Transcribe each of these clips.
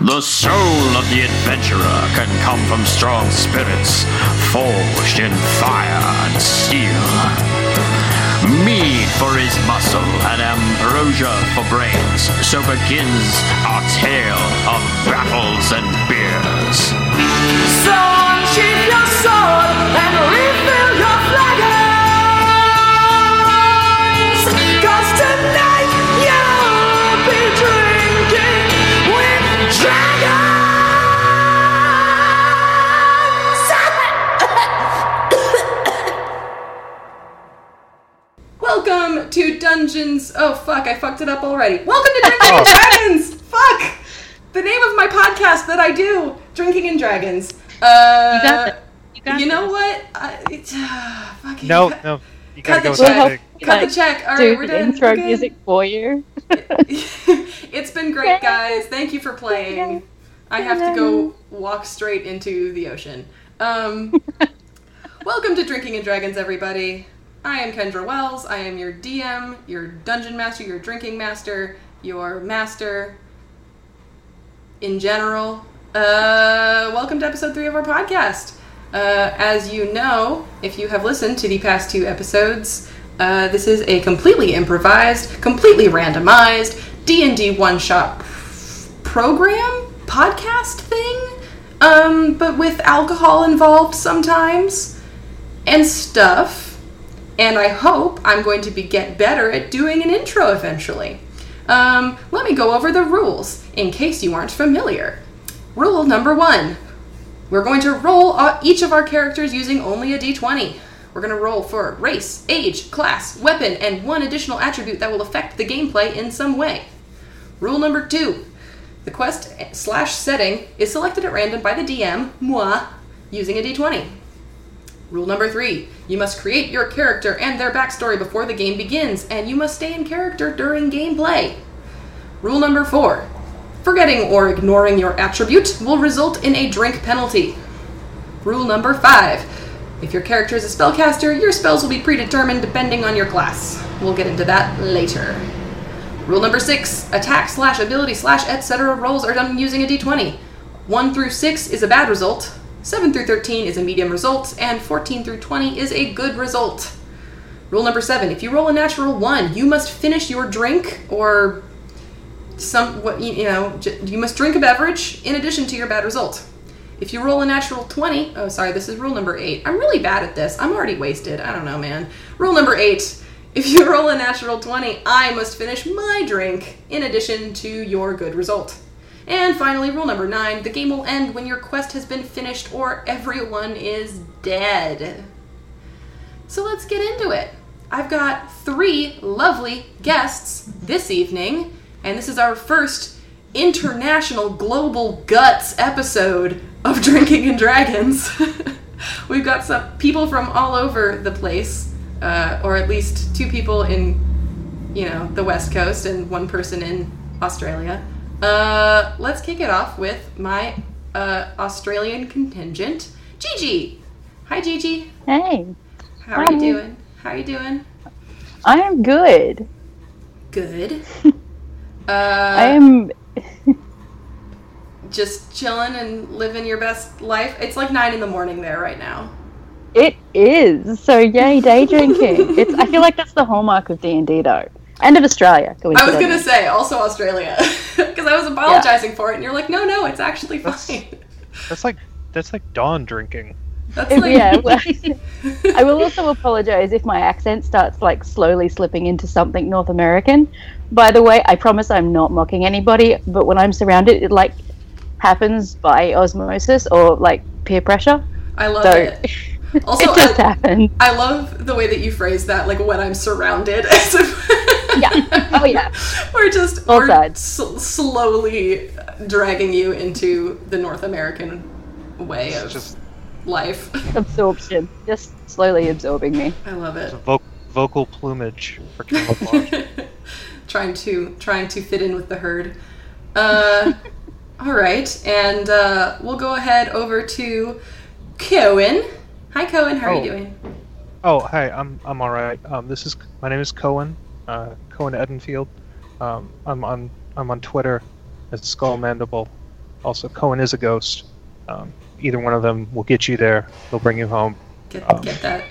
The soul of the adventurer can come from strong spirits forged in fire and steel. Mead for his muscle and ambrosia for brains, so begins our tale of battles and beers. So unsheathe your sword and refill your flagons. 'Cause tonight you'll be drinking with dragons. Welcome to Dungeons. Oh fuck, I fucked it up already. Welcome to Dungeons Oh. and Dragons. Fuck the name of my podcast that I do, Drinking and Dragons. Uh, You got that. You got you know this. what? I, it's, uh, fucking No, cut, no. You cut the gotta go with check. that Cut big. the check. All do right, we're the done. intro We're good. music for you. it's been great, guys. Thank you for playing. I have to go walk straight into the ocean. Um, welcome to Drinking and Dragons, everybody. I am Kendra Wells. I am your DM, your dungeon master, your drinking master, your master in general. Uh, welcome to episode three of our podcast. Uh, as you know, if you have listened to the past two episodes, uh, this is a completely improvised, completely randomized D and D one shot program podcast thing, um, but with alcohol involved sometimes and stuff. And I hope I'm going to be get better at doing an intro eventually. Um, let me go over the rules in case you aren't familiar. Rule number one: we're going to roll uh, each of our characters using only a d20. We're going to roll for race, age, class, weapon, and one additional attribute that will affect the gameplay in some way. Rule number two the quest slash setting is selected at random by the DM, moi, using a d20. Rule number three you must create your character and their backstory before the game begins, and you must stay in character during gameplay. Rule number four forgetting or ignoring your attribute will result in a drink penalty. Rule number five if your character is a spellcaster, your spells will be predetermined depending on your class. We'll get into that later. Rule number six attack slash ability slash etc. rolls are done using a d20. 1 through 6 is a bad result, 7 through 13 is a medium result, and 14 through 20 is a good result. Rule number seven if you roll a natural 1, you must finish your drink or some, what you you know, j- you must drink a beverage in addition to your bad result. If you roll a natural 20, oh, sorry, this is rule number eight. I'm really bad at this. I'm already wasted. I don't know, man. Rule number eight if you roll a natural 20, I must finish my drink in addition to your good result. And finally, rule number nine the game will end when your quest has been finished or everyone is dead. So let's get into it. I've got three lovely guests this evening, and this is our first international global guts episode of Drinking and Dragons. We've got some people from all over the place, uh, or at least two people in, you know, the West Coast and one person in Australia. Uh, let's kick it off with my uh, Australian contingent, Gigi. Hi, Gigi. Hey, How are you Hi. doing? How are you doing? I am good. Good. Uh, I am. just chilling and living your best life. It's like nine in the morning there right now. It is so yay day drinking. it's. I feel like that's the hallmark of D and D though, and of Australia. I was gonna say also Australia because I was apologizing for it, and you're like, no, no, it's actually That's- fine. That's like that's like dawn drinking. That's If- like, yeah, well, I will also apologize if my accent starts like slowly slipping into something North American. By the way, I promise I'm not mocking anybody, but when I'm surrounded, it like happens by osmosis or like peer pressure. I love So it. Also, it just I, happened. I love the way that you phrase that, like when I'm surrounded. As if Yeah. Oh yeah. we're just Both we're sides. sl- slowly dragging you into the North American way of It's just life. Absorption. Just slowly absorbing me. I love it. vo- vocal plumage for camouflage. trying to trying to fit in with the herd. Uh, all right, and uh, we'll go ahead over to Cohen. Hi, Cohen. How are Oh. you doing? oh, hi. I'm I'm all right. Um, this is my name is Cohen. Uh, Cohen Edenfield. Um, I'm on I'm on Twitter as Skull Mandible. also Cohen is a ghost. Um, either one of them will get you there. They'll bring you home. Get, get that,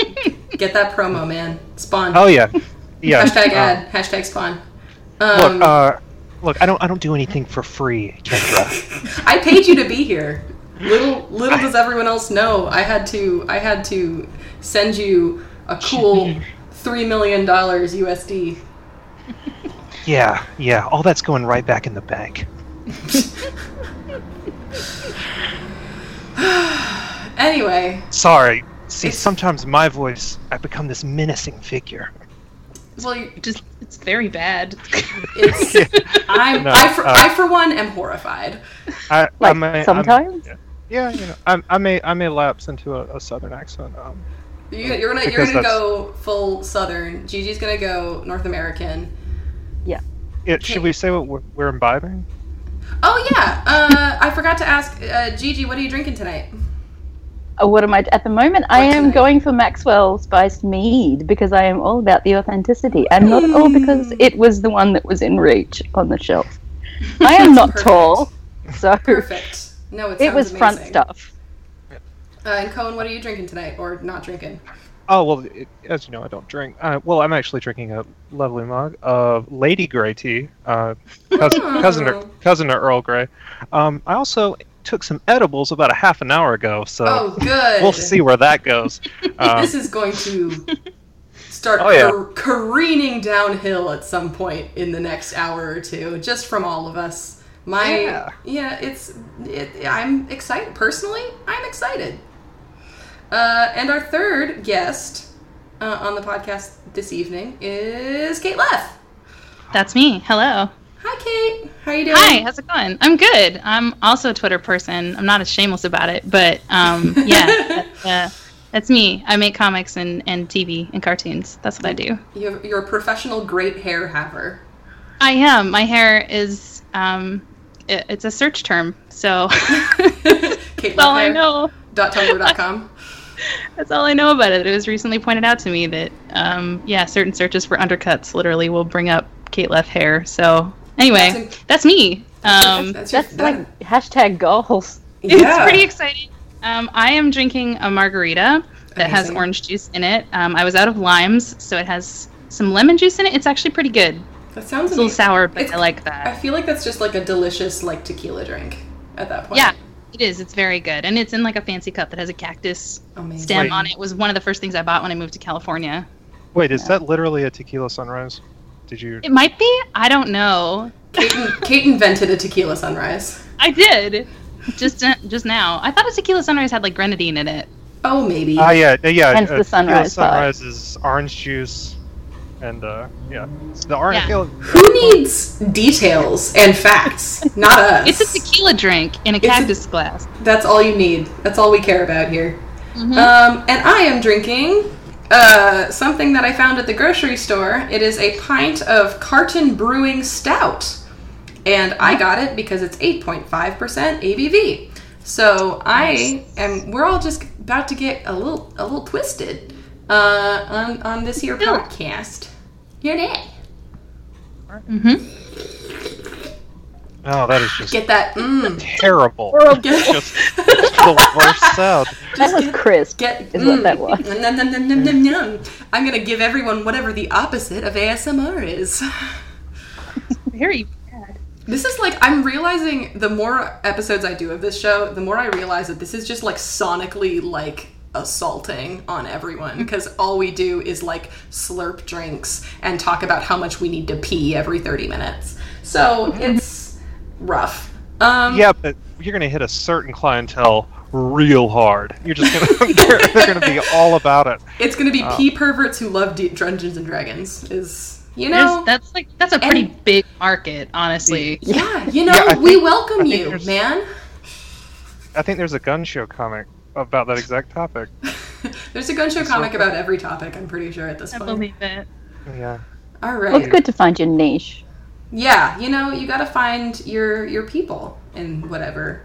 get that promo, man. Spawn. Oh yeah, yeah. Hashtag um, ad. Hashtag spawn. Um, Look, uh, look, I don't, I don't do anything for free, Kendra. I paid you to be here. Little little does everyone else know, I had to I had to send you a cool three million dollars USD. yeah, yeah. All that's going right back in the bank. Anyway, Sorry. See, It's- sometimes my voice, I become this menacing figure. well, you- Just it's very bad. it's I'm No, I, for, uh, I for one am horrified. I, I Like, may, I'm- sometimes? Yeah, you know, I, I may I may lapse into a, a southern accent. Um, You, you're gonna you're Because gonna that's- go full Southern. Gigi's gonna go North American. it, should we say what we're, we're imbibing? Oh yeah, uh, I forgot to ask uh, Gigi, what are you drinking tonight? Uh, what am I at the moment? I What's am that? going for Maxwell spiced mead because I am all about the authenticity and not all Mm. because it was the one that was in reach on the shelf. I am not Perfect. tall, so Perfect. No, it, it sounds was front amazing. stuff. Uh, and Cohen, what are you drinking tonight, or not drinking? Oh well, it, as you know, I don't drink. Uh, well, I'm actually drinking a lovely mug of Lady Grey tea, uh, cousin, cousin, Oh. to, cousin to Earl Grey. Um, I also took some edibles about a half an hour ago, so Oh, good. Uh, we'll see where that goes. Uh, this is going to start Oh, yeah. car- careening downhill at some point in the next hour or two, just from all of us. My yeah, Yeah. it's it, I'm excited personally. I'm excited. Uh, and our third guest uh, on the podcast this evening is Kate Leff. That's me. Hello. Hi, Kate. How you doing? Hi, how's it going? I'm good. I'm also a Twitter person. I'm not as shameless about it, but um, yeah, that's, uh, that's me. I make comics and, and TV and cartoons. That's what I do. You're, you're a professional great hair haver. I am. My hair is um, it, it's a search term, so that's Kate all Oh, I know. Tumblr.com. That's all I know about it. It was recently pointed out to me that um, yeah, certain searches for undercuts literally will bring up Kate Left hair. So anyway, That's that's, a- me. Um, that's your- That's like hashtag goals. It's yeah. pretty exciting. Um, I am drinking a margarita that has Amazing. orange juice in it. Um, I was out of limes, so it has some lemon juice in it. It's actually pretty good. That sounds It's a little amazing. sour, but It's- I like I that. feel like that's just like a delicious like tequila drink at that point. Yeah, it is. It's very good, and it's in like a fancy cup that has a cactus Amazing. stem Wait. on it. It Was one of the first things I bought when I moved to California. wait, is that literally a tequila sunrise? Did you? It might be. I don't know. Kate, in- Kate invented a tequila sunrise. I did just uh, just now. I thought a tequila sunrise had like grenadine in it. Oh, maybe. Ah, yeah, yeah, yeah. Hence the tequila sunrise part. sunrise is orange juice, and uh, yeah, It's the orange. Yeah. Who needs details and facts? Not us. It's a tequila drink in a a- cactus glass. That's all you need. That's all we care about here. Um, and I am drinking uh, something that I found at the grocery store. It is a pint of Carton Brewing Stout. And I got it because it's 8.5% ABV. So I am. We're all just about to get a little a little twisted uh, on on this here Yeah. podcast. Your day. Oh, that is just Get that. Mm, terrible. get, just, just the worst sound. That was crisp, get is what mm. that was. Nom, nom, nom, nom, nom, nom, nom. I'm gonna give everyone whatever the opposite of ASMR is. Very. This is like I'm realizing the more episodes I do of this show, the more I realize that this is just like sonically like assaulting on everyone Mm. because all we do is like slurp drinks and talk about how much we need to pee every 30 minutes. So Mm-hmm. it's rough. Um, Yeah, but you're gonna hit a certain clientele real hard. You're just gonna they're, they're gonna be all about it. It's gonna Oh. be pee perverts who love D- Dungeons and Dragons. Is you know There's- that's like that's a pretty And- big market, honestly. yeah you know Yeah, I we think- welcome think you there's- man. I think there's a gun show comic about that exact topic. There's a gun show comic about every topic, I'm pretty sure, at this I point. believe it. Yeah. All Well, it's right. good to find your niche. Yeah, you know, you gotta find your your people and whatever.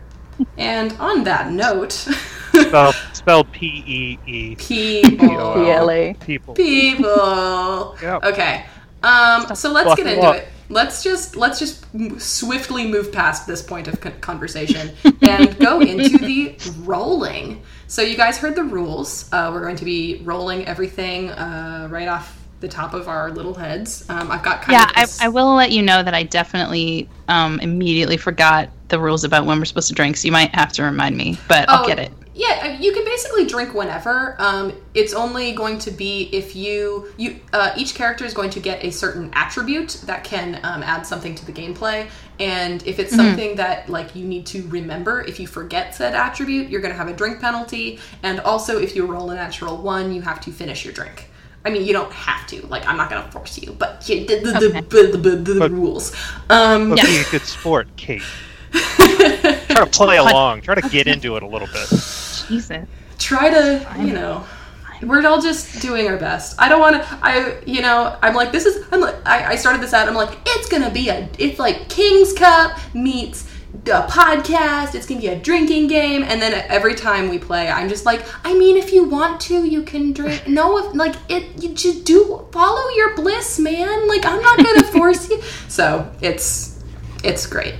And on that note, Spelled spelled P E E people, P-O-L. PLA. E people. people. Yep. Okay. Um, so let's get Buckle into up. it. Let's just let's just m- swiftly move past this point of con- conversation and go into the rolling. So you guys heard the rules. Uh, we're going to be rolling everything uh, right off the top of our little heads. Um, I've got kind Yeah, of a I, s- I will let you know that I definitely um, immediately forgot the rules about when we're supposed to drink, so you might have to remind me, but I'll Oh, get it. Yeah, I mean, you can basically drink whenever. Um, it's only going to be if you you uh, each character is going to get a certain attribute that can um, add something to the gameplay, and if it's Mm-hmm. something that like you need to remember, if you forget said attribute, you're going to have a drink penalty, and also if you roll a natural one, you have to finish your drink. I mean, you don't have to. Like, I'm not going to force you, but you, the, the, the, the, the, the rules. Um, But Yeah. be a good sport, Kate. Try to play along. Try to get into it a little bit. Jesus. try to you know we're all just doing our best i don't want to i you know i'm like this is i'm like I, I started this out i'm like it's gonna be a it's like king's cup meets a podcast it's gonna be a drinking game and then every time we play i'm just like i mean if you want to you can drink no if like it you just do follow your bliss man like i'm not gonna force you so it's it's great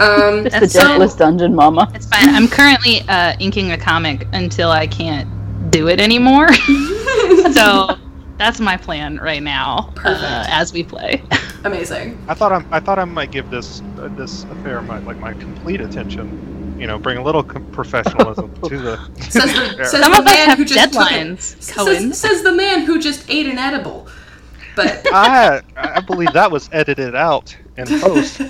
um It's the That's so- gentlest dungeon, Mama. It's fine. I'm currently uh, inking a comic until I can't do it anymore. so that's my plan right now uh, Perfect. as we play. amazing I thought I'm, I thought I might give this uh, this affair my like my complete attention. You know, bring a little com- professionalism to the. says the, says Some the of us man have who just took it- deadlines, s- Cohen. Says, says the man who just ate an edible. But I I believe that was edited out in post.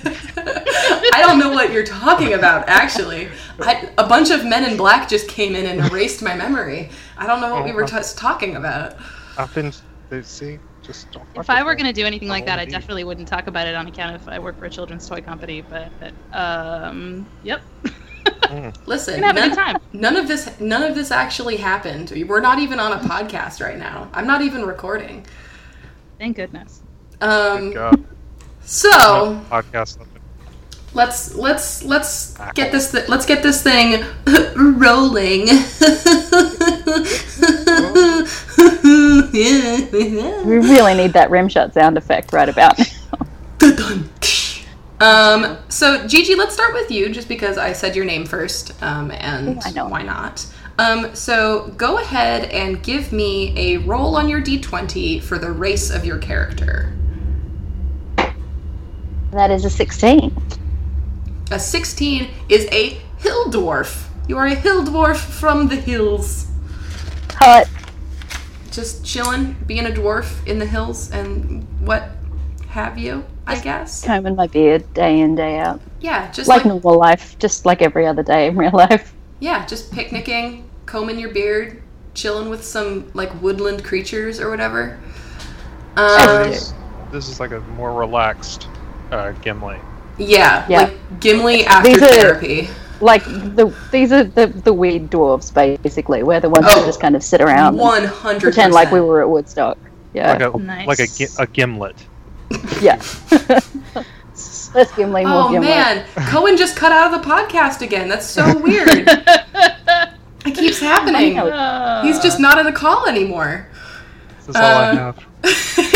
I don't know what you're talking about. Actually, I, a bunch of men in black just came in and erased my memory. I don't know what we were just talking about. I've been they see just don't. fuck If I with were me. going to do anything like that, I Indeed. definitely wouldn't talk about it on account of I work for a children's toy company. But um, yep, Listen, We're gonna have a none, good time. none of this, none of this actually happened. We're not even on a podcast right now. I'm not even recording. thank goodness. Um, God, so podcast. let's let's let's get this th- let's get this thing rolling. We really need that rim shot sound effect right about now. um, so Gigi, let's start with you, just because I said your name first, um, and I know. why not? Um, so go ahead and give me a roll on your d20 for the race of your character. That is a 16. A 16 is a hill dwarf. You are a hill dwarf from the hills. Hot. just chilling, being a dwarf in the hills, and what have you? I guess. Combing my beard day in, day out. Yeah, just Like like, normal life, just like every other day in real life. yeah, just picnicking, combing your beard, chilling with some like woodland creatures or whatever. Um, This, this is like a more relaxed uh, Gimli. yeah, Yeah. like Gimli after These are- therapy. Like the these are the the weird dwarves basically. We're the ones Oh. who just kind of sit around and One hundred pretend like we were at Woodstock. Yeah. Like a Nice. like a, gi- a gimlet. yeah. Less Gimli, more Oh Gimli. man, Cohen just cut out of the podcast again. That's so weird. it keeps happening. I He's just not on the call anymore. This is all I Uh, have.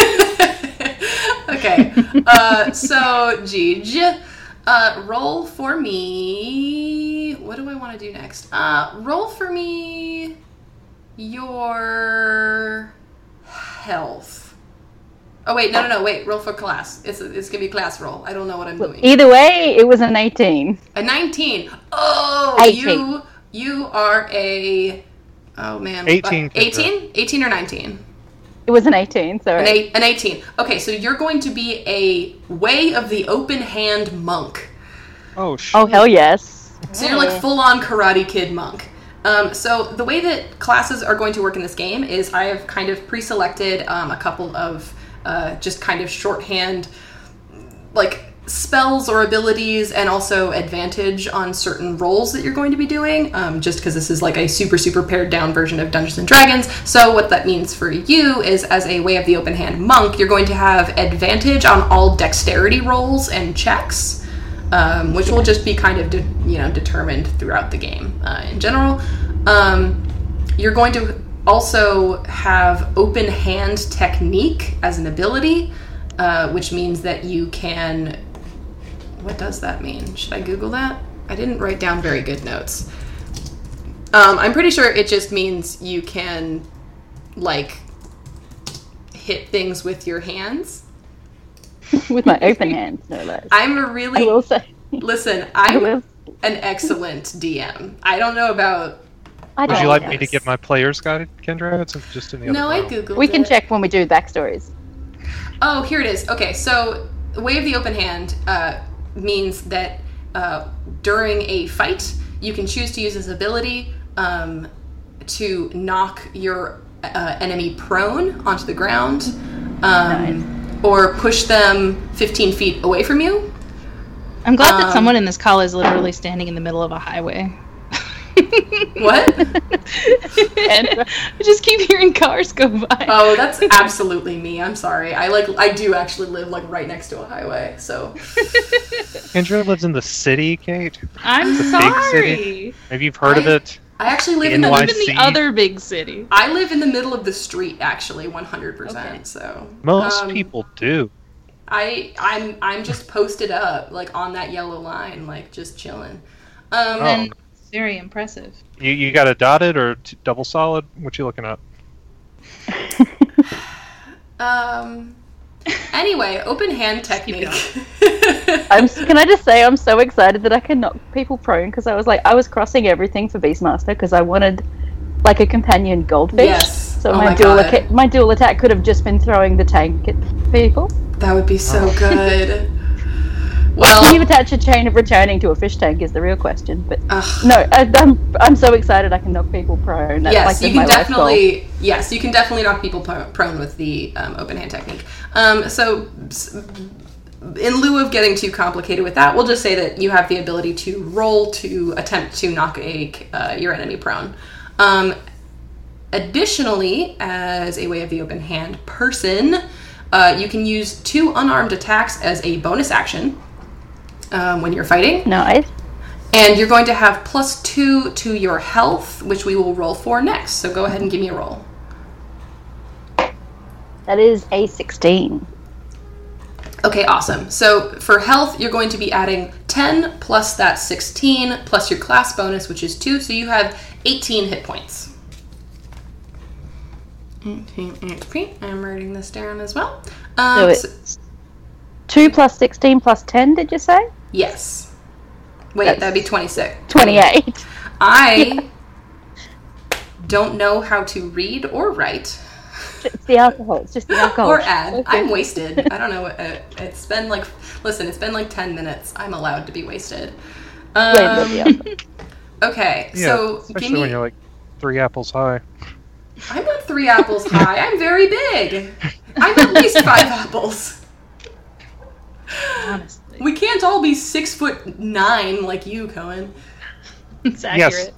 okay. Uh, so, Gigi, uh, roll for me. What do I want to do next? Uh, roll for me your health. Oh wait, no, no, no. Wait, roll for class. It's it's gonna be class roll. I don't know what I'm doing. Either way, it was an 18. A 19. Oh, 18. you you are a oh man. 18, Kendra. 18? 18 or 19? It was an 18, sorry. An, eight, an 18. Okay, so you're going to be a way of the open hand monk. Oh shit! Oh, hell yes. So you're like full on karate kid monk. Um, so the way that classes are going to work in this game is I have kind of pre selected um, a couple of uh, just kind of shorthand like spells or abilities and also advantage on certain roles that you're going to be doing um, just because this is like a super super pared down version of dungeons and dragons so what that means for you is as a way of the open hand monk you're going to have advantage on all dexterity rolls and checks um, which will just be kind of de- you know determined throughout the game uh, in general um, you're going to also have open hand technique as an ability, uh, which means that you can. What does that mean? Should I Google that? I didn't write down very good notes. Um, I'm pretty sure it just means you can, like, hit things with your hands. with my open hands, no less. I'm a really I will say. listen. I I'm will. an excellent DM. I don't know about. I Would don't you like know. me to give my player's guide, Kendra? It's just in the other No, I file. googled. We can it. check when we do backstories. Oh, here it is. Okay, so wave the open hand uh, means that uh, during a fight, you can choose to use this ability um, to knock your uh, enemy prone onto the ground, um, or push them 15 feet away from you. I'm glad Um, that someone in this call is literally standing in the middle of a highway. What? I just keep hearing cars go by. Oh, that's absolutely me. I'm sorry. I like I do actually live like right next to a highway, so Kendra lives in the city, Kate. I'm city. sorry. Maybe you've heard of I- it. I actually live The in the NY Even the see. other big city. I live in the middle of the street actually 100%. Okay. So Most um, people do. I I'm I'm just posted up like on that yellow line, like just chilling. Um, Oh. And it's very impressive. You, you got a dotted or t- double solid? What you looking at? um. Anyway, open hand technique. I'm. s- Can I just say I'm so excited that I can knock people prone because I was like I was crossing everything for Beastmaster because I wanted like a companion goldfish. Yes. So Oh my, my dual God. attack, my dual attack could have just been throwing the tank at people. that would be so Oh. good. Can you Well, attach a chain of returning to a fish tank is the real question. But ugh, no, I, I'm I'm so excited I can knock people prone. That's yes, like been you can my life goal. definitely yes, you can definitely knock people pro- prone with the um, open hand technique. Um, so, s- in lieu of getting too complicated with that, we'll just say that you have the ability to roll to attempt to knock a uh, your enemy prone. Um, Additionally, as a way of the open hand person, uh, you can use two unarmed attacks as a bonus action um, when you're fighting. nice. And you're going to have plus two to your health, which we will roll for next. So go ahead and give me a roll. That is a sixteen. Okay, awesome. So for health, you're going to be adding 10 plus that 16 plus your class bonus, which is 2. So you have 18 hit points. 18 HP. I'm writing this down as well. Um, So so- it's two plus sixteen plus ten. Did you say Yes. Wait, That's- that'd be 26. twenty-eight? I don't know how to read or write It's the alcohol. It's just the alcohol. or add. I'm Okay. wasted. I don't know. what- Uh, it's been like, listen, it's been like 10 minutes. I'm allowed to be wasted. Blame the Um, alcohol. okay, Yeah, so especially give me. when you're like three apples high. I'm not three apples high. I'm very big. I'm at least five apples. Honestly, We can't all be six foot nine like you, Cohen. it's Yes, accurate.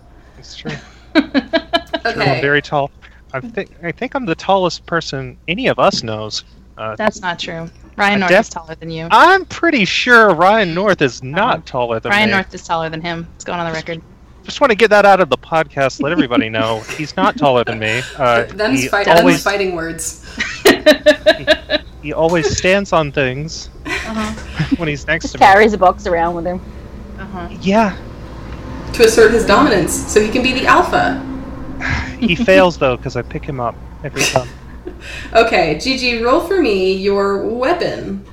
it's true. I'm Okay. very tall. I think I think I'm the tallest person any of us knows. Uh, That's not true. Ryan North def- is taller than you. I'm pretty sure Ryan North is Oh. not taller than Ryan me. North is taller than him. It's going on the record. Just want to get that out of the podcast. Let everybody know he's not taller than me. Uh, Them's, he fight, them's always fighting words. he always stands on things Uh-huh. when he's next Just to me. carries a box around with him. Yeah, to assert his dominance so he can be the alpha. he fails though because I pick him up every time. Okay, Gigi, roll for me your weapon.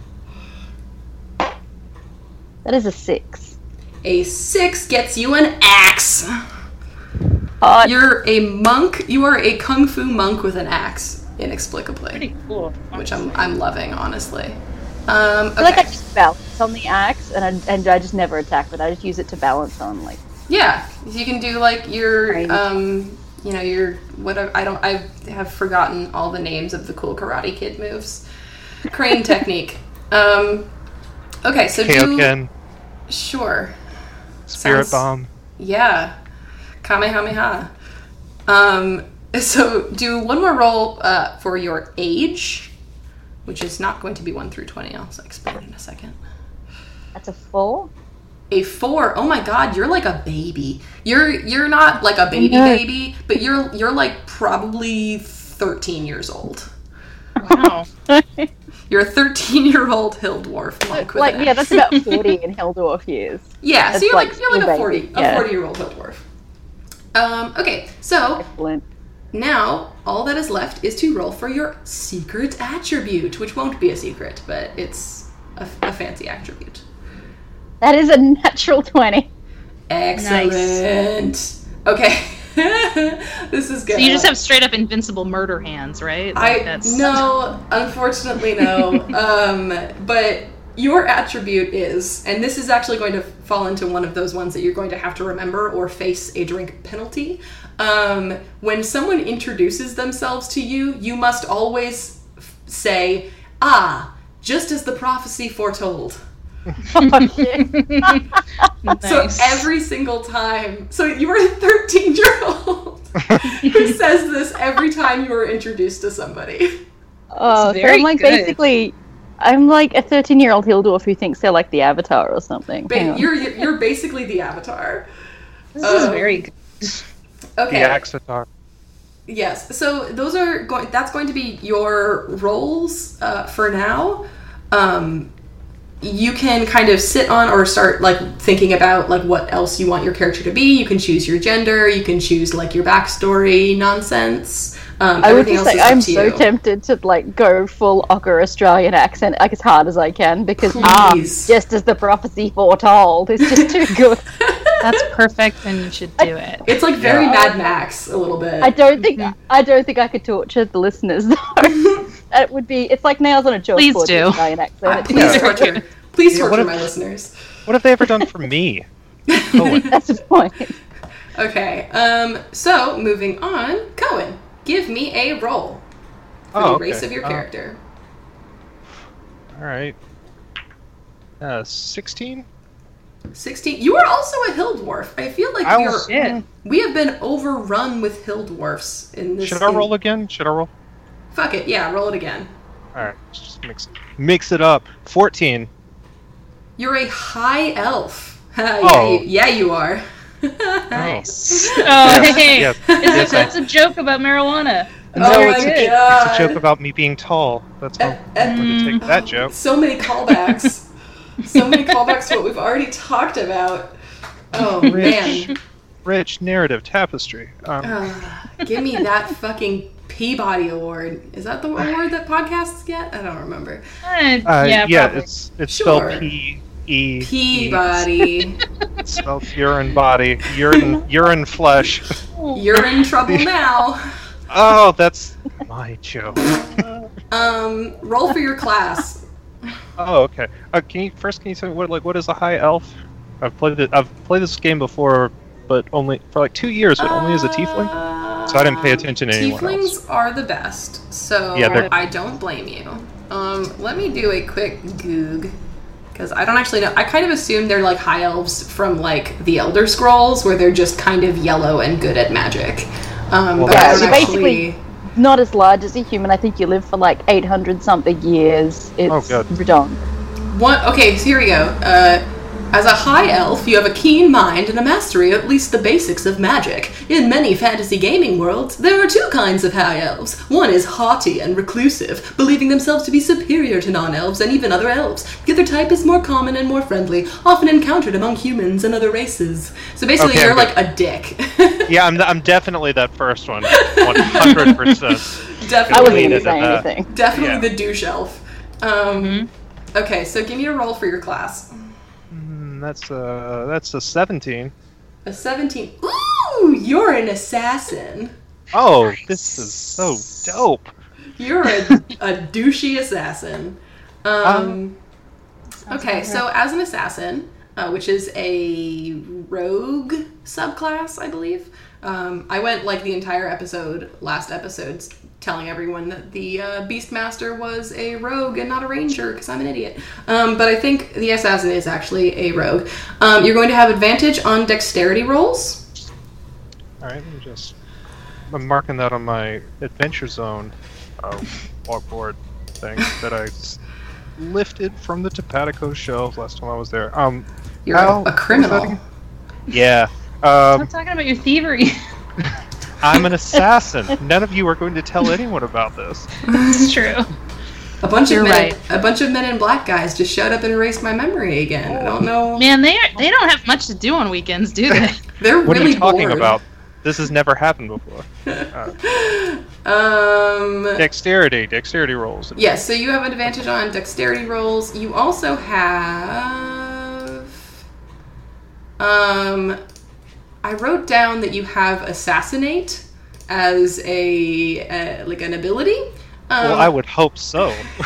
That is a six. A six gets you an axe. Hot. You're a monk. You are a kung fu monk with an axe, inexplicably, cool. which I'm I'm loving honestly. Um, okay. I feel like I just balance on the axe, and I, and I just never attack with it. I just use it to balance on, like, yeah, you can do like your Right. um, you know your whatever. I don't. I have forgotten all the names of the cool Karate Kid moves. Crane technique. Um, okay, so do Kaoken, sure. Spirit Sounds- Bomb. Yeah. Kamehameha. Um, so do one more roll uh, for your age, which is not going to be 1 through 20. I'll explain in a second. that's a four. A four. Oh my god, you're like a baby. You're you're not like a baby know. baby, but you're you're like probably 13 years old. Wow. You're a 13 year old hill dwarf monk. With like an yeah, axe. that's about forty in Heldorf years. yeah. So that's you're like, like you're like a school 40 baby, yeah. a 40 year old hill dwarf. Um, okay, so Excellent. now all that is left is to roll for your secret attribute, which won't be a secret, but it's a, a fancy attribute. That is a natural twenty. Excellent. Okay. this is good. So you just have straight up invincible murder hands, right? I that's no, unfortunately no. um, but your attribute is, and this is actually going to fall into one of those ones that you're going to have to remember or face a drink penalty. Um, when someone introduces themselves to you, you must always f- say, "Ah, just as the prophecy foretold." Oh, shit. nice. So every single time, so you were a 13 year old who says this every time you are introduced to somebody. Oh, It's so very I'm like good. basically, I'm like a 13 year old Hildorf who thinks they're like the Avatar or something. Hang But on. you're you're basically the avatar. this is um, very good. Okay. The Axitar. Yes. So those are going. That's going to be your roles uh, for now. Um, you can kind of sit on or start like thinking about like what else you want your character to be. You can choose your gender. You can choose like your backstory nonsense. Um, I would everything just else say is up I'm to so you. tempted to like go full Ocker Australian accent like as hard as I can because ah, Please. just as the prophecy foretold is just too good. That's perfect, and you should do it. It's like very Mad Max a little bit. I don't think Mm-hmm. I don't think I could torture the listeners though. That would be it's like nails on a chalkboard. Please with do. Australian accent. Uh, It's please just- torture. Please torture what if- my listeners. What have they ever done for me? Cohen. That's the point. Okay. Um. So moving on, Cohen, give me a roll for the Oh, race okay. of your Uh, character. all right. Uh, sixteen. 16. You are also a hill dwarf. I feel like I we, was- are, we have been overrun with hill dwarfs in this. Should I in- roll again? Should I roll? Fuck it. Yeah, roll it again. All right. let's Just mix it. Mix it up. Fourteen. You're a high elf. yeah, Oh. you, yeah, you are. Nice. Oh, Yes, hey, yes, Is it- yes, I- that's a joke about marijuana. oh Very my good. god. It's a joke about me being tall. That's Uh, how I'm going to take mm. that joke. So many callbacks. so many callbacks to what we've already talked about. Oh, man. Rich narrative tapestry. Uh, Um, Ugh, give me that fucking Peabody Award. Is that the award that podcasts get? I don't remember. Uh, uh, yeah, yeah, probably. it's it's Sure. spelled P E Peabody. It's spelled urine body, urine urine flesh. You're in trouble now. Oh, that's my joke. Um, roll for your class. Oh, okay. Uh, can you first? Can you tell me what like what is a high elf? I've played it. I've played this game before, but only for like two years, but only as a tiefling. So I didn't pay attention to anyone Tieflings else. are the best, so Yeah, they're- I don't blame you. Um, let me do a quick goog because I don't actually know. I kind of assume they're like high elves from like the Elder Scrolls, where they're just kind of yellow and good at magic. Um, Well, but I that's- don't Yeah, you actually. basically- Not as large as a human. I think you live for like 800 something years. It's Oh, God. redonk. One, okay, so here we go. Uh, as a high elf, you have a keen mind and a mastery of at least the basics of magic. In many fantasy gaming worlds, there are two kinds of high elves. One is haughty and reclusive, believing themselves to be superior to non elves and even other elves. The other type is more common and more friendly, often encountered among humans and other races. So basically, Okay, you're I'm like a dick. Yeah, I'm I'm definitely that first one, one hundred percent. I Definitely. wasn't Lean even into saying that. anything. Definitely Yeah. the douche elf. Um, Okay, so give me a roll for your class. That's uh that's a seventeen. A 17. Ooh, you're an assassin. Oh, this is so dope. You're a, a douchey assassin. Um, okay, so as an assassin, uh, which is a rogue subclass, I believe. Um, I went like the entire episode, last episodes, telling everyone that the uh, Beastmaster was a rogue and not a ranger because I'm an idiot. Um, but I think the assassin is actually a rogue. Um, you're going to have advantage on dexterity rolls. All right, let me just. I'm marking that on my adventure zone uh, walkboard thing that I s- lifted from the Topatico shelves last time I was there. Um, You're How- a- what was a that criminal. again? yeah. Um, Stop talking about your thievery. I'm an assassin. None of you are going to tell anyone about this. It's true. A bunch You're of men, right. a bunch of men in black guys just showed up and erased my memory again. I don't know. Man, they are, they don't have much to do on weekends, do they? They're What really are you talking bored. about? This has never happened before. Um. Dexterity, dexterity rolls. Yes, so you have an advantage on dexterity rolls. You also have. Um, I wrote down that you have assassinate as a uh, like an ability. Um, Well, I would hope so.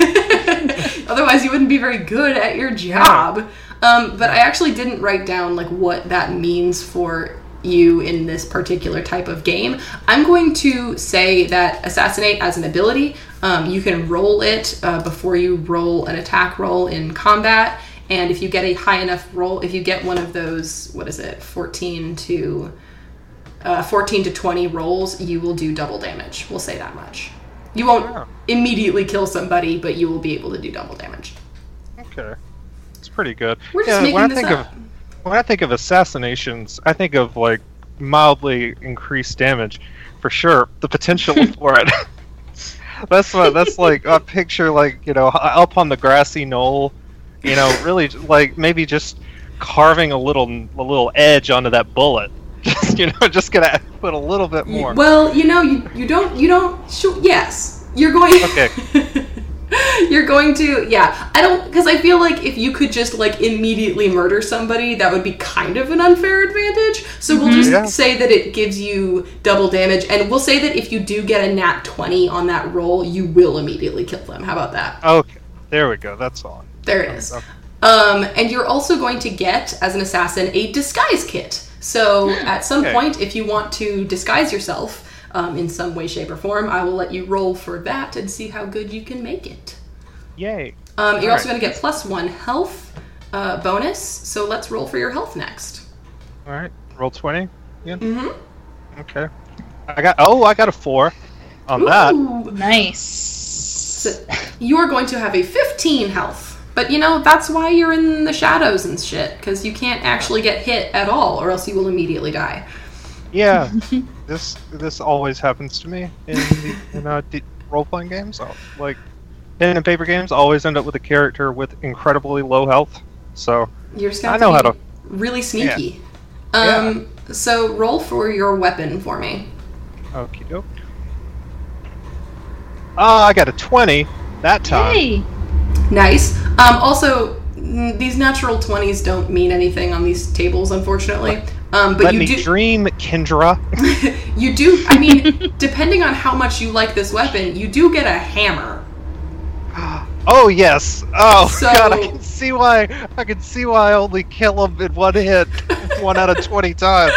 Otherwise, you wouldn't be very good at your job. Um, but I actually didn't write down like what that means for you in this particular type of game. I'm going to say that assassinate as an ability. Um, you can roll it uh, before you roll an attack roll in combat, and if you get a high enough roll, if you get one of those, what is it, 14 to uh, 14 to 20 rolls, you will do double damage. We'll say that much. You won't immediately kill somebody, but you will be able to do double damage. Okay, it's pretty good. We're just Yeah, making when I this think up. of when I think of assassinations, I think of like mildly increased damage, for sure. The potential for it. that's what. That's like I picture like you know h- up on the grassy knoll, you know, really j- like maybe just carving a little a little edge onto that bullet. Just you know, just gonna put a little bit more. Well, you know, you, you don't you don't shoot. Yes, you're going. Okay. you're going to yeah. I don't because I feel like if you could just like immediately murder somebody, that would be kind of an unfair advantage. So we'll just Mm-hmm. Yeah. say that it gives you double damage, and we'll say that if you do get a nat twenty on that roll, you will immediately kill them. How about that? Okay, there we go. That's on. There it is. Um, and you're also going to get, as an assassin, a disguise kit. So at some Hmm, Okay. point, if you want to disguise yourself um, in some way, shape, or form, I will let you roll for that and see how good you can make it. Yay. Um, you're Alright. also going to get plus one health uh, bonus. So let's roll for your health next. All right, roll twenty. Mm-hmm. Okay. I got oh, I got a four on that. nice. So you are going to have a 15 health. But you know, that's why you're in the shadows and shit, because you can't actually get hit at all, or else you will immediately die. Yeah, this this always happens to me in the, in uh, d- role playing games. I'll- Like pen and paper games, I always end up with a character with incredibly low health. So You're just gonna I have to know how be to- really sneaky. Um so roll for your weapon for me. okie doke. Ah, I got a twenty that time. Hey. Nice. Um also n- these natural 20s don't mean anything on these tables unfortunately. Um but Let you me do dream, Kendra. you do I mean depending on how much you like this weapon, you do get a hammer. Oh yes. Oh So- god, I can see why. I can see why I only kill him in one hit, one out of twenty times.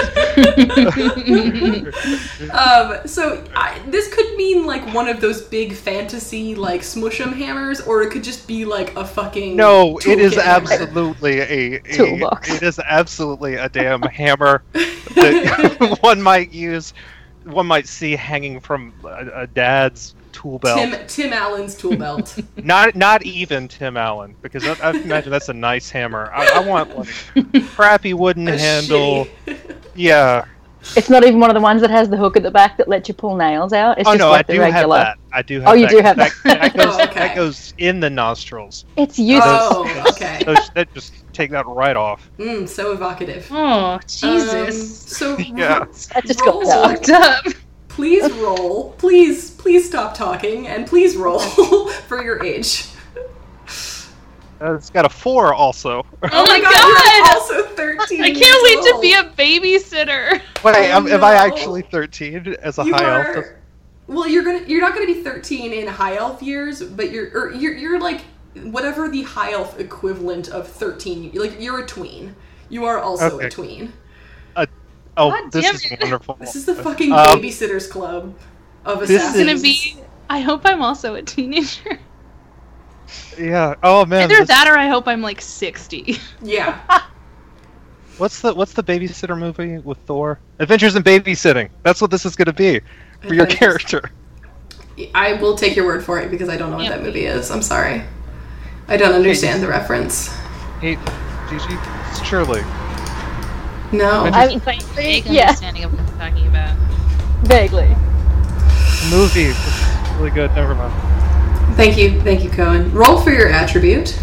Um so I, this could mean like one of those big fantasy like smush 'em hammers or it could just be like a fucking No, it is toolkit hammer. absolutely a, a Toolbox. It is absolutely a damn hammer that one might use. One might see hanging from a, a dad's tool belt. Tim Tim Allen's tool belt. Not not even Tim Allen, because I, I imagine that's a nice hammer. I, I want like crappy wooden A handle. shitty- Yeah. It's not even one of the ones that has the hook at the back that lets you pull nails out. It's oh just no, like the I do have regular. that. I do have. Oh, you that. do have that. That, goes, Oh, okay. that goes in the nostrils. It's useless. Oh, okay. Those, that just take that right off. Mm, so evocative. Oh, Jesus. Um, so Yeah. I just got Roll. that. Fucked up. please roll. Please, please stop talking and please roll for your age. Uh, it's got a four also. Oh my you're god. also 13. I years can't wait to old. be a babysitter. Wait, am, am I no. actually 13 as a you high are, elf? Well, you're gonna you're not gonna be 13 in high elf years, but you're or you're, you're like whatever the high elf equivalent of 13. You're like you're a tween. You are also Okay. a tween. Oh, God this damn is it. wonderful. This is the fucking Um, babysitters club of is- assassins. It's gonna be. I hope I'm also a teenager. yeah. Oh man. Either this- that or I hope I'm like 60. yeah. What's the What's the babysitter movie with Thor? Adventures in Babysitting. That's what this is going to be for your Adventures- character. I will take your word for it because I don't know what Yeah. that movie is. I'm sorry. I don't understand the reference. Hey, Gigi, surely. No. I mean, vaguely, yeah, of what I'm talking about. vaguely. The movie. It's really good. Never mind. Thank you, thank you, Cohen. Roll for your attribute,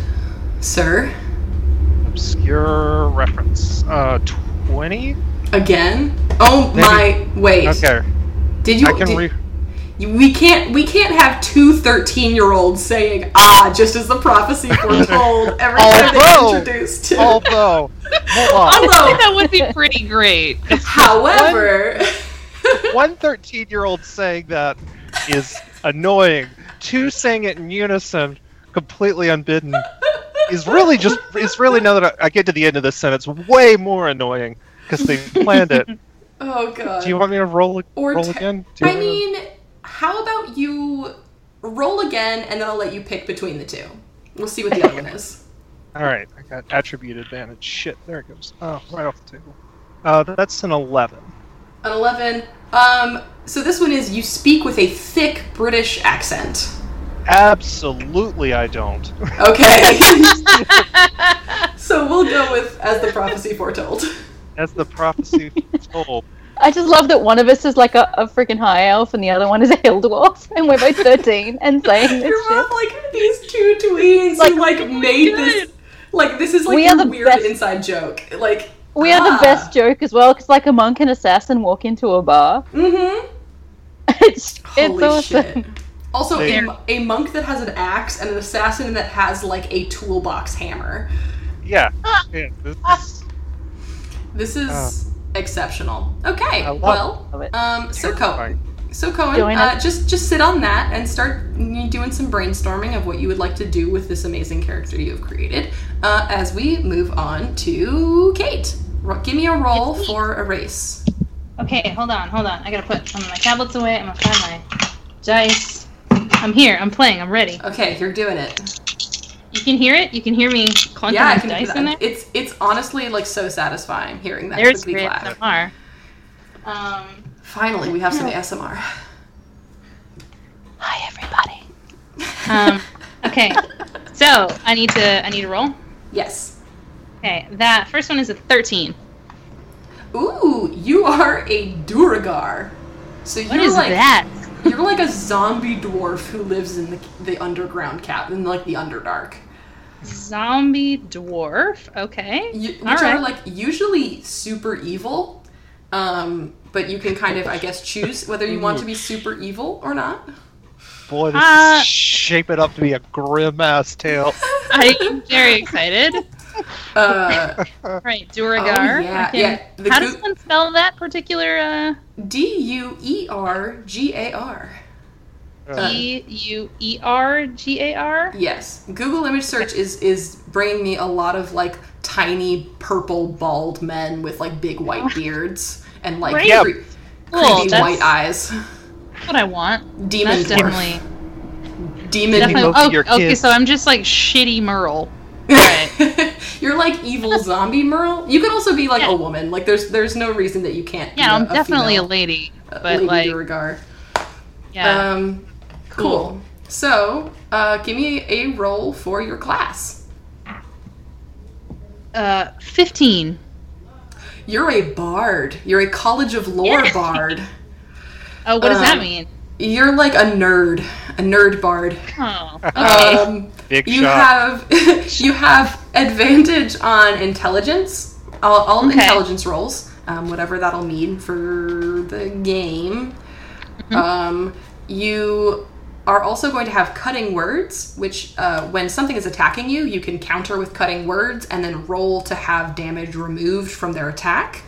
sir. Obscure reference. Uh, 20? Again. Oh Maybe- my! Wait. Okay. Did you? I can did- re. you- we can't. We can't have two 13 year olds saying "ah" just as the prophecy foretold every time they Although- introduced to. Although, hold I think Although, that would be pretty great. however, on. One 13 year old saying that is annoying. Two saying it in unison, completely unbidden, is really just. It's really, now that I, I get to the end of this sentence, way more annoying because they planned it. oh god. Do you want me to roll, Or roll te- again? Do you I want me to- mean, how about you roll again, and then I'll let you pick between the two. We'll see what the other one is. All right, I got attribute advantage. Shit, there it goes. Oh, right off the table. Uh, that's an eleven. An 11. Um, so this one is you speak with a thick British accent. Absolutely, I don't. Okay. so we'll go with as the prophecy foretold. As the prophecy told, I just love that one of us is like a, a freaking high elf and the other one is a hill dwarf, and we're both 13 and saying this Your shit. mom, like, these two tweens Like, who, like, made this. Like, this is, like, We your are the weird best- inside joke. Like, We are ah. the best joke as well, because like a monk and assassin walk into a bar. Mm hmm. It's, it's Holy awesome. shit. Also, a, There. mo- a monk that has an axe and an assassin that has, like, a toolbox hammer. yeah, yeah this is, This is exceptional. Okay, Ah. I love well, Love it. um, so Cohen, Fine. so Cohen, Join uh, us. just just sit on that and start doing some brainstorming of what you would like to do with this amazing character you have created. Uh, as we move on to Kate, Ro- give me a roll It's me. for a race. Okay, hold on, hold on. I gotta put some of my tablets away. I'm gonna find my dice. I'm here. I'm playing. I'm ready. Okay, you're doing it. You can hear it. You can hear me clunking yeah, I my can. dice do in there. that. It's it's honestly like so satisfying hearing that There's quickly great clap. SMR. Um, Finally, we have some ASMR. Hi, everybody. um, okay. So I need to. I need to roll. Yes. Okay. That first one is a 13. Ooh, you are a Duragar. So What you're is like that? You're like a zombie dwarf who lives in the, the underground cap in like the underdark. Zombie dwarf. Okay. You, which All are right. like usually super evil, um, but you can kind of I guess choose whether you want to be super evil or not. boy, this Uh, is shaping up to be a grim ass tale. I am very excited. Uh, All right, Duragar. Oh, yeah, I can- yeah, the How goo- does one spell that particular? Uh, D U E R G A R. Uh, E U E R G A R. Yes, Google image search is is bringing me a lot of like tiny purple bald men with like big white beards and like Right. Yeah. cre- Cool. creepy That's white eyes. what I want. Demon that's dwarf. definitely Demon Definitely definitely. both Oh, of your okay. kids. So I'm just like shitty Merle. You're like evil zombie Merle. You could also be like Yeah. a woman. Like there's there's no reason that you can't. be Yeah, I'm a- a definitely a female, lady, uh, but lady like, Duragar. yeah. Um, cool. So, uh, give me a roll for your class. Uh, fifteen. You're a bard. You're a College of Lore Yeah. bard. Oh, what does Um, that mean? You're like a nerd, a nerd bard. Oh, okay. Um, Big you shot. have you have advantage on intelligence, all, all Okay. intelligence rolls, um, whatever that'll mean for the game. Um, you are also going to have cutting words, which uh, when something is attacking you, you can counter with cutting words and then roll to have damage removed from their attack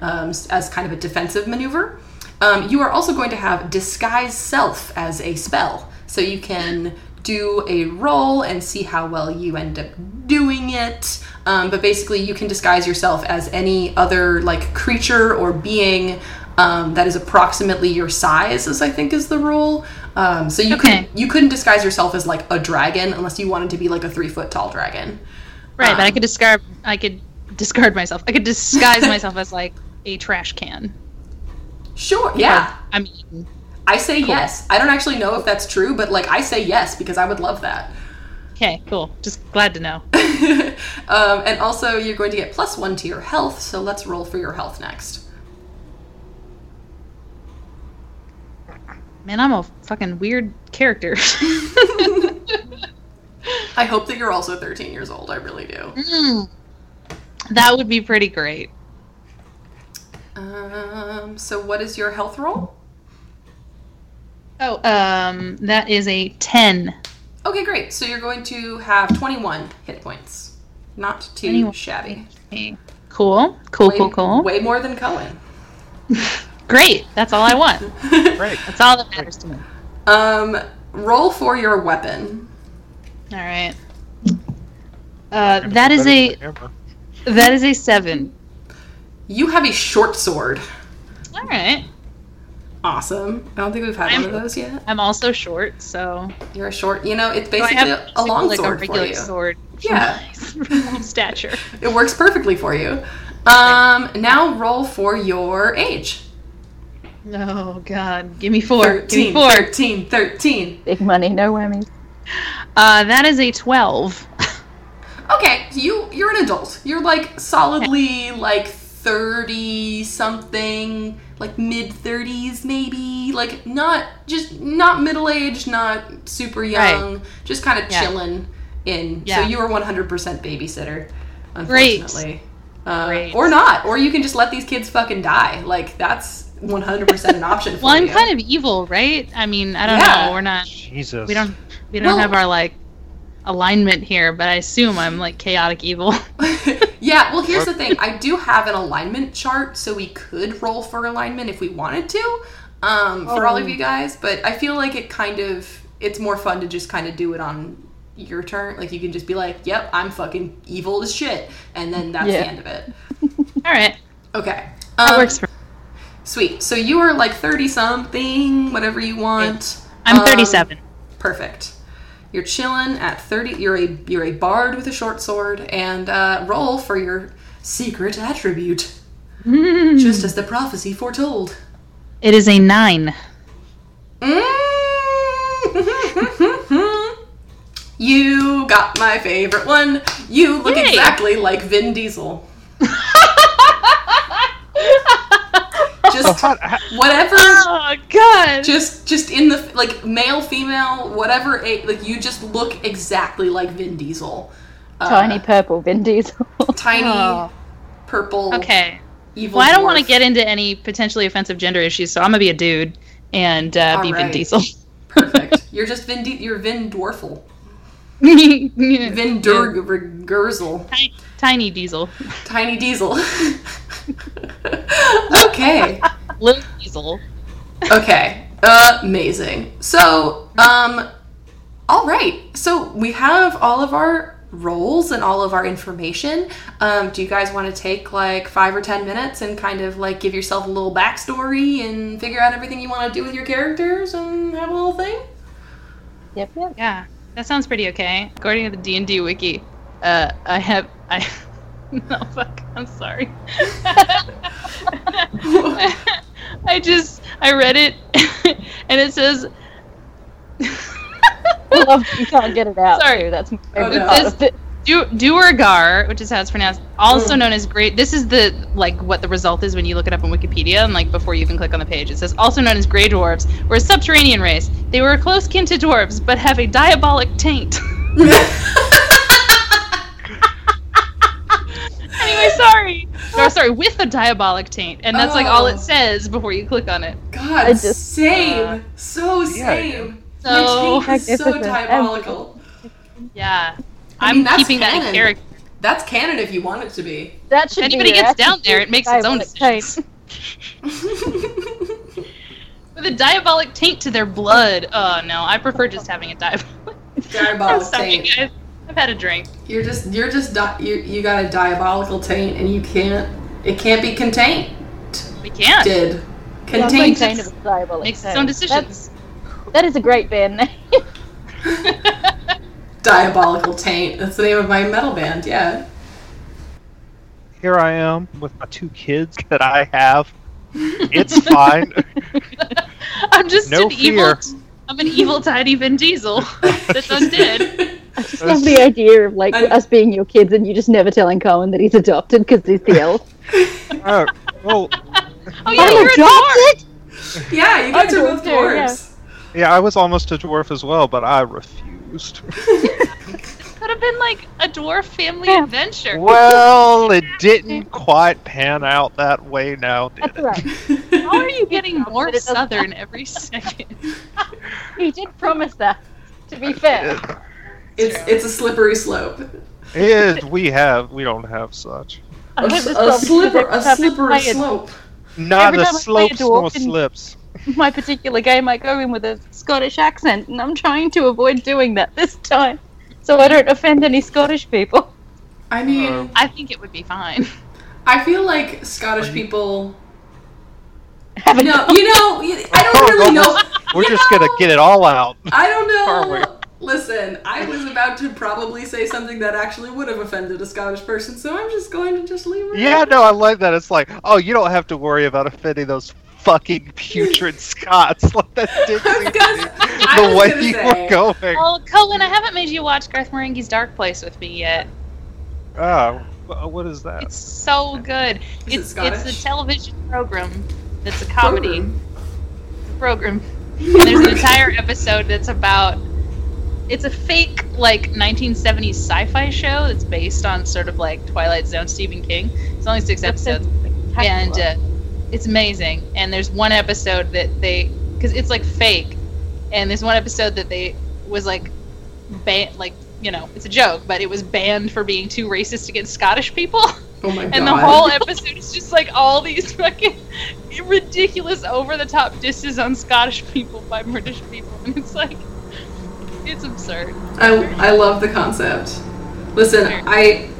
um, s- as kind of a defensive maneuver. Um, you are also going to have disguise self as a spell, so you can do a roll and see how well you end up doing it. Um, but basically, you can disguise yourself as any other like creature or being um, that is approximately your size, as I think is the rule. Um, so you Okay. could you couldn't disguise yourself as like a dragon unless you wanted to be like a three foot tall dragon. right, but I could discard. I could discard myself. I could disguise myself as like a trash can. Sure, yeah, I mean, I say yes. I don't actually know if that's true, but like I say yes because I would love that. okay, cool. Just glad to know. um, and also, you're going to get plus one to your health, so let's roll for your health next. Man, I'm a fucking weird character. I hope that you're also 13 years old. I really do. Mm. That would be pretty great. Um, so, what is your health roll? Oh, um, that is a 10. Okay, great. So, you're going to have 21 hit points. Not too 21. shabby. Okay. Cool. Cool, Way- cool, cool. Way more than Cohen. Great. That's all I want. Great. That's all that matters to me. um, roll for your weapon. All right. Uh, that is a that is a seven. You have a short sword. All right. Awesome. I don't think we've had I'm- one of those yet. I'm also short, so You're a short. You know, it's So basically a long like sword a for regular you. sword. Yeah. stature. It works perfectly for you. Um, now roll for your age. Oh God, give me four. give me 13, four. 13, 13. Big money, no whammies. Uh, that is a twelve. Okay, you you're an adult. You're like solidly like 30 something, like mid 30s maybe. Like not just not middle-aged, not super young, just kind of Yeah. chilling in. Yeah. So you are 100% babysitter, Great. unfortunately. Uh, Great. Or not, or you can just let these kids fucking die. Like that's 100% an option for Well, I'm you. kind of evil, right? I mean, I don't Yeah. know. We're not. Jesus. We don't. We don't Well- have our like alignment here, but I assume I'm like chaotic evil. yeah, well, here's the thing. I do have an alignment chart, so we could roll for alignment if we wanted to um, for all of you guys. But I feel like it kind of it's more fun to just kind of do it on your turn. Like you can just be like, "Yep, I'm fucking evil as shit," and then that's Yeah. the end of it. All right, Okay, um, that works for. sweet. So you are like thirty something, whatever you want. I'm Um, 37. Perfect. You're chilling at thirty. You're a you're a bard with a short sword, and uh, roll for your secret attribute, just as the prophecy foretold. It is a nine. Mm. you got my favorite one. You look Yay. exactly like Vin Diesel. Oh, Just how, how, whatever Oh God. just just in the like male female whatever a- like you just look exactly like vin diesel Uh, Tiny purple Vin Diesel. tiny Oh. purple Okay. evil Well, I don't want to dwarf. get into any potentially offensive gender issues, so I'm gonna be a dude and uh, be Vin Alright. Diesel. perfect you're just vin Di- you're vin dwarfle vin Durg- Gurzel. Tiny, tiny Diesel, tiny diesel okay little Diesel. Okay. Amazing. So, um, all right. So we have all of our roles and all of our information. Um, do you guys want to take like five or ten minutes and kind of like give yourself a little backstory and figure out everything you want to do with your characters and have a little thing? yep, yep. Yeah, that sounds pretty okay. According to the D and D wiki, uh, I have I. No fuck. I'm sorry. I just I read it, and it says. I love you can't get it out. Sorry. too. that's my Oh, favorite no. part of it. Du- Duergar, which is how it's pronounced, Oh. also known as Great. This is the like what the result is when you look it up on Wikipedia and like before you even click on the page. It says also known as Grey Dwarves were a subterranean race. They were a close kin to dwarves, but have a diabolic taint. anyway, sorry. No, sorry, with a diabolic taint, and that's like all Oh. it says before you click on it. God, I just- uh, same. so same. So My taste is so Magnificent. diabolical. yeah, I I'm mean, that's keeping that canon. in character. That's canon if you want it to be. That should If be anybody your gets down attitude. there, it makes its own Diabolic decisions. With a diabolic taint to their blood. Oh no, I prefer just having a diabolic. Diabolic Sorry, saint. guys. I've had a drink. You're just you're just di- you you got a diabolical taint and you can't it can't be contained. We can't. Did Yeah, contained. kind of a diabolic Makes its thing. own That's- decisions. that is a great band name. diabolical taint. That's the name of my metal band. Yeah. here I am with my two kids that I have. It's fine. I'm just No an fear. evil. I'm an evil tiny Vin Diesel that's undead. I just love the idea of like I- us being your kids and you just never telling Cohen that he's adopted because he's the elf. Oh, well, Oh yeah, you're a dwarf. adopted? yeah, you guys I'm are a both dwarf, dwarves. Yeah, I was almost a dwarf as well, but I refused. Could have been like a dwarf family Yeah. adventure. well, it didn't quite pan out that way now, did That's it? right. How are you getting more But it doesn't- southern every second? He did promise that. To be fair, It's it's a slippery slope. Is we have we don't have such. I A, was s- a promised slipper, every a time I slippery play it, slope. Not Every a time I play a slopes nor dwarf in- slips. My particular game, I go in with a Scottish accent, and I'm trying to avoid doing that this time, so I don't offend any Scottish people. I mean, Um, I think it would be fine. I feel like Scottish people. Have a No, you know, y- I don't really know. We're you just gonna know, get it all out. I don't Are we? know. Listen, I was about to probably say something that actually would have offended a Scottish person, so I'm just going to just leave it. Yeah, no, I like that. It's like, oh, you don't have to worry about offending those fucking putrid Scots. Like that didn't I was seem gonna, I the was way gonna you say, were going. Well, Colin, Oh, I haven't made you watch Garth Marenghi's Dark Place with me yet. Ah, wh- what is that? It's so good. Is it It's it's Scottish? a television program. That's a comedy Program. program. And there's an entire episode that's about it's a fake like 1970s sci-fi show that's based on sort of like Twilight Zone Stephen King. It's only six episodes and uh, it's amazing. And there's one episode that they, because it's like fake, and there's one episode that they was like, ban like you know, it's a joke, but it was banned for being too racist against Scottish people. oh my god. And the whole episode is just like all these fucking ridiculous, over the top disses on Scottish people by British people, and it's like, it's absurd. I, I love the concept. Listen, I,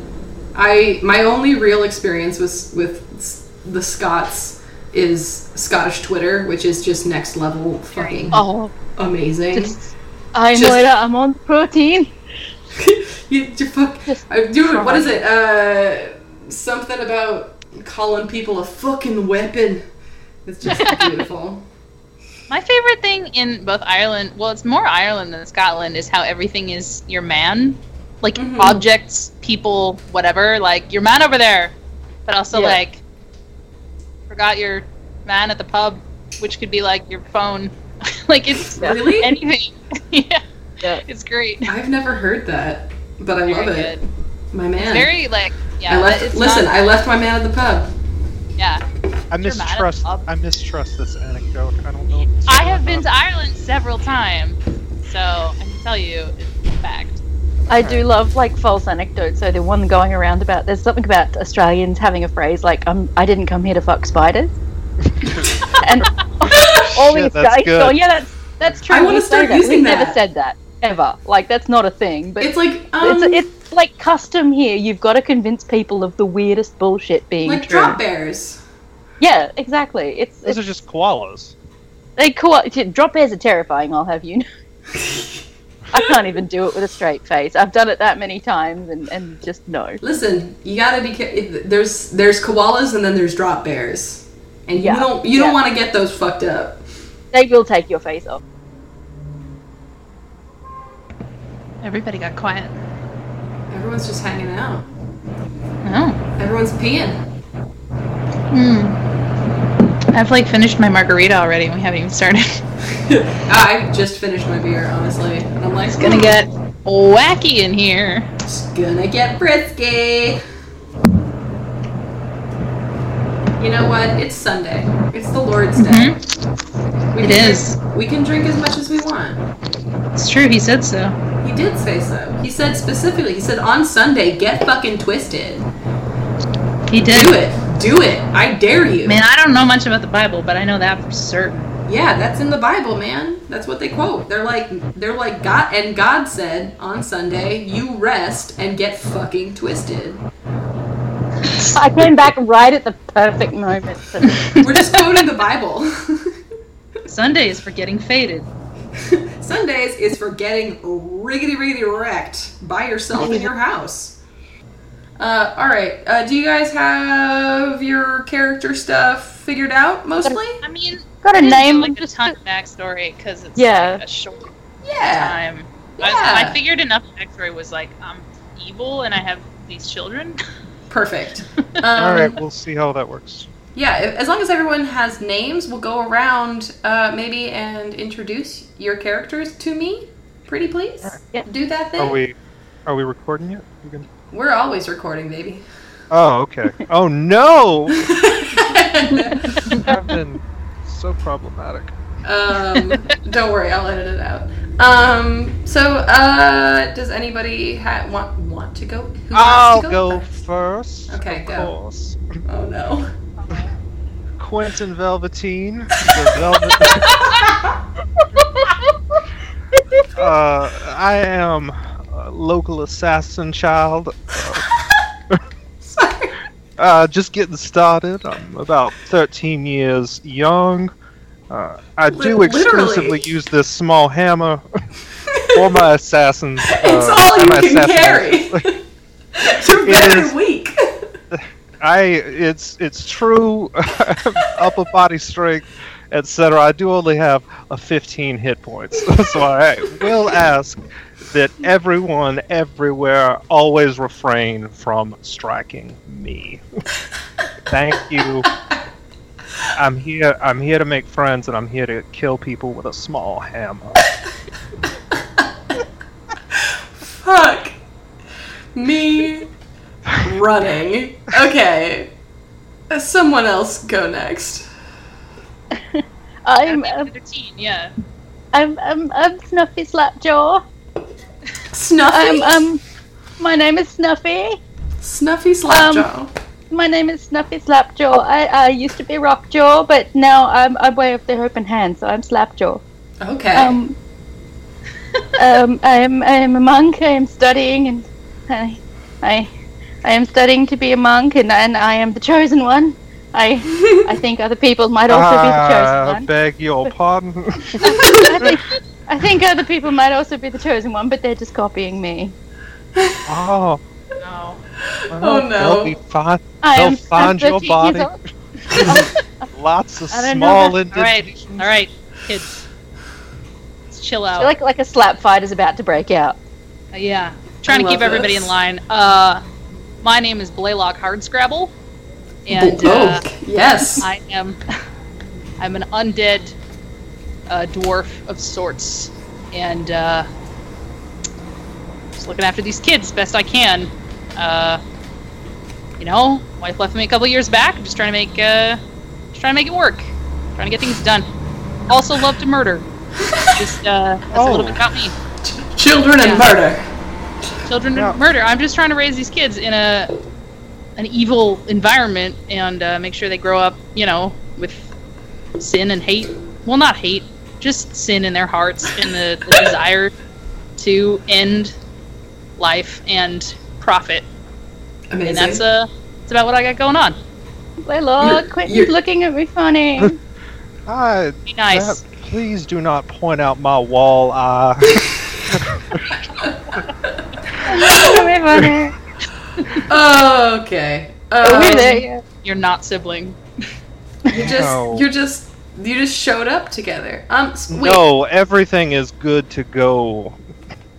I my only real experience with with s- the Scots is Scottish Twitter, which is just next level fucking oh, amazing. just, I Just- know it. I'm on protein. you, you fuck, Just I, dude, what try. is it? Uh, something about calling people a fucking weapon. It's just beautiful. My favorite thing in both Ireland, well, it's more Ireland than Scotland, is how everything is your man. Like Mm-hmm. Mhm. objects, people, whatever. Like your man over there, but also Yeah. like forgot your man at the pub, which could be like your phone. like it's Really? anything. yeah. Yeah. it's great. I've never heard that, but I Very love it. good. My man. Very like yeah. I left, it's listen, not- I left my man at the pub. yeah. I dramatic mistrust. up. I mistrust this anecdote. I don't know. if it's I true or have been not. to Ireland several times, so I can tell you it's a fact. I do love like false anecdotes. So the one going around about there's something about Australians having a phrase like um, "I didn't come here to fuck spiders," and all Shit, these that's guys. good. Oh yeah, that's that's true. I wanna We say start that. using We've never that. said that ever. Like that's not a thing. But It's it's like um, it's, it's like custom here. You've got to convince people of the weirdest bullshit being like true. drop bears. Yeah, exactly. It's, Those it's are just koalas. they co- drop bears are terrifying. I'll have you. know. I can't even do it with a straight face. I've done it that many times, and, and just no. Listen, you gotta be. ca- it- There's there's koalas and then there's drop bears, and you Yeah, don't you don't yeah. want to get those fucked up. They will take your face off. Everybody got quiet. Everyone's just hanging out. Oh. Everyone's peeing. I've like finished my margarita already and we haven't even started. Ah, I just finished my beer, honestly, and I'm like, It's gonna get wacky in here. it's gonna get frisky. You know what? It's Sunday. It's the Lord's Day. We It can is. Drink, we can drink as much as we want. It's true, he said so. He did say so. He said specifically. He said on Sunday, get fucking twisted. He did. Do it. Do it. I dare you. Man, I don't know much about the Bible, but I know that for certain. Yeah, that's in the Bible, man. That's what they quote. They're like they're like God and God said on Sunday, you rest and get fucking twisted. I came back right at the perfect moment. for this. We're just quoting the Bible. Sunday is for getting faded. Sundays is for getting riggedy riggedy wrecked by yourself in your house. Uh, all right. Uh, do you guys have your character stuff figured out mostly? I mean, Got I a didn't name. do, like a just ton of backstory because it's Yeah. like, a short Yeah. time. I, Yeah. I figured enough backstory was like I'm evil and I have these children. Perfect. Um, All right, we'll see how that works. Yeah, if- as long as everyone has names, we'll go around uh, maybe and introduce your characters to me. Pretty please. Uh, Yeah. Do that thing. Are we are we recording yet? You can... We're always recording, baby. Oh, okay. Oh no! I've been so problematic. Um, don't worry, I'll edit it out. Um, so, uh, does anybody ha- want want to go? Who wants to I'll go first. Okay, of go. course. Oh no. Quentin Velveteen. The velvet... uh, I am a local assassin child. Sorry. Uh, just getting started. I'm about 13 years young. Uh, I do Li- exclusively literally. use this small hammer for my assassins. Uh, It's all you my can carry. assassinations. You're very is- weak. I it's it's true upper body strength, etc. I do only have a 15 hit points, so I will ask that everyone everywhere always refrain from striking me. Thank you. I'm here. I'm here to make friends, and I'm here to kill people with a small hammer. Fuck. Me running. Okay. Uh, Someone else go next. I'm, That'd be I'm, another teen, yeah. I'm, I'm, I'm Snuffy Slapjaw. I'm, Snuffy. um, my name is Snuffy. um, Snuffy Slapjaw. My name is Snuffy Slapjaw. I, I used to be Rockjaw, but now I'm, I'm way off the open hand, so I'm Slapjaw. okay. Um, um, I am I am a monk. I am studying, and I, I, I am studying to be a monk, and, and I am the chosen one. I I think other people might also be the chosen I one. Ah, beg your pardon. I think I think other people might also be the chosen one, but they're just copying me. Oh, No. Oh, no. they'll be fine. I They'll am find I'm your 13 years body. old. Lots of I don't small know. All right, individuals. all right, kids. Let's chill I out. feel like like a slap fight is about to break out. Uh, yeah, trying to love keep everybody this. in line. Uh, my name is Blaylock Hardscrabble, Oh, and uh, Bulldog. yes. I am I'm an undead uh, dwarf of sorts, and uh, just looking after these kids best I can. Uh, you know, wife left me a couple years back. I'm just trying to make uh, just trying to make it work, trying to get things done. Also love to murder. Just uh, that's a little Oh. bit about me. Children yeah. and murder. Children Yeah. and murder. I'm just trying to raise these kids in a an evil environment and uh, make sure they grow up, you know, with sin and hate. Well, not hate, just sin in their hearts and the, the desire to end life and profit. Amazing. And that's uh, that's about what I got going on. My lord, You're- Quentin's you're- looking at me funny. I Be nice. That- please do not point out my wall eye. Looking at me funny. okay. Um, We're there, yeah. You're not sibling. You just No. you're just you just showed up together. Um s- wait. No, everything is good to go.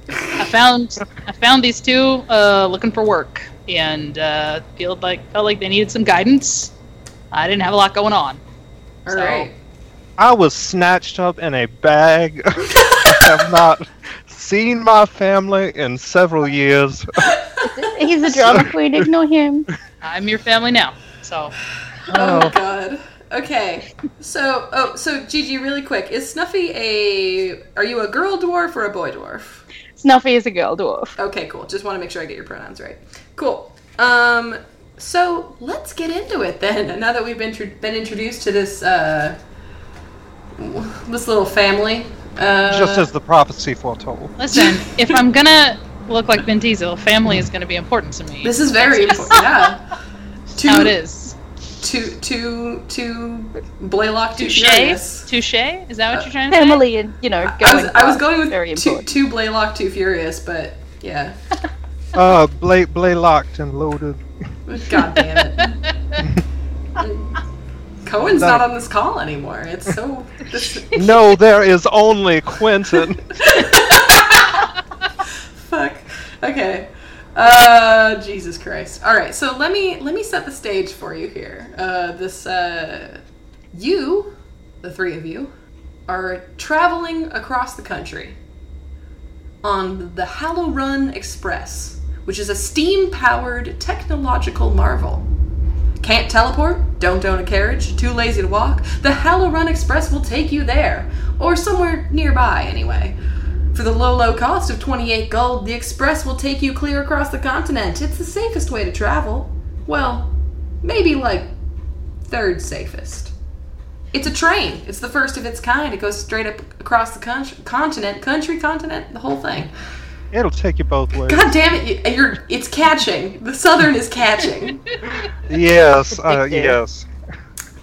I found I found these two uh, looking for work and uh, feel like felt like they needed some guidance. I didn't have a lot going on. All right. I was snatched up in a bag. I have not seen my family in several years. He's a drama queen. Ignore him. I'm your family now. So Oh Oh, god. Okay. So oh so Gigi really quick. Is Snuffy a are you a girl dwarf or a boy dwarf? Snuffy is a girl dwarf. Okay, cool. Just want to make sure I get your pronouns right. Cool. Um so let's get into it then. Now that we've been tr- been introduced to this uh w- this little family. Uh, just as the prophecy foretold. listen, if I'm gonna look like Vin Diesel, family is gonna be important to me. this is very important. Yeah. Two, how it is. Two, two, two. Blaylock, two Touche. furious. Touche. Is that what you're trying to say? Family and you know. I was, going I was fast, going Oh very with two, important. two Blaylock, two furious, but yeah. Uh, Blay, Blay locked and loaded. God damn it. Cohen's not on this call anymore. It's so. This, No, there is only Quentin. fuck. Okay. Uh, Jesus Christ. All right, so let me let me set the stage for you here. Uh, this uh, you, the three of you, are traveling across the country on the Hallow Run Express, which is a steam-powered technological marvel. Can't teleport? Don't own a carriage? Too lazy to walk? The Hallow Run Express will take you there, or somewhere nearby anyway. For the low, low cost of 28 gold, the express will take you clear across the continent. It's the safest way to travel. Well, maybe like third safest. It's a train. It's the first of its kind. It goes straight up across the con- continent, country, continent, the whole thing. It'll take you both ways. God damn it! you- You're. It's catching. The southern is catching. Yes, uh, yes.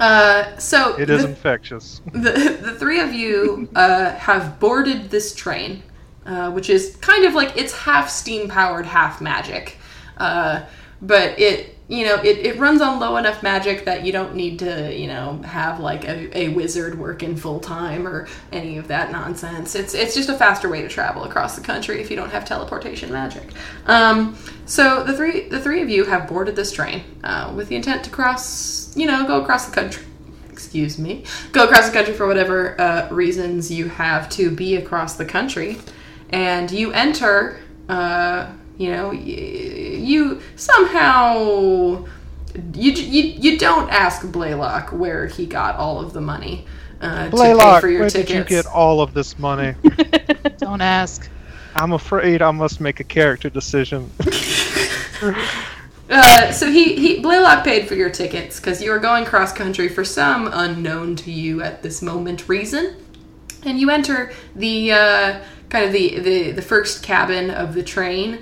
Uh, so It is the- infectious. the, the three of you uh, have boarded this train, uh, which is kind of like it's half steam powered, half magic. Uh, but it, you know, it, it runs on low enough magic that you don't need to, you know, have like a, a wizard working full time or any of that nonsense. It's it's just a faster way to travel across the country if you don't have teleportation magic. Um, so the three the three of you have boarded this train uh, with the intent to cross, you know, go across the country excuse me, go across the country for whatever uh, reasons you have to be across the country, and you enter, uh, you know, y- you somehow. You, you, you don't ask Blaylock where he got all of the money uh, to pay Blaylock, for your where tickets. did you get all of this money? Don't ask. I'm afraid I must make a character decision. Uh, so he, he Blaylock paid for your tickets because you were going cross country for some unknown to you at this moment reason, and you enter the uh, kind of the, the the first cabin of the train,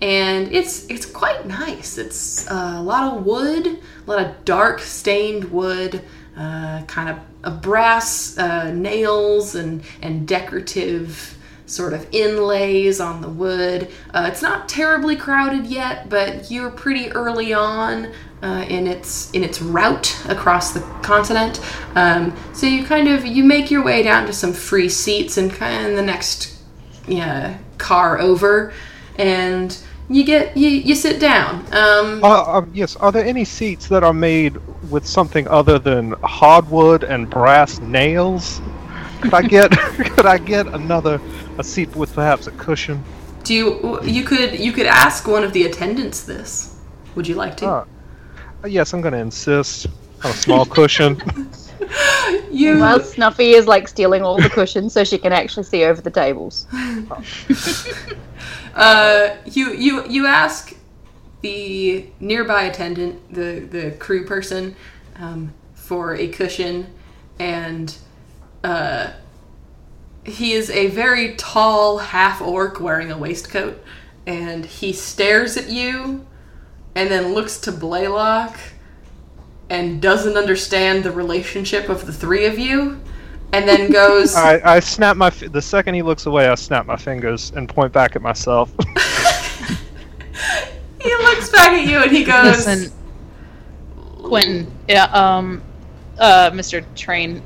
and it's it's quite nice. It's uh, a lot of wood, a lot of dark stained wood, uh, kind of a brass uh, nails and and decorative sort of inlays on the wood. Uh, it's not terribly crowded yet, but you're pretty early on uh, in its in its route across the continent. Um, so you kind of you make your way down to some free seats and kind of the next yeah car over, and you get you you sit down. Um, Uh, um, yes, are there any seats that are made with something other than hardwood and brass nails? Could I get could I get another a seat with perhaps a cushion? do you you could you could ask one of the attendants this? Would you like to? Ah. Uh, yes, I'm going to insist on a small cushion. You Well, Snuffy is like stealing all the cushions so she can actually see over the tables. Uh, you you you ask the nearby attendant, the the crew person, um, for a cushion, and uh, he is a very tall half orc wearing a waistcoat, and he stares at you, and then looks to Blaylock, and doesn't understand the relationship of the three of you, and then goes. I, I snap my fi- the second he looks away, I snap my fingers and point back at myself. He looks back at you and he goes. Listen, Quentin. Yeah. Um. Uh, Mr. Train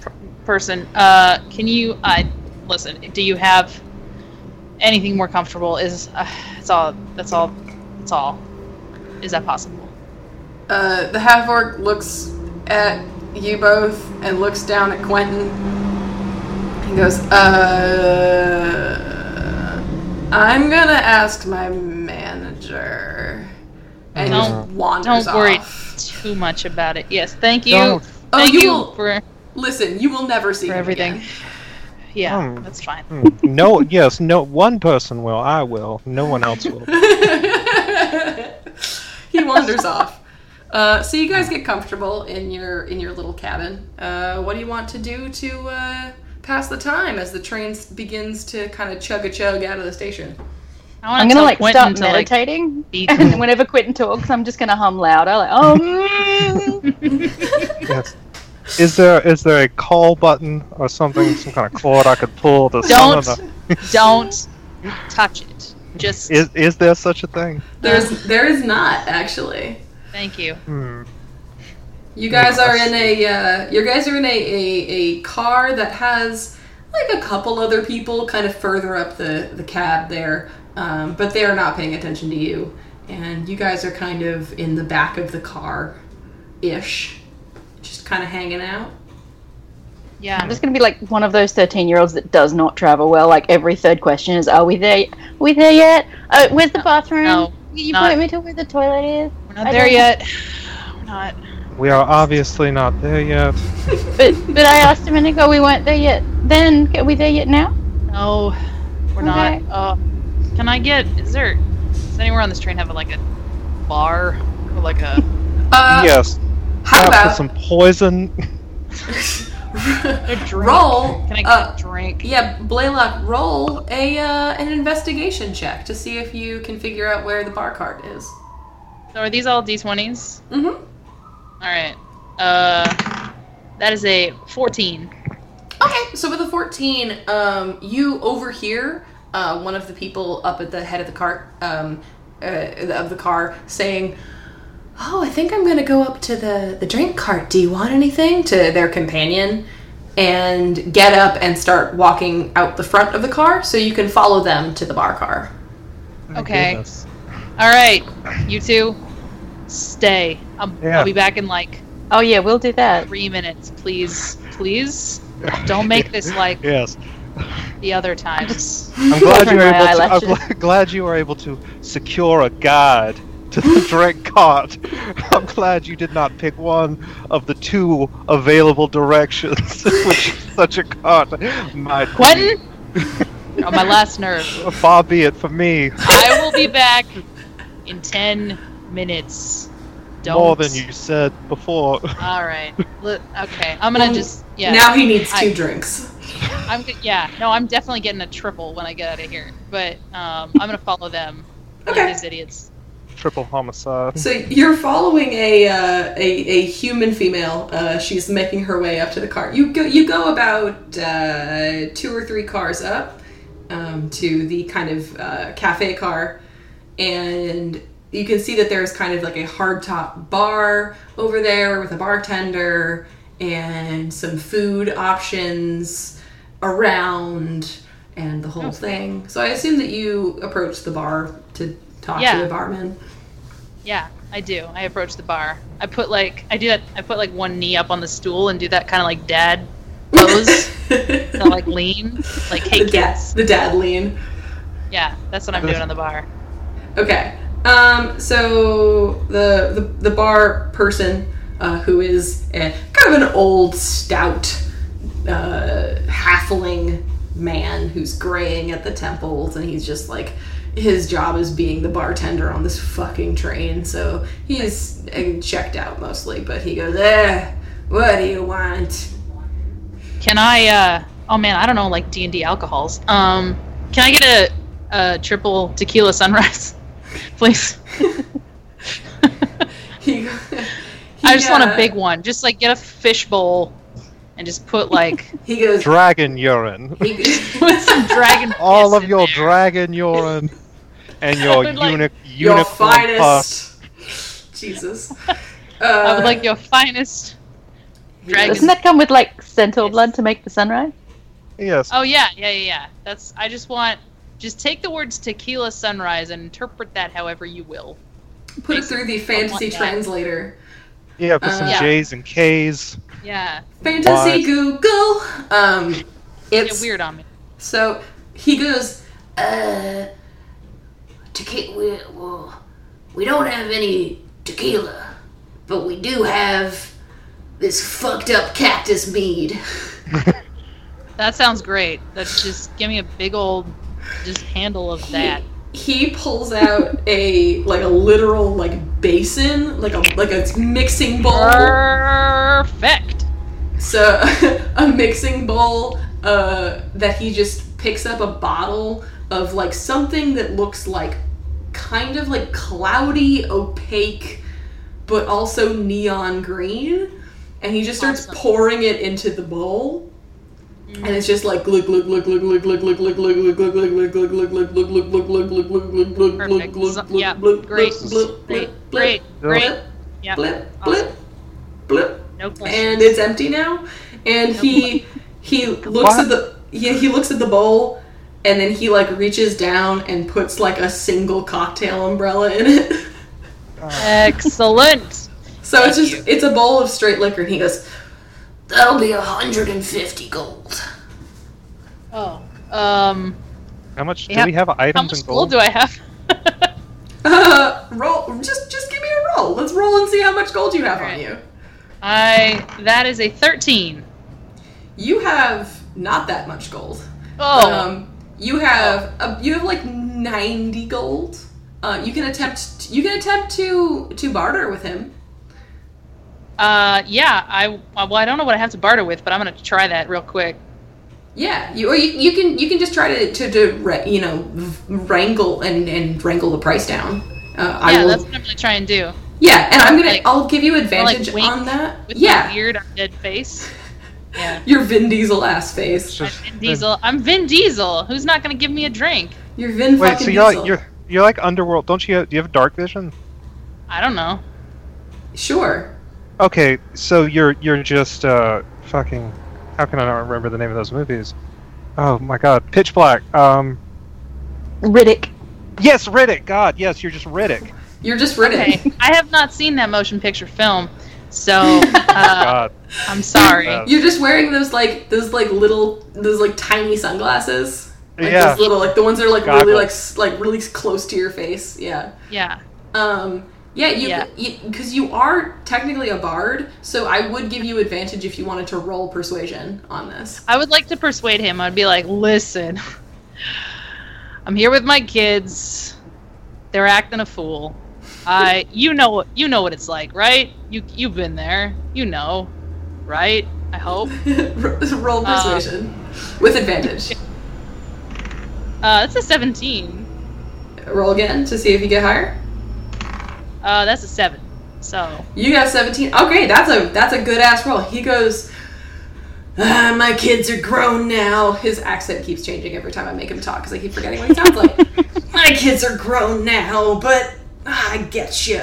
p- person. Uh, can you? I listen. Do you have anything more comfortable? Is uh, it's all. That's all. That's all. Is that possible? Uh, the half orc looks at you both and looks down at Quentin and goes, Uh, I'm gonna ask my manager. And Don't- just wanders Don't worry off. too much about it. Yes. Thank you. Don't. Oh, Thank you you will- for Listen, you will never see for him everything. again. Yeah, Hmm. that's fine. Hmm, no, yes, no. One person will. I will. No one else will. he wanders off. Uh, so you guys get comfortable in your in your little cabin. Uh, what do you want to do to uh, pass the time as the train s- begins to kind of chug a chug out of the station? I want I'm gonna to tell like start Quentin to like meditating, be and cool. whenever Quentin talks, I'm just gonna hum louder, like oh. Yes. Is there is there a call button or something, some kind of cord I could pull to summon Don't. a- don't touch it. Just Is is there such a thing? There's there is not actually. thank you. Hmm. You guys are in a uh, you guys are in a, a, a car that has like a couple other people kind of further up the, the cab there Um, but they are not paying attention to you, and you guys are kind of in the back of the car, ish, just kind of hanging out. Yeah. I'm just gonna be like one of those thirteen-year-olds that does not travel well. Like every third question is, "Are we there? Are we there yet? Uh, where's the bathroom? no, Can you not- point me to where the toilet is?" We're not I there don't- yet. We're not. We are obviously not there yet. But but I asked a minute ago, we weren't there yet. Then are we there yet now? No, we're Okay. not. Uh, can I get? Is there? Does anywhere on this train have like a bar or like a? Uh, yes. How perhaps with about some poison? drink. roll? Can I get uh, a drink? yeah, Blaylock, roll a uh, an investigation check to see if you can figure out where the bar cart is. So are these all d20s? Mm-hmm. All right. Uh, that is a 14. Okay, so with a 14, um, you overhear uh, one of the people up at the head of the cart um, uh, of the car saying, "Oh, I think I'm gonna go up to the the drink cart. Do you want anything?" to their companion, and get up and start walking out the front of the car so you can follow them to the bar car. Okay. Goodness. All right, you two, stay. I'm, Yeah. I'll be back in like Oh yeah, we'll do that. three minutes, please, please. Don't make this like Yes. the other times. I'm glad you were my able to, I'm eyelashes. gla- glad you were able to secure a guide to the direct cart. I'm glad you did not pick one of the two available directions, which such a cart might be. Quentin, You're on my last nerve. Far be it for me, I will be back in ten minutes. Don't. more than you said before. All right. Look, okay. I'm gonna Um, just yeah. Now he needs two I- drinks. I'm g- yeah. No, I'm definitely getting a triple when I get out of here. But um, I'm gonna follow them. like Okay. These idiots. Triple homicide. So you're following a uh, a, a human female. Uh, she's making her way up to the car. You go you go about uh, two or three cars up um, to the kind of uh, cafe car, and you can see that there's kind of like a hardtop bar over there with a bartender and some food options around and the whole thing. So I assume that you approach the bar to talk Yeah. to the barman. Yeah, I do. I approach the bar. I put like I do that. I put like one knee up on the stool and do that kind of like dad pose. to like lean, like hey the dad, kids. the dad lean. Yeah, that's what I'm doing on the bar. Okay. Um, so the, the the bar person uh, who is a, kind of an old stout uh, halfling man who's graying at the temples, and he's just like his job is being the bartender on this fucking train. So he's uh, checked out mostly, but he goes, "Eh, what do you want?" Can I? uh Oh man, I don't know like D and D alcohols. Um, can I get a, a triple tequila sunrise, please? He, I just want a uh, big one. Just like get a fish bowl, and just put like He goes. Dragon urine. He, put some dragon. All piss of in your there. dragon urine and your would like uni- your unicorn pus. finest. Jesus. Uh, I would like your finest dragon. Doesn't that come with like centaur blood to make the sunrise? Yes. Oh yeah, yeah, yeah, yeah. That's. I just want. Just take the words tequila sunrise and interpret that however you will. put it through the fantasy that. translator. Yeah, put some Uh, J's and K's. Yeah, Fantasy Why? Google. Um, get it's weird on me. So he goes, uh, tequila. We, well, we don't have any tequila, but we do have this fucked up cactus mead. That sounds great. That's just give me a big old just handle of that. he pulls out a like a literal like basin, like a like a mixing bowl. Perfect. So a mixing bowl uh, that he just picks up a bottle of like something that looks like kind of like cloudy, opaque, but also neon green, and he just starts Awesome. pouring it into the bowl. And it's just like glug glug glug glug glug glug glug glug glug glug glug glug glug glug glug glug glug glug glug glug glug glug Perfect. glug So- glug yeah. glug Great. glug Great. glug Great. Great. blip Yeah. blip Awesome. blip blip No question. and it's empty now. And he he looks at the yeah he looks at the bowl and then he like reaches down and puts like a single cocktail umbrella in it. Excellent. So it's just it's a bowl of straight liquor, and he goes, "That'll be hundred and fifty gold." Oh. Um. How much do Yeah. we have How items much in gold? gold do I have? Uh, roll. Just just give me a roll. Let's roll and see how much gold you have on Alright. you. I. That is a thirteen. You have not that much gold. Oh. Um, you have a, you have like ninety gold. Uh, you can attempt you can attempt to to barter with him. uh. Yeah. I. I- Well, I don't know what I have to barter with, but I'm gonna try that real quick. Yeah, you or you, you can you can just try to to, to ra- you know wrangle and and wrangle the price down. Uh, I yeah. will. That's what I'm gonna try and do. yeah, and I'm gonna like- I'll give you I'll, like, advantage wink on that. With my Yeah, weird undead face. Yeah. your Vin Diesel ass face. I'm Vin Diesel. I'm Vin Diesel. Who's not gonna give me a drink? Your Vin Wait, fucking so you're Diesel. like, you're you're like underworld, don't you? Have, do you have dark vision? I don't know. Sure. Okay, so you're you're just uh fucking. How can I not remember the name of those movies? Oh my god, Pitch Black. Um, Riddick. yes, Riddick. God, yes, you're just Riddick. You're just Riddick. Okay. I have not seen that motion picture film, so uh, God, I'm sorry. Uh, You're just wearing those like those like little those like tiny sunglasses. Like yeah. those little like the ones that are like really Goggles. like s- like really close to your face. Yeah. Yeah. Um yeah, Yeah. you because you, are technically a bard, so I would give you advantage if you wanted to roll persuasion on this. I would like to persuade him. I'd be like, listen, I'm here with my kids. They're acting a fool. I, you know, you know what it's like, right? You, you've been there. You know, right? I hope. Ro- roll Uh. persuasion with advantage. Uh, that's a 17. roll again to see if you get higher. Uh, that's a seven. So You got 17. Okay, that's a that's a good ass roll. He goes, ah, my kids are grown now. His accent keeps changing every time I make him talk because I keep forgetting what he sounds like. my kids are grown now, but ah, I get you.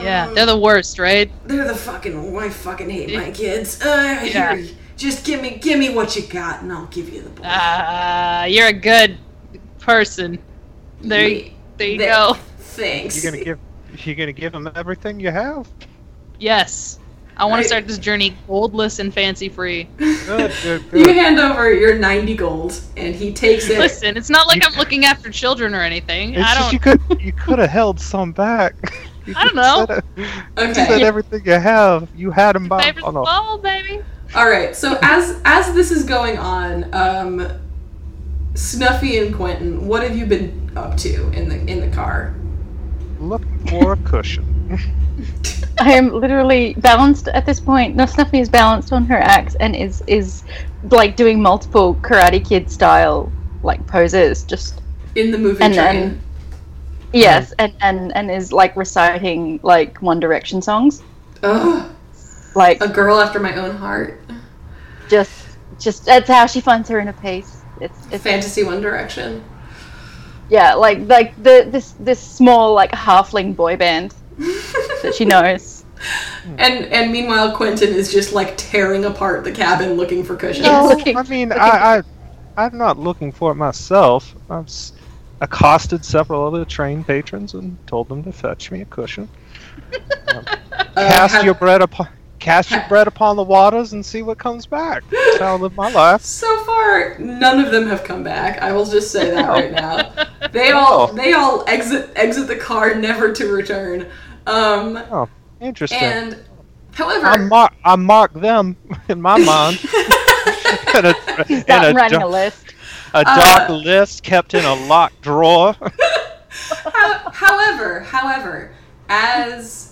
yeah, they're the worst, right? They're the fucking. I fucking hate my kids. Uh, Yeah. here, you- just give me give me what you got, and I'll give you the boy. Uh, you're a good person. There, you, there you There. go. Thanks. you're gonna give you're gonna give him everything you have. Yes, I want Right. to start this journey goldless and fancy free. Good, good, you good. hand over your 90 gold, and he takes it. Listen, it's not like I'm looking after children or anything. It's I just don't. you could you could have held some back. You I don't could've know. said it- Okay. said everything you have. You had him by. Favorite Oh no. ball, baby. All right. So as as this is going on, um, Snuffy and Quentin, what have you been up to in the in the car? Looking for a cushion. I am literally balanced at this point. No, Snuffy is balanced on her axe and is is like doing multiple Karate Kid style like poses. Just In the moving And train. then- Mm. yes, and and and is like reciting like One Direction songs. Ugh, Like a girl after my own heart. just just that's how she finds her inner peace. It's it's Fantasy One Direction. yeah, like like the this this small like halfling boy band that she knows. And and meanwhile, Quentin is just like tearing apart the cabin looking for cushions. No. Oh, I mean, I, I I'm not looking for it myself. I've s- accosted several other train patrons and told them to fetch me a cushion. Uh, cast have- your bread upon cast your bread upon the waters and see what comes back. That's how I live my life. So far, none of them have come back. I will just say that right now. They all they all exit exit the car, never to return. Um, Interesting. and however, I mark I mark them in my mind. in a, in Start a, running Uh, dar- a list. a dark list kept in a locked drawer. How- however, however, as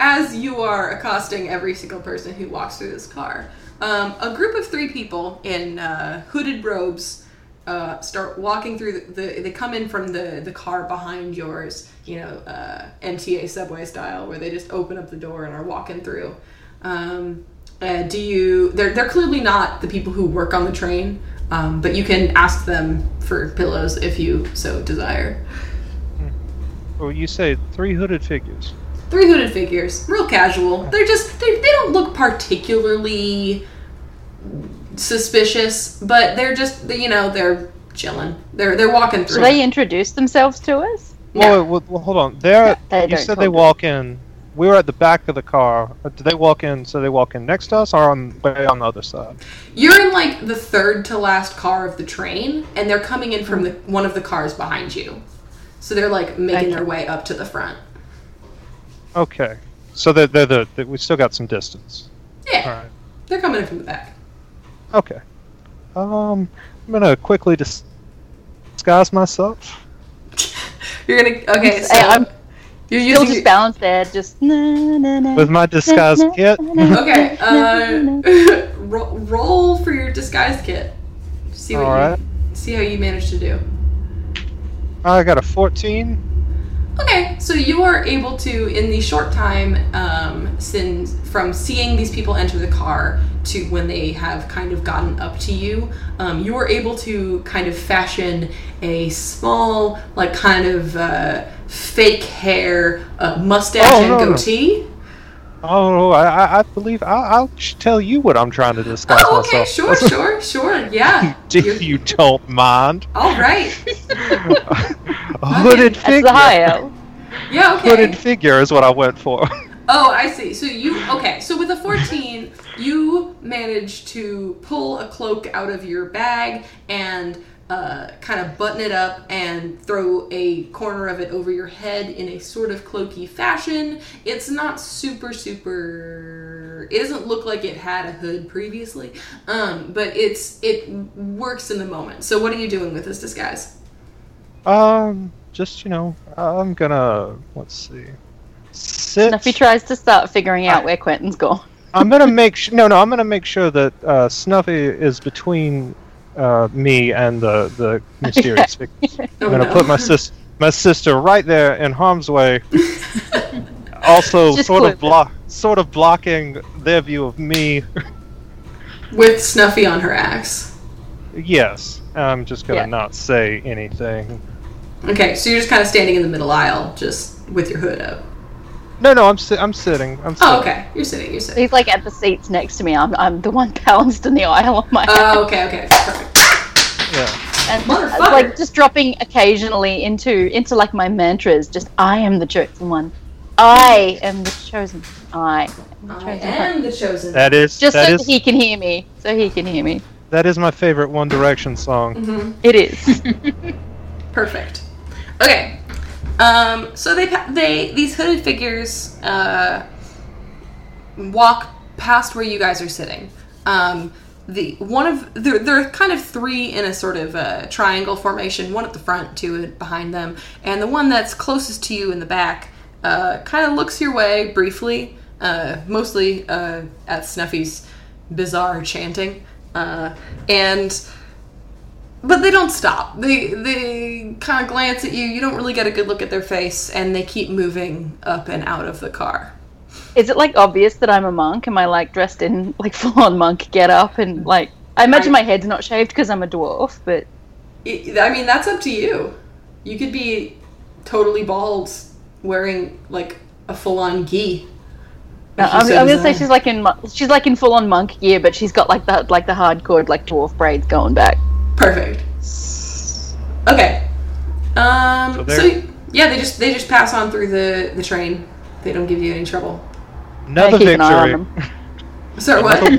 as you are accosting every single person who walks through this car, um, a group of three people in uh, hooded robes uh, start walking through. The, the they come in from the the car behind yours, you know, uh, MTA subway style, where they just open up the door and are walking through. Um, uh, do you? They're they're clearly not the people who work on the train, um, but you can ask them for pillows if you so desire. well, you say three hooded figures. three hooded figures real casual they're just they, they don't look particularly suspicious but they're just they- you know they're chilling. They're they're walking Do through. they introduce themselves to us? No. Well, well, well, hold on. There, They you don't said they talk. walk in. We were at the back of the car. Uh, Do they walk in? So they walk in next to us, or on way on the other side? You're in like the third to last car of the train, and they're coming in from the one of the cars behind you. So they're like making their way up to the front. Okay. So they're, they're the they, we still got some distance. Yeah, All right. they're coming in from the back. Okay. Um, I'm gonna quickly dis- disguise myself. You're gonna okay. So Hey, I'm you're still using just balanced there, just na na na. With my disguise kit? okay. Uh, ro- roll for your disguise kit. See what All right. you see how you manage to do. I got a 14. Okay, so you are able to, in the short time um, since from seeing these people enter the car to when they have kind of gotten up to you, um, you are able to kind of fashion a small, like kind of uh, fake hair, uh, mustache, Oh, and no, no. goatee. Oh, I, I- I believe I, I'll sh- tell you what I'm trying to disguise Oh, okay, myself. sure, sure, sure. Yeah. If you don't mind. All right. A hooded That's figure. the high elf. Yeah. Okay. Hooded figure is what I went for. Oh, I see. So you okay? So with a fourteen, you manage to pull a cloak out of your bag and uh, kind of button it up and throw a corner of it over your head in a sort of cloaky fashion. It's not super super. It doesn't look like it had a hood previously, um, but it's it works in the moment. So what are you doing with this disguise? Um, just you know, I'm gonna let's see. Sit. Snuffy tries to start figuring out where Quentin's gone. I'm gonna make sh- no, no. I'm gonna make sure that uh, Snuffy is between uh, me and the the mysterious figure. Oh, I'm gonna no. put my sis my sister right there in harm's way. also, Just sort of clip it. block, sort of blocking their view of me. with Snuffy on her axe. yes, I'm just gonna Yeah. not say anything. Okay, so you're just kind of standing in the middle aisle, just with your hood up. No, no. I'm si- I'm sitting. I'm sitting. Oh, okay. You're sitting. You're sitting. He's like at the seats next to me. I'm, I'm the one balanced in the aisle on my Oh, okay, okay. Perfect. Yeah. and uh, Motherfucker. like just dropping occasionally into into like my mantras. Just I am the chosen one. I am the chosen. I am the I chosen one. am the chosen. That is Just that so is he can hear me. So he can hear me. that is my favorite One Direction song. hmm It is. Perfect. Okay. Um, so they pa- they these hooded figures uh, walk past where you guys are sitting. Um, the one of there, there are kind of three in a sort of uh, triangle formation. One at the front, two behind them, and the one that's closest to you in the back uh, kind of looks your way briefly, uh, mostly uh, at Snuffy's bizarre chanting, uh, and but they don't stop. They they kind of glance at you. You don't really get a good look at their face, and they keep moving up and out of the car. is it like obvious that I'm a monk? Am I like dressed in like full on monk get up and like I imagine my I- head's not shaved because I'm a dwarf, but It, I mean, that's up to you. You could be totally bald, wearing like a full on gi. No, If you I'm, so I'm gonna say desire. she's like in mon- she's like in full on monk gear, but she's got like the like the hardcore like dwarf braids going back. Perfect. Okay. Um. So, So they're- yeah, they just they just pass on through the the train. They don't give you any trouble. I Another keep an eye on victory. them. So Another what?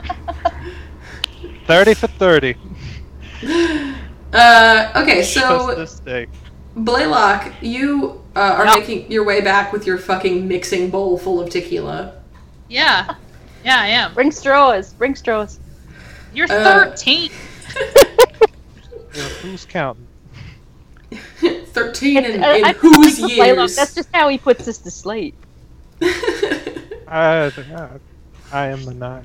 win. Thirty for thirty. Uh. Okay. So Just this day. Blaylock, you uh, are making your way back with your fucking mixing bowl full of tequila. Yeah. Yeah, I am. Bring straws, bring straws. You're Uh, 13. Yeah, who's counting? 13 in, I- in I- whose I- years? That's just how he puts us to sleep. I, I, I am the nine.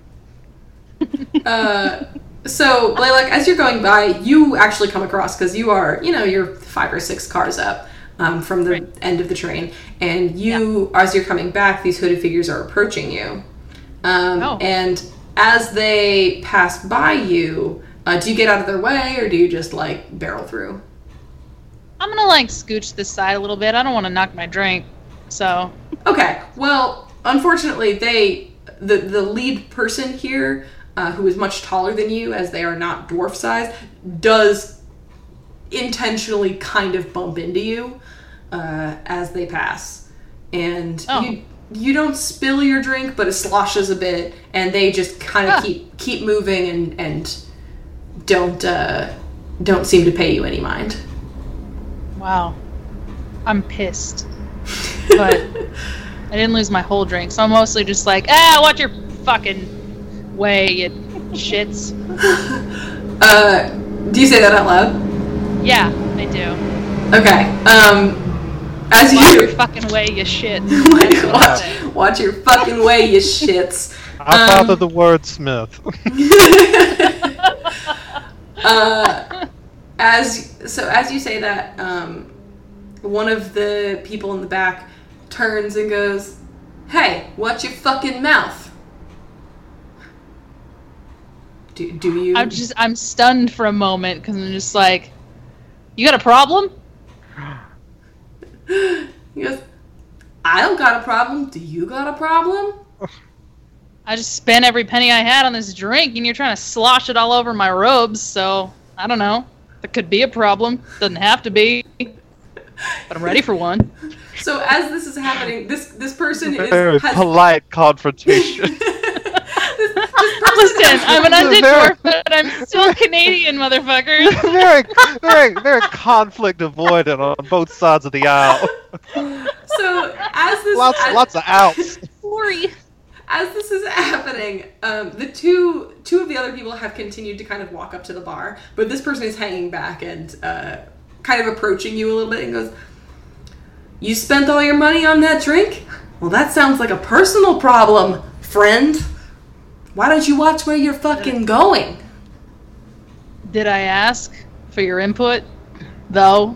uh, so, Blaylock, as you're going by, you actually come across, because you are, you know, you're five or six cars up um, from the end of the train. And you, as you're coming back, these hooded figures are approaching you. Um, Oh. And as they pass by you, uh, do you get out of their way or do you just, like, barrel through? I'm gonna like scooch this side a little bit. I don't want to knock my drink. So Okay. Well, unfortunately, they the the lead person here uh, who is much taller than you, as they are not dwarf sized, does intentionally kind of bump into you uh, as they pass, and Oh. you you don't spill your drink, but it sloshes a bit, and they just kind of Ah. keep keep moving and and don't uh, don't seem to pay you any mind. Wow. I'm pissed. But I didn't lose my whole drink, so I'm mostly just like, ah, watch your fucking way, you shits. Uh, do you say that out loud? Yeah, I do. Okay. Um, as Watch your you fucking way, you shit. watch, watch your fucking way, you shits. I'll Um, bother the wordsmith. uh, as so as you say that um, one of the people in the back turns and goes hey what's your fucking mouth do, do you I'm just, I'm stunned for a moment because I'm just like, you got a problem? he goes i don't got a problem do you got a problem I just spent every penny I had on this drink, and you're trying to slosh it all over my robes. So I don't know. That could be a problem. Doesn't have to be, but I'm ready for one. so as this is happening this this person is Very has- polite confrontation. this, this person Listen, has- I'm an undead Very- dwarf, but I'm still Canadian, motherfucker. very, very, very conflict avoidant on both sides of the aisle. so as this Lots, as- lots of outs. Sorry. as this is happening, um, the two two of the other people have continued to kind of walk up to the bar, but this person is hanging back and uh, kind of approaching you a little bit and goes, "You spent all your money on that drink? Well, that sounds like a personal problem, friend. Why don't you watch where you're fucking going?" Did I ask for your input, though?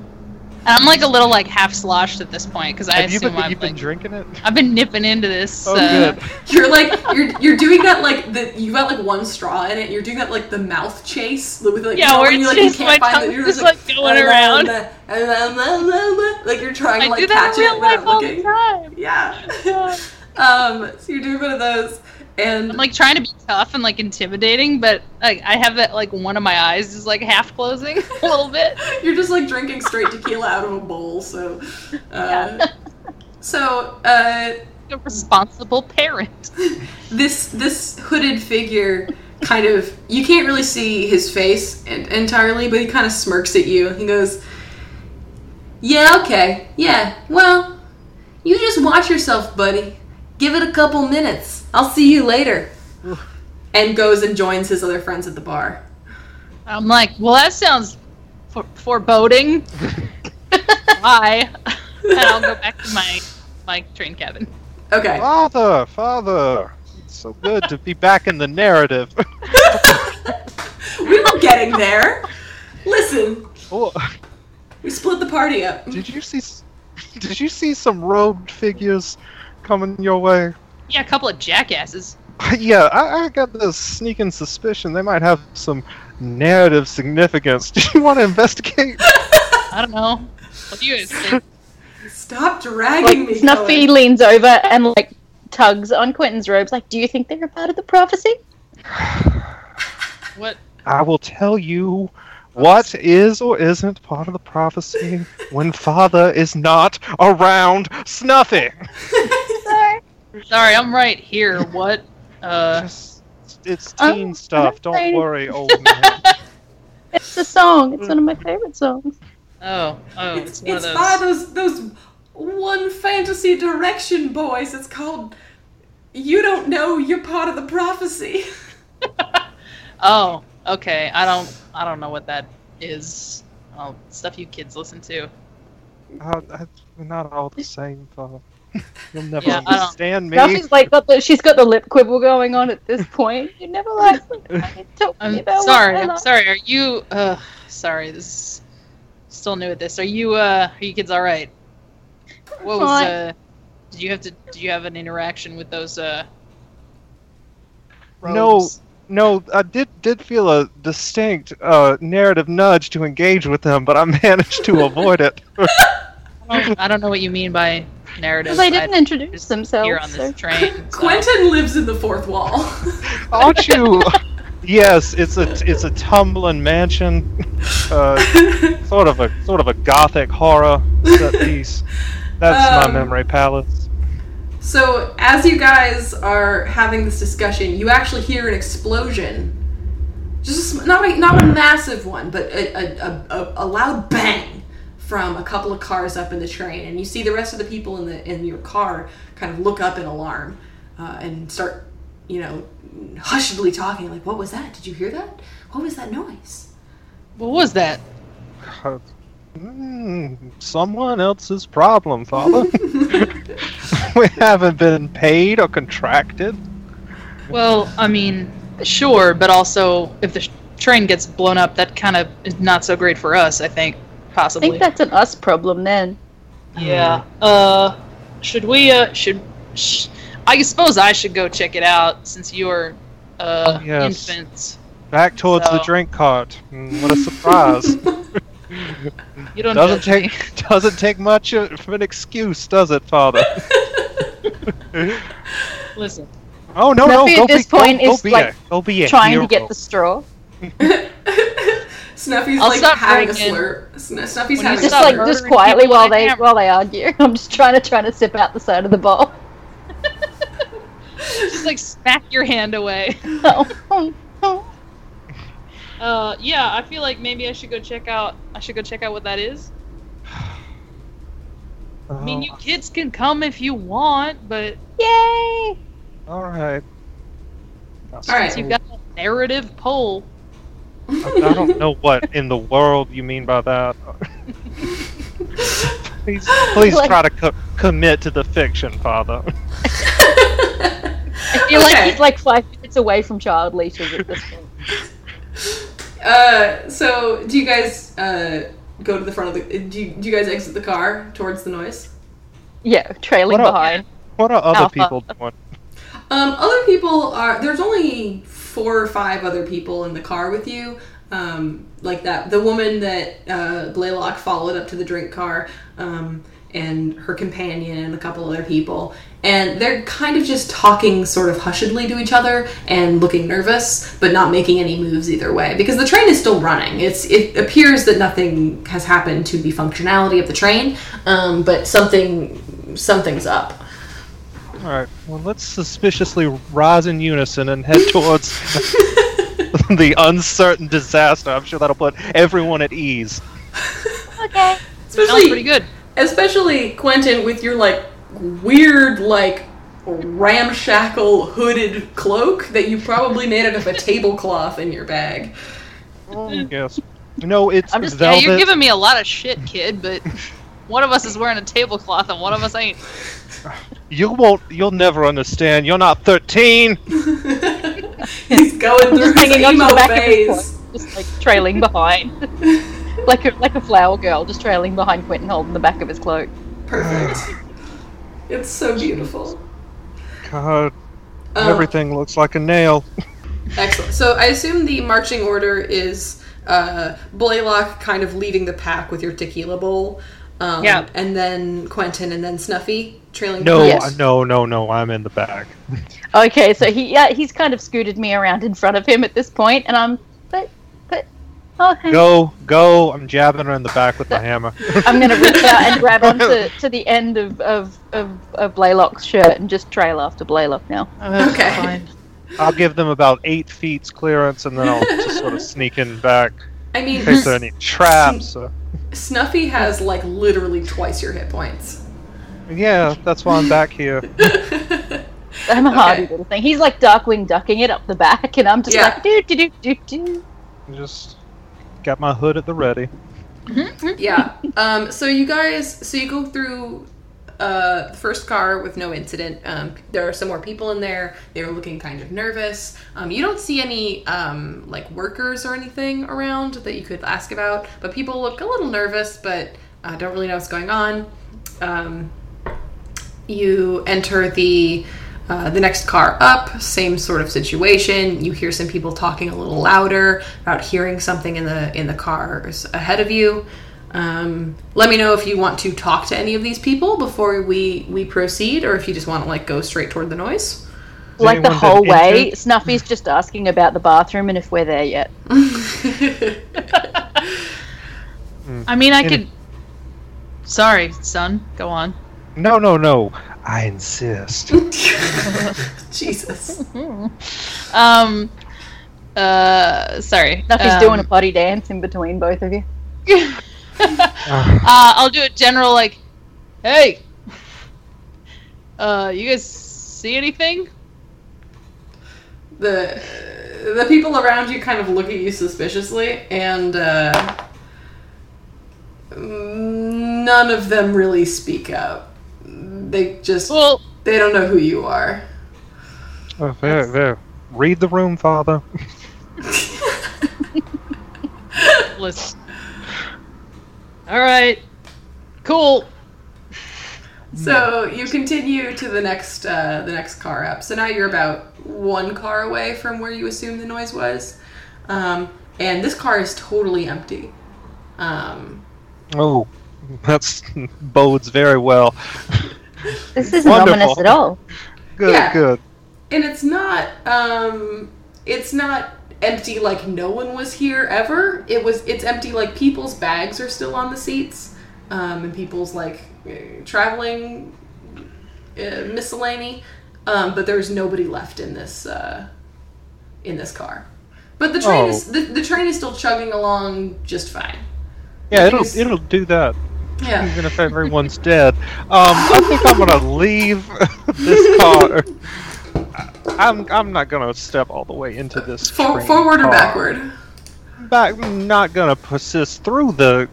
And I'm like a little like half sloshed at this point because I Have you assume been, I'm you've been like, drinking it? I've been nipping into this. Oh, uh, good. You're like you're you're doing that like the you got like one straw in it. You're doing that like the mouth chase with like Yeah, where you, it's like, just you my can't find tongue's it. You're just, like, going around. like you're trying to I like do that catch in real it without life all the looking. time. Yeah. um. So you're doing one of those, and I'm like trying to be tough and like intimidating, but like I have that like one of my eyes is like half closing a little bit. you're just like drinking straight tequila out of a bowl. So, uh, so uh, A responsible parent. this this hooded figure kind of you can't really see his face en- entirely but he kind of smirks at you he goes yeah okay yeah well you just watch yourself buddy give it a couple minutes i'll see you later and goes and joins his other friends at the bar I'm like, well, that sounds for- foreboding. Bye. and I'll go back to my my train cabin. okay Father, father. It's so good to be back in the narrative. we were getting there listen Oh, we split the party up did you see? s- Did you see some robed figures coming your way? Yeah, a couple of jackasses. Yeah, I, I got this sneaking suspicion they might have some narrative significance. Do you want to investigate? I don't know. What do you guys think? stop dragging me Snuffy Cohen. leans over and like tugs on Quentin's robes. Like, do you think they're a part of the prophecy? What? I will tell you what is or isn't part of the prophecy when Father is not around Snuffy. Sorry, I'm right here. What? Uh, um, Just, it's Oh, teen stuff. Don't okay. worry, old man. It's a song. It's one of my favorite songs. oh, oh, it's It's, one it's of by those. those those one fantasy direction boys. It's called You Don't Know You're Part of the Prophecy. Oh, okay. I don't, I don't know what that is. Oh, stuff you kids listen to. Uh, I- we're not all the same, Father. You'll never Yeah, I don't- understand me. Ralphie's like got the she's got the lip quibble going on at this point. You never like talk to me I'm about what sorry. I I'm like. sorry. Are you? Uh, sorry. This is still new at this. Are you? Uh, are you kids all right? What was? Fine. Uh, did you have to? Did you have an interaction with those? Uh, No. robes? No, I did did feel a distinct uh, narrative nudge to engage with them, but I managed to avoid it. I don't, I don't know what you mean by narrative. Because they didn't I introduce just here on themselves. So. this train. so- Quentin lives in the fourth wall. Aren't you? yes, it's a it's a tumbling mansion, uh, sort of a sort of a gothic horror set piece. That's Um, my memory palace. So, as you guys are having this discussion, you actually hear an explosion. Just a sm- not a not a massive one, but a, a, a, a, a loud bang from a couple of cars up in the train, and you see the rest of the people in the in your car kind of look up in alarm uh, and start, you know, hushedly talking like, "What was that? Did you hear that? What was that noise?" What was that? Mm, someone else's problem, Father. we haven't been paid or contracted. Well, I mean, sure, but also if the sh- train gets blown up, that kind of is not so great for us. I think I possibly. think that's an us problem then. yeah. Uh, should we? Uh, should. Sh- I suppose I should go check it out since you're uh Yes. infant. Back towards the So- drink cart. Mm, what a surprise! You don't doesn't judge me. take doesn't take much of an excuse, does it, Father? Listen. Oh no, no, Nuffy at go this be, point go, go is, be like, a, go be a Trying to hero. get the straw. Snuffy's I'll like stop having a drinking. slur. Sn- Snuffy's When you having a Just stop like slur. murdering just quietly people while on they camera. while they argue. I'm just trying to trying to sip out the side of the bowl. Just like smack your hand away. Uh, yeah, I feel like maybe I should go check out. I should go check out what that is. I Oh, mean, you kids can come if you want, but Yay! Oh, all right. All right. Oh. you've got a narrative poll. I, I don't know what in the world you mean by that. please, please Like- try to co- commit to the fiction, Father. I feel like Okay. he's like five minutes away from child leashes at this point. Uh, so do you guys uh, go to the front of the? Do you, do you guys exit the car towards the noise? Yeah, trailing What up? behind. What are other Alpha. people doing? Um, other people are there's only four or five other people in the car with you. Um, like that, the woman that uh, Blaylock followed up to the drink car, um, and her companion and a couple other people, and they're kind of just talking sort of hushedly to each other and looking nervous, but not making any moves either way because the train is still running. It's it appears that nothing has happened to the functionality of the train, um, but something something's up. All right. Well, let's suspiciously rise in unison and head towards the uncertain disaster. I'm sure that'll put everyone at ease. Okay. Sounds Especially pretty good. especially Quentin with your like weird like ramshackle hooded cloak that you probably made out of a tablecloth in your bag. Oh, yes. No, it's I'm just yeah, velvet. you're giving me a lot of shit, kid. But one of us is wearing a tablecloth and one of us ain't. You won't. You'll never understand. You're not 13. He's going through Just his hanging on to emo the back of phase. his coat, just like trailing behind. like a like a flower girl, just trailing behind Quentin holding the back of his cloak. Perfect. It's so beautiful. God, Um, everything looks like a nail. Excellent. So I assume the marching order is uh, Blaylock kind of leading the pack with your tequila bowl. Um, Yeah. And then Quentin and then Snuffy trailing No, behind. Yes. no, no, no. I'm in the back. Okay, so he yeah, he's kind of scooted me around in front of him at this point and I'm but but oh hang Go, go. I'm jabbing her in the back with my hammer. I'm gonna reach out and grab onto to the end of, of, of, of Blaylock's shirt and just trail after Blaylock now. Okay. I'll give them about eight feet's clearance, and then I'll just sort of sneak in back I mean, in case there are any traps. or- Snuffy has like literally twice your hit points. Yeah, that's why I'm back here. I'm a hardy Okay. little thing. He's like Darkwing ducking it up the back and I'm just Yeah. like do do do do do Just got my hood at the ready. yeah. Um, so you guys, so you go through uh, the first car with no incident. Um, there are some more people in there. They're looking kind of nervous. Um, you don't see any um, like workers or anything around that you could ask about, but people look a little nervous, but uh, don't really know what's going on. Um, you enter the uh, the next car up same sort of situation you hear some people talking a little louder about hearing something in the in the cars ahead of you um, let me know if you want to talk to any of these people before we we proceed or if you just want to like go straight toward the noise like the anyone been whole way, injured? Snuffy's just asking about the bathroom and if we're there yet. I mean, I And- could. Sorry, son. Go on. No, no, no. I insist. Jesus. Um. Uh. Sorry. Snuffy's um, doing a potty dance in between both of you. Ah, uh, I'll do a general like, hey, uh, you guys see anything? The the people around you kind of look at you suspiciously, and uh, none of them really speak up. They just Well, they don't know who you are. Oh, there, there. Read the room, Father. listen. All right, cool. So you continue to the next uh, the next car up. So now you're about one car away from where you assume the noise was, um, and this car is totally empty. Um, Oh, that's bodes very well. This isn't Wonderful. ominous at all. Good, Yeah. good. and it's not um, it's not empty like no one was here ever. It was it's empty like people's bags are still on the seats, um, and people's like eh, traveling uh, miscellany. Um, but there's nobody left in this uh, in this car. But the train Oh. is the, the train is still chugging along just fine. Yeah, it'll Please. it'll do that. Yeah. Even if everyone's dead. Um, I think I'm gonna leave this car. I'm I'm not gonna step all the way into this. For, train forward or car. backward? Back. Not gonna persist through the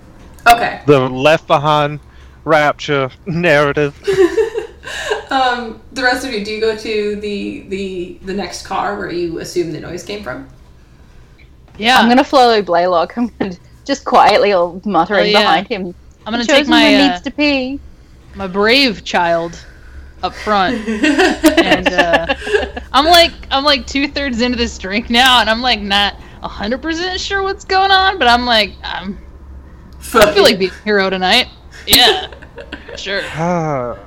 Okay. the left behind rapture narrative. Um, the rest of you, do you go to the the the next car where you assume the noise came from? Yeah, I'm gonna follow Blaylock. I'm gonna just quietly all muttering Oh, yeah. behind him. I'm gonna The take chosen my one uh, needs to pee. my brave child up front, and uh, I'm like I'm like two thirds into this drink now, and I'm like not hundred percent sure what's going on, but I'm like I'm, I feel like being a hero tonight. Yeah, sure. Ah,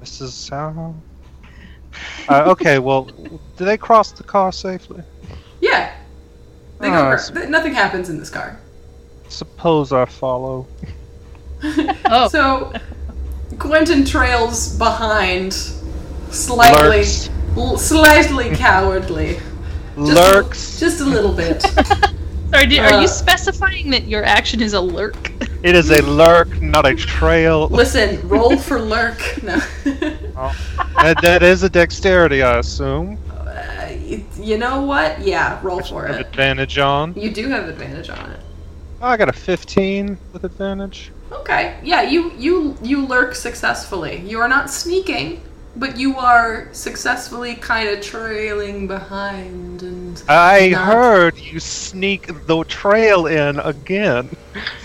this is how. Uh, okay, well, do they cross the car safely? yeah. They go Ah, over- so- th- Nothing happens in this car. Suppose I follow. Oh, So Quentin trails behind, slightly, Lurks. l- slightly cowardly. Just a- Lurks. just a little bit. Sorry, did, are Uh, you specifying that your action is a lurk? It is a lurk, not a trail. Listen, roll for lurk. No. that, that is a dexterity, I assume. Uh, you, you know what? Yeah, roll for Have it. advantage on. You do have advantage on it. I got a 15 with advantage. Okay. Yeah, you you you lurk successfully. You are not sneaking, but you are successfully kind of trailing behind and I Not- heard you sneak the trail in again.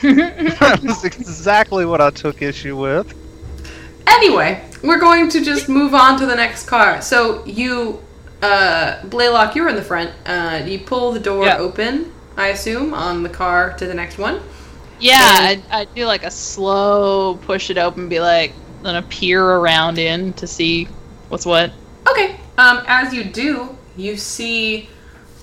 that was exactly what I took issue with. Anyway, we're going to just move on to the next car. So you uh Blaylock, you're in the front. Uh you pull the door Yeah. open, I assume, on the car to the next one. Yeah, I, I do like a slow push it open, be like, then a peer around in to see what's what. Okay. Um, as you do, you see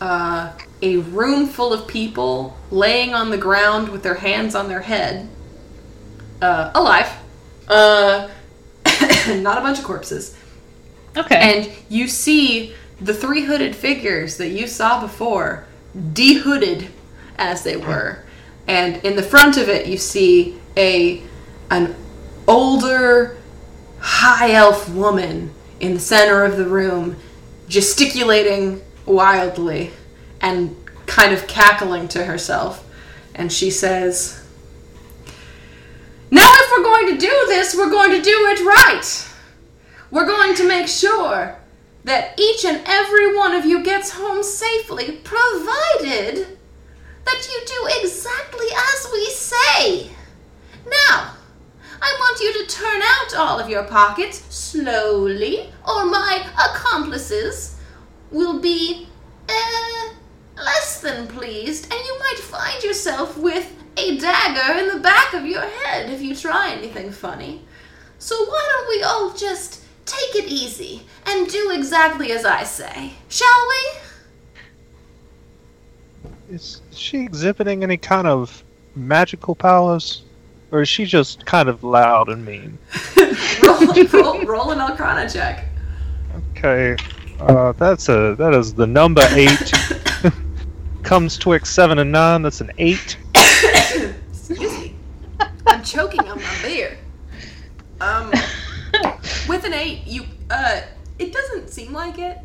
uh, a room full of people laying on the ground with their hands on their head, uh, alive, uh, not a bunch of corpses. Okay. And you see the three hooded figures that you saw before, dehooded as they were. And in the front of it, you see a an older high elf woman in the center of the room, gesticulating wildly and kind of cackling to herself. And she says, Now, if we're going to do this, we're going to do it right. We're going to make sure that each and every one of you gets home safely, provided that you do exactly as we say. Now, I want you to turn out all of your pockets slowly, or my accomplices will be uh, less than pleased, and you might find yourself with a dagger in the back of your head if you try anything funny. So why don't we all just Take it easy and do exactly as I say, shall we? Is she exhibiting any kind of magical powers? Or is she just kind of loud and mean? roll, roll, roll an Arcana check. Okay, uh, that's a that is the number eight. Comes twixt seven and nine. That's an eight. Excuse me. I'm choking on my beer. Um, with an eight, you uh, it doesn't seem like it.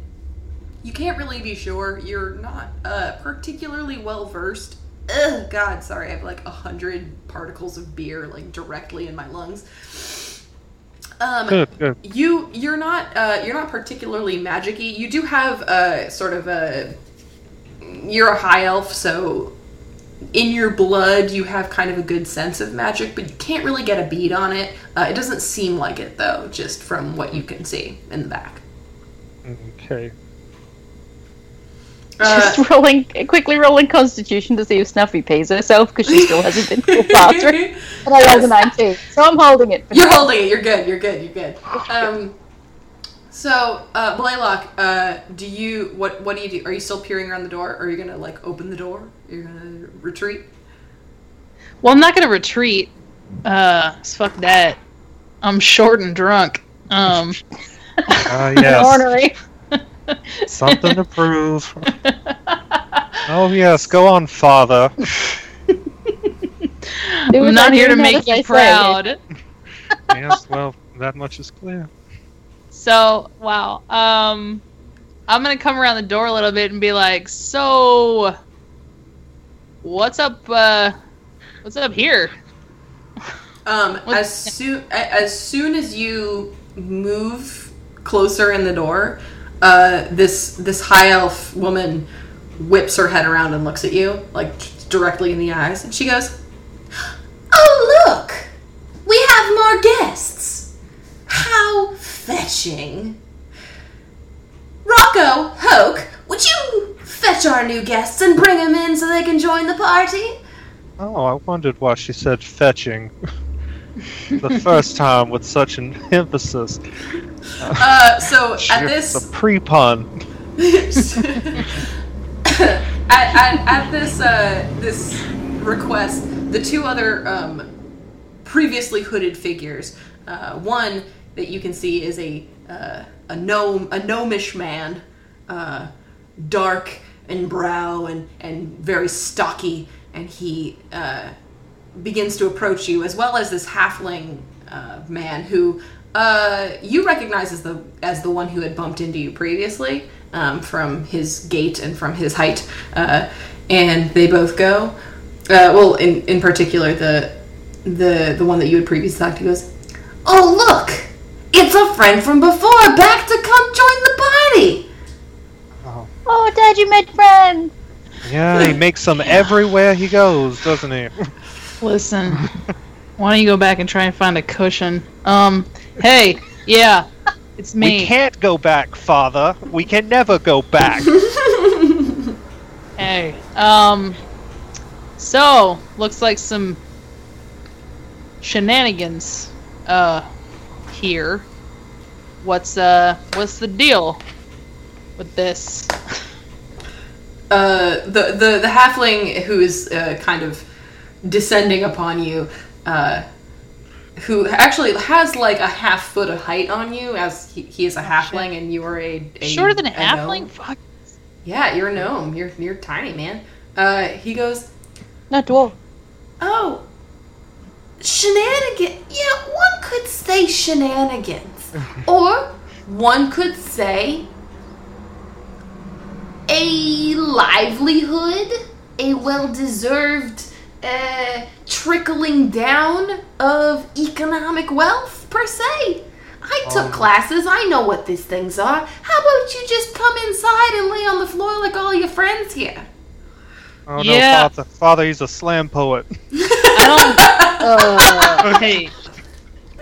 You can't really be sure. You're not uh particularly well versed. Ugh, God, sorry. I have like a hundred particles of beer like directly in my lungs. Um, Good, good. you you're not uh, you're not particularly magicy. You do have a sort of a you're a high elf, so in your blood you have kind of a good sense of magic, but you can't really get a bead on it. Uh, it doesn't seem like it though, just from what you can see in the back. Okay. Uh, Just rolling, quickly rolling Constitution to see if Snuffy pees herself because she still hasn't been to the bathroom. But I rolled a 19, so I'm holding it. For you're holding it. You're good. You're good. You're good. Um, so uh, Blaylock, uh, do you what? What do you do? Are you still peering around the door? Or are you gonna like open the door? You're gonna retreat? Well, I'm not gonna retreat. Uh, 'cause fuck that. I'm short and drunk. Um, Ah, now. yes. Ornery. Something to prove. Oh yes, go on, father. Do as I'm not I here do, to make as I you say. proud. Yes, well, that much is clear. So wow. Um, I'm gonna come around the door a little bit and be like, so, what's up? Uh, what's up here? Um, What- as soon as soon as you move closer in the door, uh, this this high elf woman whips her head around and looks at you like directly in the eyes, and she goes, Oh, look! We have more guests! How fetching! Rocco, Hoke, would you fetch our new guests and bring them in so they can join the party? Oh, I wondered why she said fetching. the first time with such an emphasis. uh, "So at this the pre pun. at, at, at this uh, this request, the two other um, previously hooded figures, uh, one that you can see is a uh, a gnome a gnomish man, uh, dark and brow and and very stocky, and he. Uh, begins to approach you, as well as this halfling uh, man who uh, you recognize as the as the one who had bumped into you previously um, from his gait and from his height. Uh, and they both go. Uh, well, in in particular, the the the one that you had previously talked to goes. Oh, look! It's a friend from before back to come join the party! Oh, Dad, you made friends. Yeah, he makes them everywhere he goes, doesn't he? Listen, why don't you go back and try and find a cushion? Um, hey, yeah, it's me. We can't go back, father. We can never go back. Hey, um, so looks like some shenanigans, uh, here. What's uh, what's the deal with this? Uh, the the the halfling who is uh, kind of descending upon you, uh, who actually has like a half foot of height on you, as he, he is a halfling and you are a, a Oh, Shorter than a gnome. halfling? Fuck. Yeah, you're a gnome. You're you're tiny, man. Uh, he goes, Not dwarf. Oh, shenanigans. Yeah, one could say shenanigans. or one could say a livelihood, a well deserved uh, trickling down of economic wealth, per se. I took classes. I know what these things are. How about you just come inside and lay on the floor like all your friends here? Oh Yeah. no, father. Father, he's a slam poet. I don't. Uh, hey,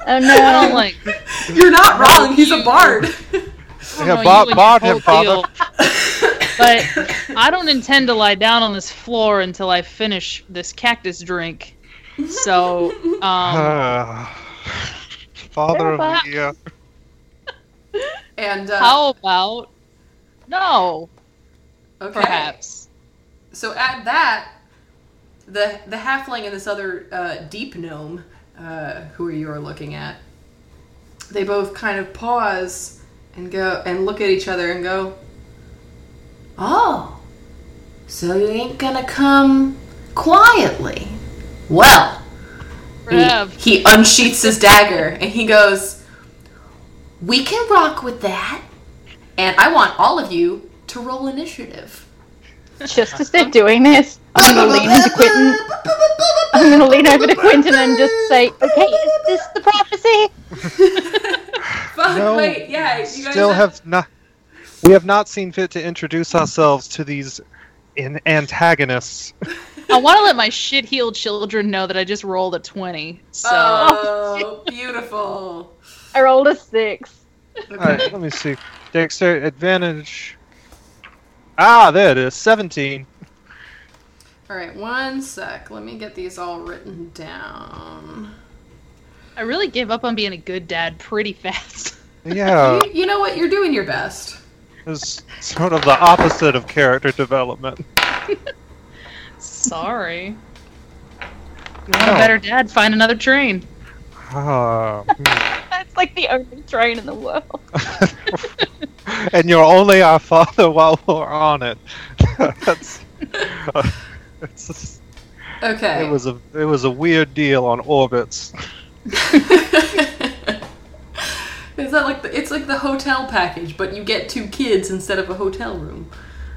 Oh I no! don't like. "You're not wrong. He's a bard." I don't Yeah, know Bob- you and Bob your had whole father. deal, But I don't intend to lie down on this floor until I finish this cactus drink. So, um, Oh. Ah. father of the Terrifying. year. And uh, How about no? okay. Perhaps. So at that, the the halfling and this other uh, deep gnome, uh, who you are looking at, they both kind of pause and go and look at each other and go, Oh, so you ain't gonna come quietly? Well, Rev. he, he unsheaths his dagger and he goes, we can rock with that. and I want all of you to roll initiative. Just as they're doing this, I'm gonna lean into Quentin. I'm gonna lean over to Quentin and just say, "Okay, is this the prophecy?" Fuck, No, wait, yeah, you guys Still have not. We have not seen fit to introduce ourselves to these in- antagonists. I want to let my shit healed children know that I just rolled a twenty. So Oh, beautiful. I rolled a six. Okay. All right, let me see. Dexter advantage. Ah, there it is. Seventeen. All right, one sec. Let me get these all written down. I really gave up on being a good dad pretty fast. Yeah, you, you know what? You're doing your best. it's sort of the opposite of character development. Sorry. You want a No. better dad? Find another train. Ah, That's like the only train in the world. hmm. and you're only our father while we're on it. That's. uh, it's just- Okay. it was a it was a weird deal on orbits. Is that like the, it's like the hotel package, but you get two kids instead of a hotel room.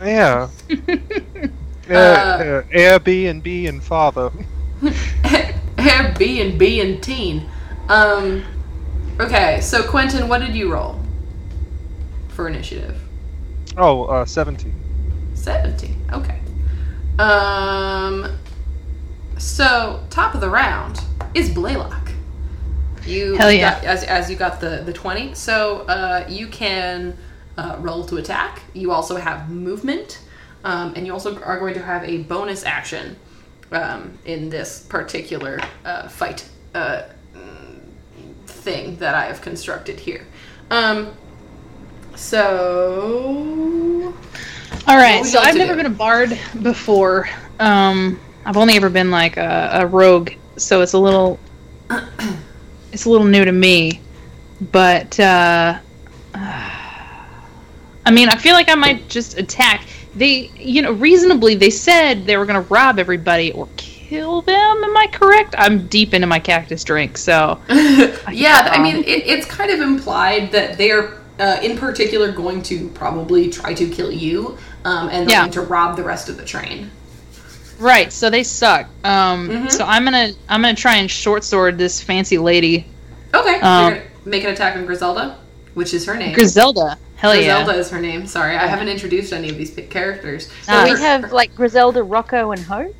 Yeah. uh, Uh, uh, Airbnb and father. B and B and teen. Um. Okay, so Quentin, what did you roll for initiative? Oh, uh, 17. 17. Okay. Um so top of the round is Blaylock. You Hell you yeah. got- as as you got the the 20. So uh you can uh, roll to attack. You also have movement. Um, and you also are going to have a bonus action um, in this particular uh, fight uh, mm, thing that I have constructed here. Um, so All right, What would so you like I've to never do? been a bard before. Um, I've only ever been like a, a rogue, so it's a little it's a little new to me. But uh, I mean, I feel like I might just attack. They, you know, reasonably they said they were going to rob everybody or kill them. Am I correct? I'm deep into my cactus drink, so yeah, I mean, Um, it, it's kind of implied that they're, uh, in particular, going to probably try to kill you, um, and they're Yeah. going to rob the rest of the train. Right, so they suck. Um, Mhm. So I'm gonna I'm gonna try and short sword this fancy lady Okay, Um, you're gonna make an attack on Griselda, which is her name. Griselda. Hell Griselda yeah! is her name. Sorry, I haven't introduced any of these p- characters. So Ah. we have like Griselda, Rocco, and Hoke.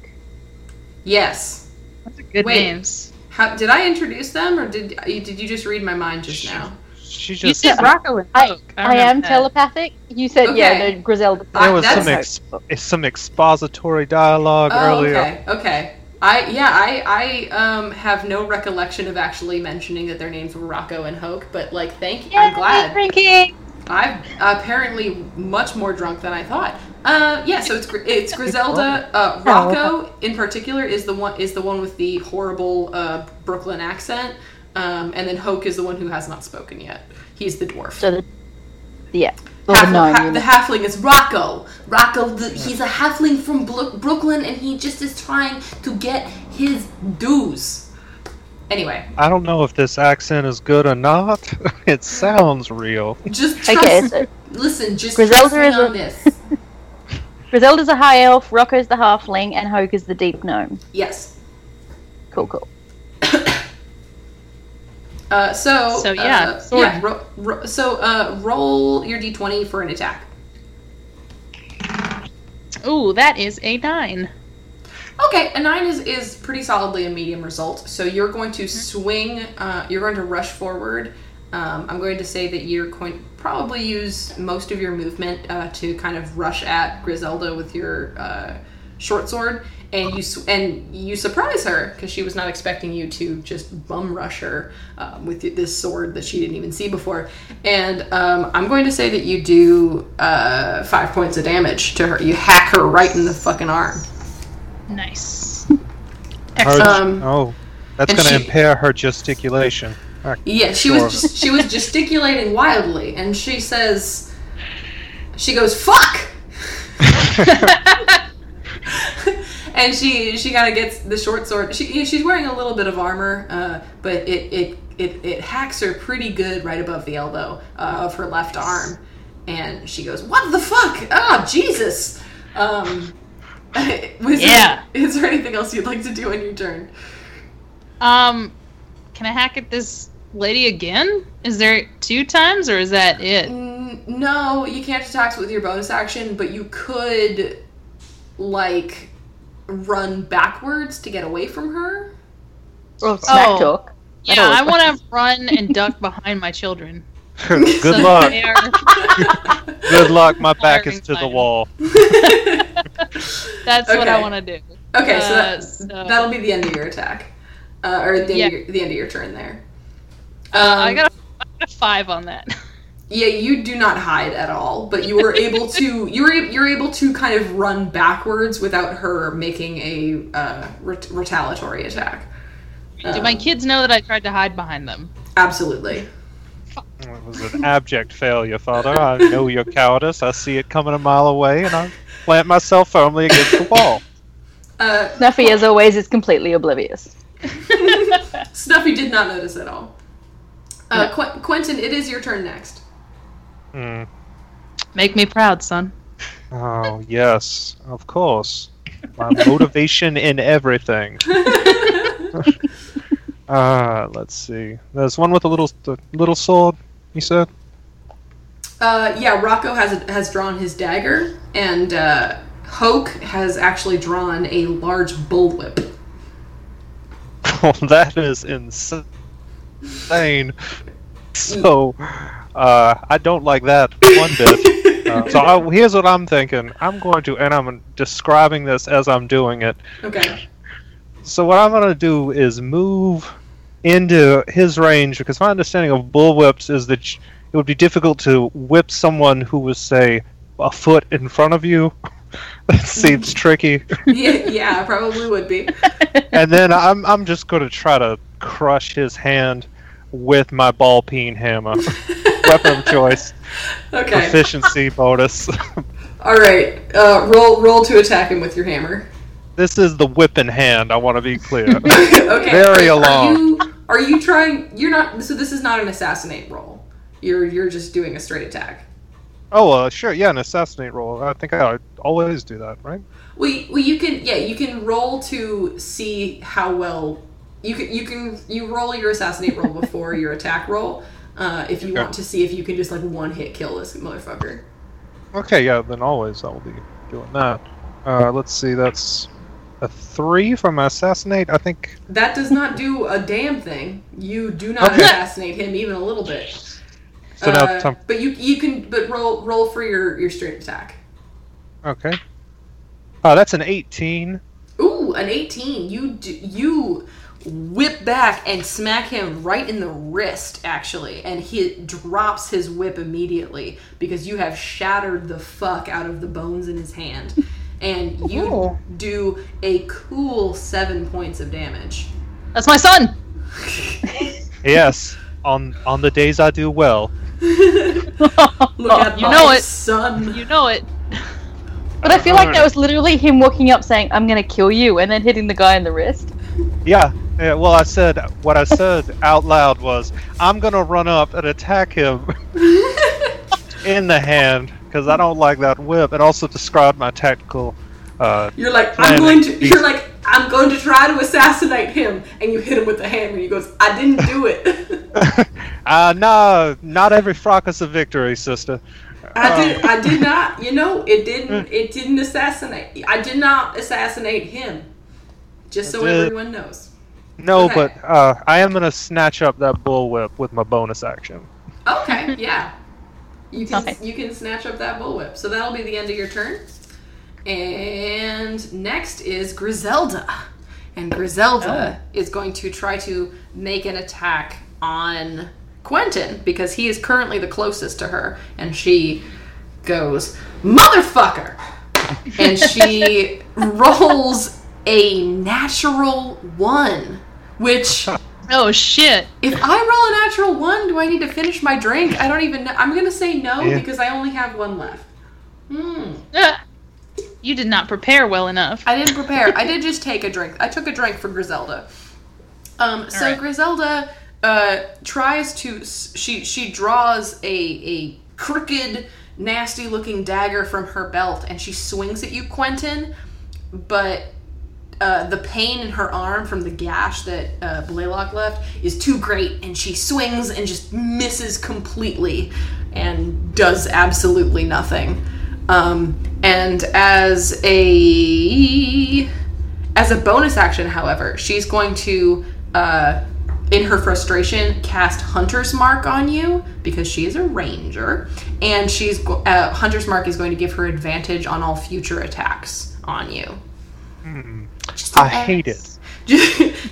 yes. Those are good Wait. names. How, did I introduce them, or did you- did you just read my mind just now? She you just. said Rocco and I- Coke. I, am telepathic. You said yeah, Okay. no, Griselda. There was Rocco, some and ex- Hoke. It's some expository dialogue Oh, earlier. okay, okay. I yeah, I I um have no recollection of actually mentioning that their names were Rocco and Hoke, but like, thank you. I'm glad. Drinking. I'm apparently much more drunk than I thought. Uh, yeah, so it's Gr- it's Griselda. Oh, Uh, Rocco in particular is the one is the one with the horrible uh, Brooklyn accent, um, and then Hoke is the one who has not spoken yet. He's the dwarf. So the yeah, Half- Oh, no, I ha- mean- the halfling is Rocco. Rocco, the, he's a halfling from Blo- Brooklyn, and he just is trying to get his dues. Anyway, I don't know if this accent is good or not. it sounds real. just trust, Okay, so- listen. Just Griselda trust me is a- on this. Griselda's a high elf, Rocco's the halfling, and Hoke is the deep gnome. yes. Cool, cool. Uh, so So, yeah, uh, sword. yeah. Ro- ro- so uh, roll your d20 for an attack. Ooh, that is a nine. Okay, a nine is is pretty solidly a medium result. So you're going to swing. Uh, you're going to rush forward. Um, I'm going to say that you're going to probably use most of your movement uh, to kind of rush at Griselda with your uh, short sword, and you s- and you surprise her because she was not expecting you to just bum rush her um, with this sword that she didn't even see before. And um, I'm going to say that you do uh, five points of damage to her. You hack her right in the fucking arm. Nice. Her- Um, oh, that's and going to she- impair her gesticulation. Yeah, she Sure. was just, she was gesticulating wildly, and she says, she goes fuck, and she she kind of gets the short sword. She she's wearing a little bit of armor, uh, but it it. It, it hacks her pretty good right above the elbow uh, of her left arm. And she goes, What the fuck? Oh, Jesus! Um, was Yeah. There, is there anything else you'd like to do on your turn? Um, can I hack at this lady again? Is there two times, or is that it? N- No, you can't attack with your bonus action, but you could, like, run backwards to get away from her. Oh, smack Oh. talk. Yeah, I always want to run and duck behind my children. Good so luck. They are, Good luck. My back is Firing to the fire. wall. that's what Okay. I want to do. Okay, so, Uh, that, so- that'll be the end of your attack, uh, or the, Yeah. Uh, end of your, the end of your turn there. Um, I got a, I got a five on that. yeah, you do not hide at all, but you were able to you were you're able to kind of run backwards without her making a uh, ret- retaliatory attack. Do Um, my kids know that I tried to hide behind them? Absolutely. It was an abject failure, Father. I know your cowardice. I see it coming a mile away, and I plant myself firmly against the wall. Uh, Snuffy, as always, is completely oblivious. Snuffy did not notice at all. Uh, Qu- Quentin, it is your turn next. Hmm. Make me proud, son. Oh, yes, of course. My motivation in everything. Uh, let's see. There's one with a little the little sword, you said? Uh, yeah, Rocco has has drawn his dagger, and uh, Hoke has actually drawn a large bullwhip. Oh, that is insane. So, uh, I don't like that one bit. Uh, so I, here's what I'm thinking. I'm going to, and I'm describing this as I'm doing it. Okay. So what I'm gonna do is move into his range because my understanding of bullwhips is that sh- it would be difficult to whip someone who was say a foot in front of you. that seems tricky. yeah, yeah, probably would be. and then I'm I'm just gonna try to crush his hand with my ball peen hammer. Weapon of choice, Okay. proficiency bonus. All right. Uh, roll roll to attack him with your hammer. this is the whipping hand. I want to be clear. okay. Very are- alarmed. Are you, are you trying? You're not. So this is not an assassinate roll. You're you're just doing a straight attack. oh, uh, sure, yeah, an assassinate roll. I think I always do that, right? Well, you, well, you can yeah, you can roll to see how well you can you can you roll your assassinate roll before your attack roll uh, if you Okay. want to see if you can just like one hit kill this motherfucker. Okay, yeah, then always I will be doing that. Uh, let's see, that's a three for my assassinate. I think That does not do a damn thing. You do not Okay. assassinate him even a little bit. so. Now, it's Uh, on- but you you can but roll roll for your your straight attack. okay. Uh, that's an eighteen. Ooh, an eighteen. You do, you whip back and smack him right in the wrist, actually, and he drops his whip immediately because you have shattered the fuck out of the bones in his hand, and you do a cool seven points of damage. That's my son. Yes, on on the days I do well. Look at Oh, you my know it. son. You know it. But I feel like that was literally him walking up saying, I'm going to kill you, and then hitting the guy in the wrist. Yeah, yeah. Well, I said what I said out loud was I'm gonna run up and attack him in the hand because I don't like that whip, and also describe my tactical. Uh, You're like, Planet I'm going to. Beast. You're like, I'm going to try to assassinate him, and you hit him with the hammer. He goes, I didn't do it. uh, no, not every frock is a victory, sister. I did. I did not. You know, it didn't. It didn't assassinate. I did not assassinate him. Just so It did. everyone knows. No, Okay. but uh, I am gonna snatch up that bullwhip with my bonus action. Okay. Yeah. You can. Okay. You can snatch up that bullwhip. So that'll be the end of your turn. And And next is Griselda. And Griselda is going to try to make an attack on Quentin because he is currently the closest to her. And she goes, Motherfucker! and she rolls a natural one, which. Oh shit! If I roll a natural one, do I need to finish my drink? I don't even know. I'm gonna say no Yeah. because I only have one left. Hmm. Ah. You did not prepare well enough. I didn't prepare. I did just take a drink. I took a drink for Griselda. Um, so right. Griselda uh, tries to. s- She she draws a a crooked, nasty looking dagger from her belt, and she swings at you, Quentin. But uh, the pain in her arm from the gash that uh, Blaylock left is too great, and she swings and just misses completely and does absolutely nothing. Um, and as a as a bonus action, however, she's going to, uh, in her frustration, cast Hunter's Mark on you because she is a ranger, and she's go- uh, Hunter's Mark is going to give her advantage on all future attacks on you. I hate it.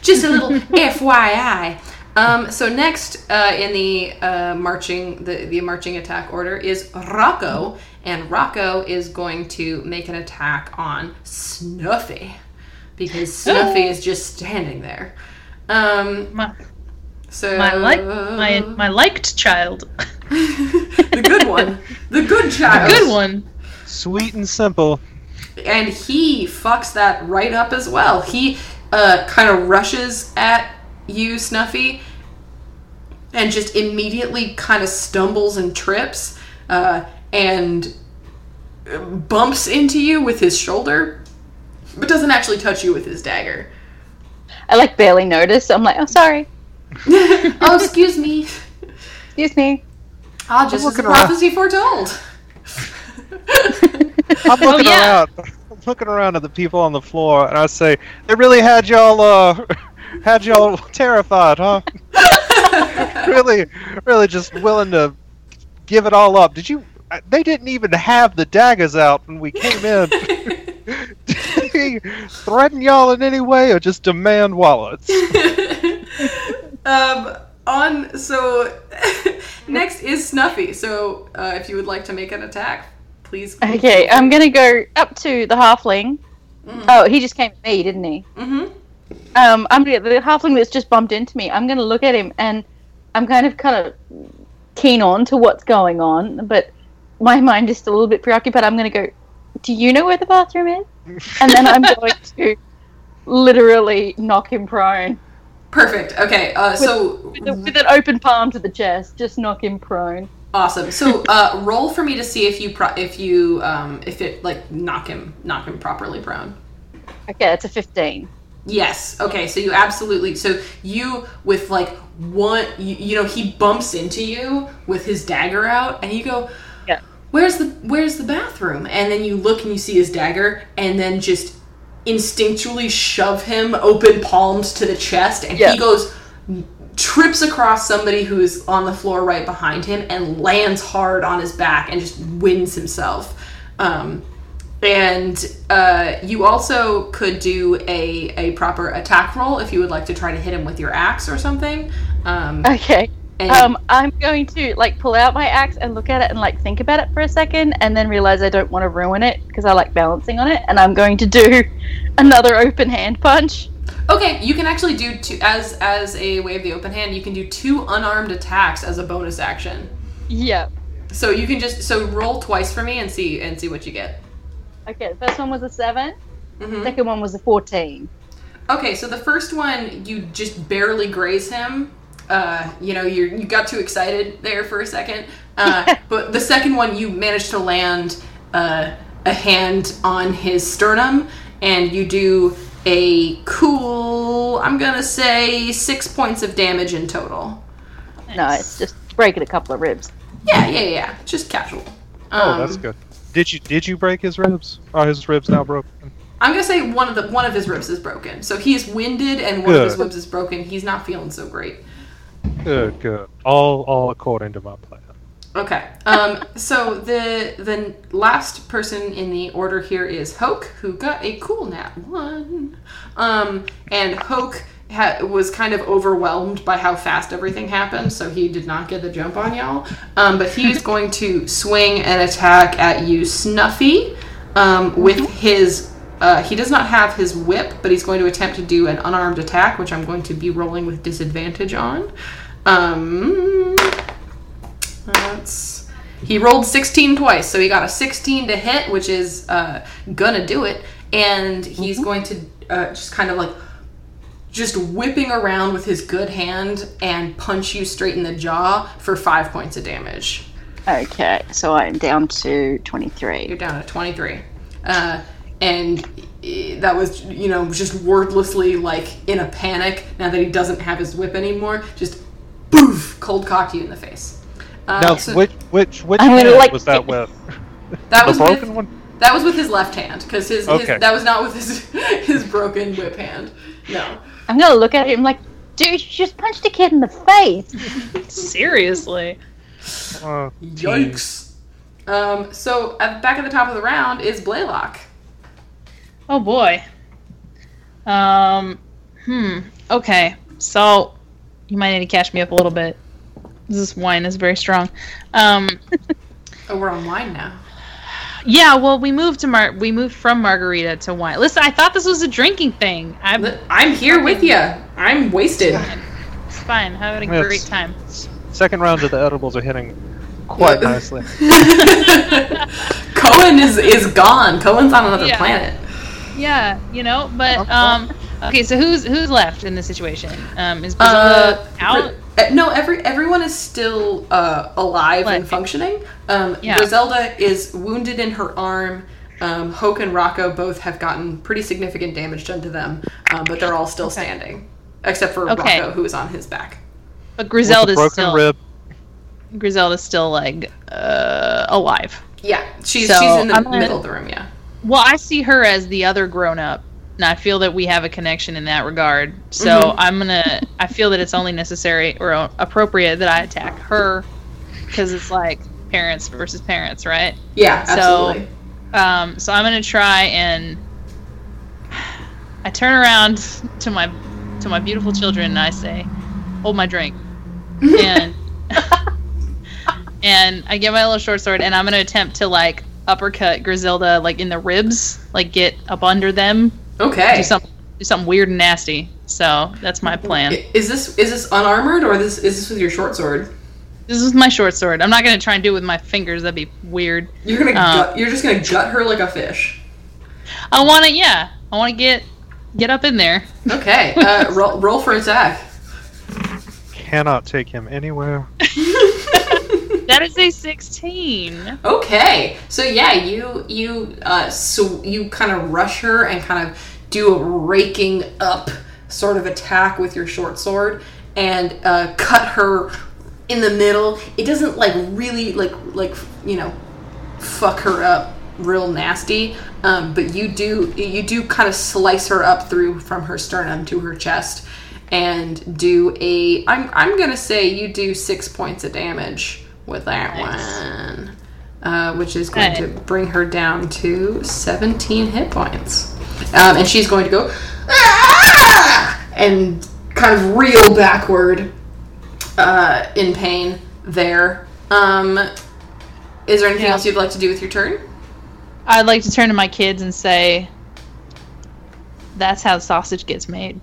just a little FYI. Um, so next uh, in the uh, marching the, the marching attack order is Rocco, and Rocco is going to make an attack on Snuffy because Snuffy is just standing there. Um, My, so my like my my liked child. the good one, the good child, Good one. Sweet and simple. and he fucks that right up as well. He uh, kind of rushes at you, Snuffy, and just immediately kind of stumbles and trips uh, and uh, bumps into you with his shoulder, but doesn't actually touch you with his dagger. I like barely noticed. I'm like, oh, sorry. oh, excuse me. Excuse me. Ah, just as the looking around. prophecy foretold. I'm looking Oh, yeah. around. I'm looking around at the people on the floor, and I say, "They really had y'all, uh, had y'all terrified, huh? really, really, just willing to give it all up. Did you? I- They didn't even have the daggers out when we came in. Did they threaten y'all in any way, or just demand wallets? um, on so next is Snuffy. So uh, if you would like to make an attack, please. Okay, I'm gonna go up to the halfling. Oh, he just came at me, didn't he? Mm-hmm. Um, I'm gonna- the halfling that's just bumped into me. I'm gonna look at him and I'm kind of kind of keen on to what's going on, but my mind is still a little bit preoccupied. I'm gonna go. Do you know where the bathroom is? And then I'm going to literally knock him prone Perfect. Okay. Uh, so with, with an open palm to the chest. Just knock him prone. awesome. So uh, roll for me to see if you pro- if you um, if it like knock him knock him properly prone. Okay, that's a 15. Yes. Okay. So you absolutely. So you with like one. You, you know he bumps into you with his dagger out, and you go. Yeah. Where's the Where's the bathroom? And then you look and you see his dagger, and then just instinctually shove him open palms to the chest, and Yeah. he goes trips across somebody who is on the floor right behind him and lands hard on his back and just wins himself. Um, and uh, you also could do a, a proper attack roll if you would like to try to hit him with your axe or something. Um, Okay. and Uh, Um, I'm going to like pull out my axe and look at it and like think about it for a second, and then realize I don't want to ruin it because I like balancing on it, and I'm going to do another open hand punch. okay, you can actually do two as as a way of the open hand. You can do two unarmed attacks as a bonus action. Yeah. So you can just so roll twice for me and see and see what you get. Okay. The first one was a 7 Mm-hmm. Mhm. Second one was a fourteen. Okay, so the first one you just barely graze him. Uh, you know, you you got too excited there for a second. Uh, but the second one you managed to land uh, a hand on his sternum, and you do a cool. I'm gonna say six points of damage in total. No, it's just breaking a couple of ribs. Yeah, yeah, yeah. Just casual. Um, Oh, Um, that's good. Did you did you break his ribs? Are his ribs now broken? I'm gonna say one of the one of his ribs is broken, so he is winded, and one of his Good. ribs is broken. He's not feeling so great. Good, good. All all according to my plan. Okay. Um, so the the last person in the order here is Hoke, who got a cool nat one. Um, and Hoke ha- was kind of overwhelmed by how fast everything happened, so he did not get the jump on y'all. Um, but he is going to swing an attack at you, Snuffy, um, with his. Uh, he does not have his whip, but he's going to attempt to do an unarmed attack, which I'm going to be rolling with disadvantage on. Um, that's he rolled 16 twice, so he got a 16 to hit, which is uh, gonna do it, and he's going to uh, just kind of like just whipping around with his good hand and punch you straight in the jaw for five points of damage. Okay, so I'm down to You're 23. down at 23, uh, and eh, that was you know just wordlessly like in a panic. Now that he doesn't have his whip anymore, just boof, cold cocked you in the face. Uh, Now, so which which which I'm gonna, hand like, was that with? that The was broken with, one. That was with his left hand, because his, Okay. his that was not with his his broken whip hand. No. I'm gonna look at him like, dude, you just punched a kid in the face. Seriously. Uh, Um. So at the back at the top of the round is Blaylock. Oh boy. Um. Hmm. Okay. So you might need to catch me up a little bit. This wine is very strong. Um. Oh, we're on wine now. Yeah. Well, we moved to Mar. We moved from margarita to wine. Listen, I thought this was a drinking thing. I'm Li- I'm here with you. I'm wasted. it's fine. Having a Yes. great time. second round of the edibles are hitting quite nicely. Cohen is is gone. Cohen's on another Yeah. planet. Yeah. You know. But um. Okay. So who's who's left in this situation? Um. Is Brazil Uh, out? Bri- uh, no, every everyone is still uh, alive and Like- functioning. Um, Yeah. Griselda is wounded in her arm. Um, Hoke and Rocco both have gotten pretty significant damage done to them, um, but they're all still standing, except for Okay. Rocco, who is on his back. But With a Griselda's broken still rib. Griselda's still like uh alive. Yeah, she's So, she's in the I'm gonna- middle of the room. Yeah. Well, I see her as the other grown up, and I feel that we have a connection in that regard. So Mhm. I'm gonna. I feel that it's only necessary or o- appropriate that I attack her, because it's like parents versus parents, right? Yeah, So- absolutely. Um, so I'm gonna try and I turn around to my to my beautiful children and I say, "Hold my drink," and and I get my little short sword and I'm gonna attempt to like uppercut Griselda like in the ribs, like get up under them, okay. do something do something weird and nasty. So that's my plan. I- Is this is this unarmored or this is this with your short sword? This is my short sword. I'm not gonna try and do it with my fingers. That'd be weird. You're gonna Uh, gut, you're just gonna gut her like a fish. I want to, yeah. I want to get get up in there. Okay, uh, roll, roll for attack. Cannot take him anywhere. That is a 16. Okay, so yeah, you you uh, so you kind of rush her and kind of do a raking up sort of attack with your short sword and uh, cut her in the middle. It doesn't like really like like you know fuck her up real nasty, um, but you do you do kind of slice her up through from her sternum to her chest and do a I'm I'm gonna say you do six points of damage with that one uh, which is going Okay. to bring her down to 17 hit points. Um, and she's going to go "Ah!" and kind of reel backward uh, in pain there. Um, is there anything Yeah. else you'd like to do with your turn? I'd like to turn to my kids and say, "That's how sausage gets made."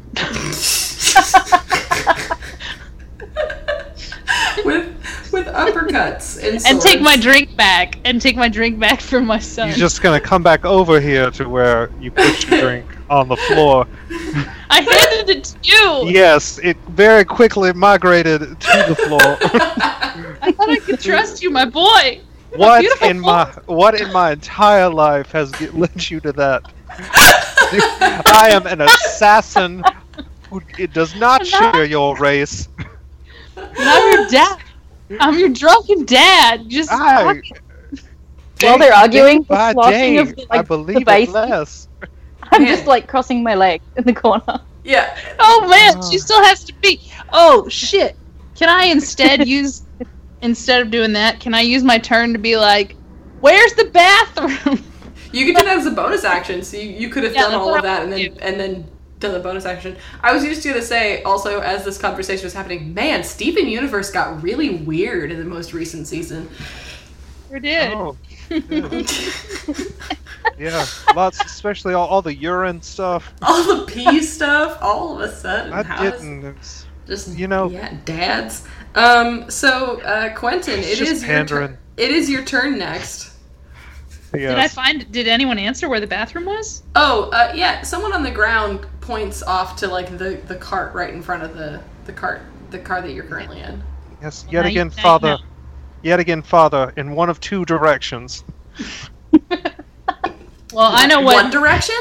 with with uppercuts and and take my swords. drink back. And take my drink back from my son. He's just gonna come back over here to where you put your drink on the floor. I handed it to Oh. you. Yes, it very quickly migrated to the floor. I thought I could trust you, my boy. what Beautiful in my what in my entire life has g- led you to that? I am an assassin. Who, it does not share your race. And I'm your dad. I'm your drunken dad. Just I, While they're arguing, the by sloshing day, of the, I like, the believe it base. less. I'm just like crossing my legs in the corner. yeah. Uh-huh. Oh man, she still has to be. Oh shit! Can I instead use instead of doing that, can I use my turn to be like, "Where's the bathroom?" You could do that as a bonus action, so you, you could have Yeah, done that's all what of I that and then wanted and then done the bonus action. I was just gonna say also as this conversation was happening, man, Steven Universe got really weird in the most recent season. Sure did. Oh, That's yeah, lots, especially all, all the urine stuff. All the pee stuff, all of a sudden. I how is- didn't. It's, Just you know- yeah, dads. Um, so uh, Quentin, it It's just is your pandering. turn. It is your turn next. Did I yes. find? Did anyone answer where the bathroom was? Oh, uh, yeah, someone on the ground points off to like the the cart right in front of the the cart the car that you're currently in. yes, Well, yet now you- again, now you father. know. Yet again, father, in one of two directions. Well, I know One what. Direction.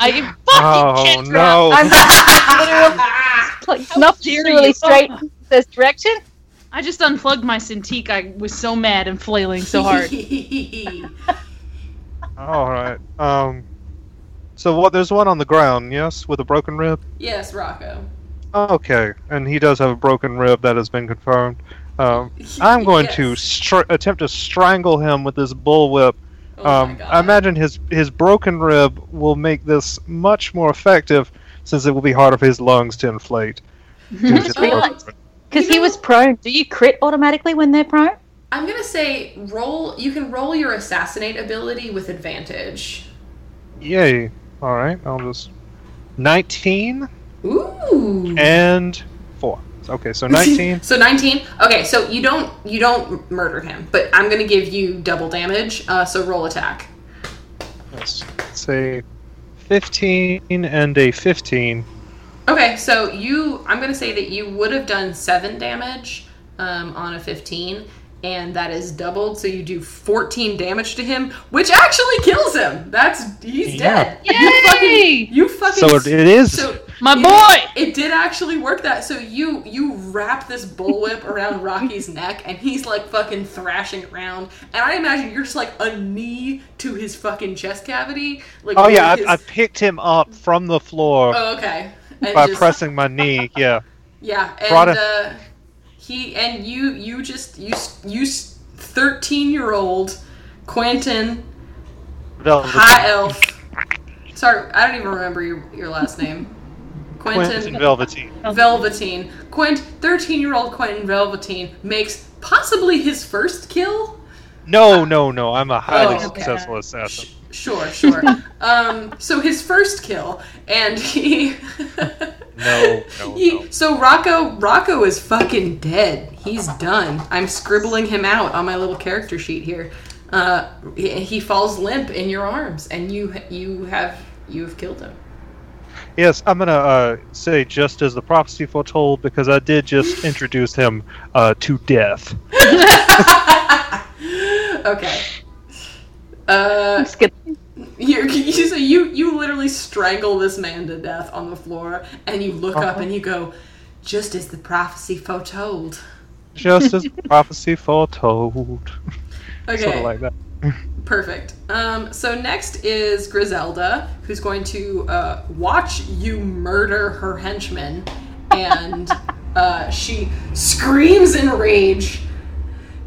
I you fucking Oh can't no! Like, snuffed dare really you. straight in this direction. I just unplugged my Cintiq. I was so mad and flailing so hard. All right. Um. So what? There's one on the ground. Yes, with a broken rib. yes, Rocco. Okay, and he does have a broken rib that has been confirmed. Um, I'm going to Yes. str- attempt to strangle him with this bullwhip. Oh my Um, I God. imagine his his broken rib will make this much more effective, since it will be harder for his lungs to inflate. due to realized. the broken rib. Because he was prone. Do you crit automatically when they're prone? I'm gonna say roll. You can roll your assassinate ability with advantage. Yay! All right, I'll just nineteen Ooh. and four. Okay, so nineteen. so 19 okay so you don't you don't murder him but i'm gonna give you double damage uh, so roll attack let's say fifteen and a fifteen. okay so you i'm gonna say that you would have done 7 damage um, on a 15 and that is doubled so you do 14 damage to him which actually kills him that's he's Yeah. dead you Yay! fucking you fucking So it, it is. so My it- boy! it did actually work that so you you wrap this bullwhip around rocky's neck and he's like fucking thrashing around and i imagine you're just like a knee to his fucking chest cavity like Oh with yeah, his- I, I picked him up from the floor oh okay and by just- pressing my knee. Yeah, yeah and brought it- uh, he and you you just you s- you 13 year old quentin Velvet. high elf sorry i don't even remember your, your last name Quentin Velveteen. Velveteen. Quint, 13 year old Quentin Velveteen, makes possibly his first kill? No, no, no. I'm a highly Oh, okay. successful assassin. Sure, sure. um, so his first kill, and he. No, no, he- no. So Rocco, Rocco is fucking dead. He's done. I'm scribbling him out on my little character sheet here. Uh, he he falls limp in your arms, and you you have you have killed him. Yes, I'm gonna uh, say just as the prophecy foretold because I did just introduce him uh, to death. Okay. Uh, Just get- You, you, so you, you literally strangle this man to death on the floor, and you look up and you go, just as the prophecy foretold. Just as the prophecy foretold. Okay, Sort of like that. perfect. Um, so next is Griselda, who's going to uh, watch you murder her henchman, and uh, she screams in rage,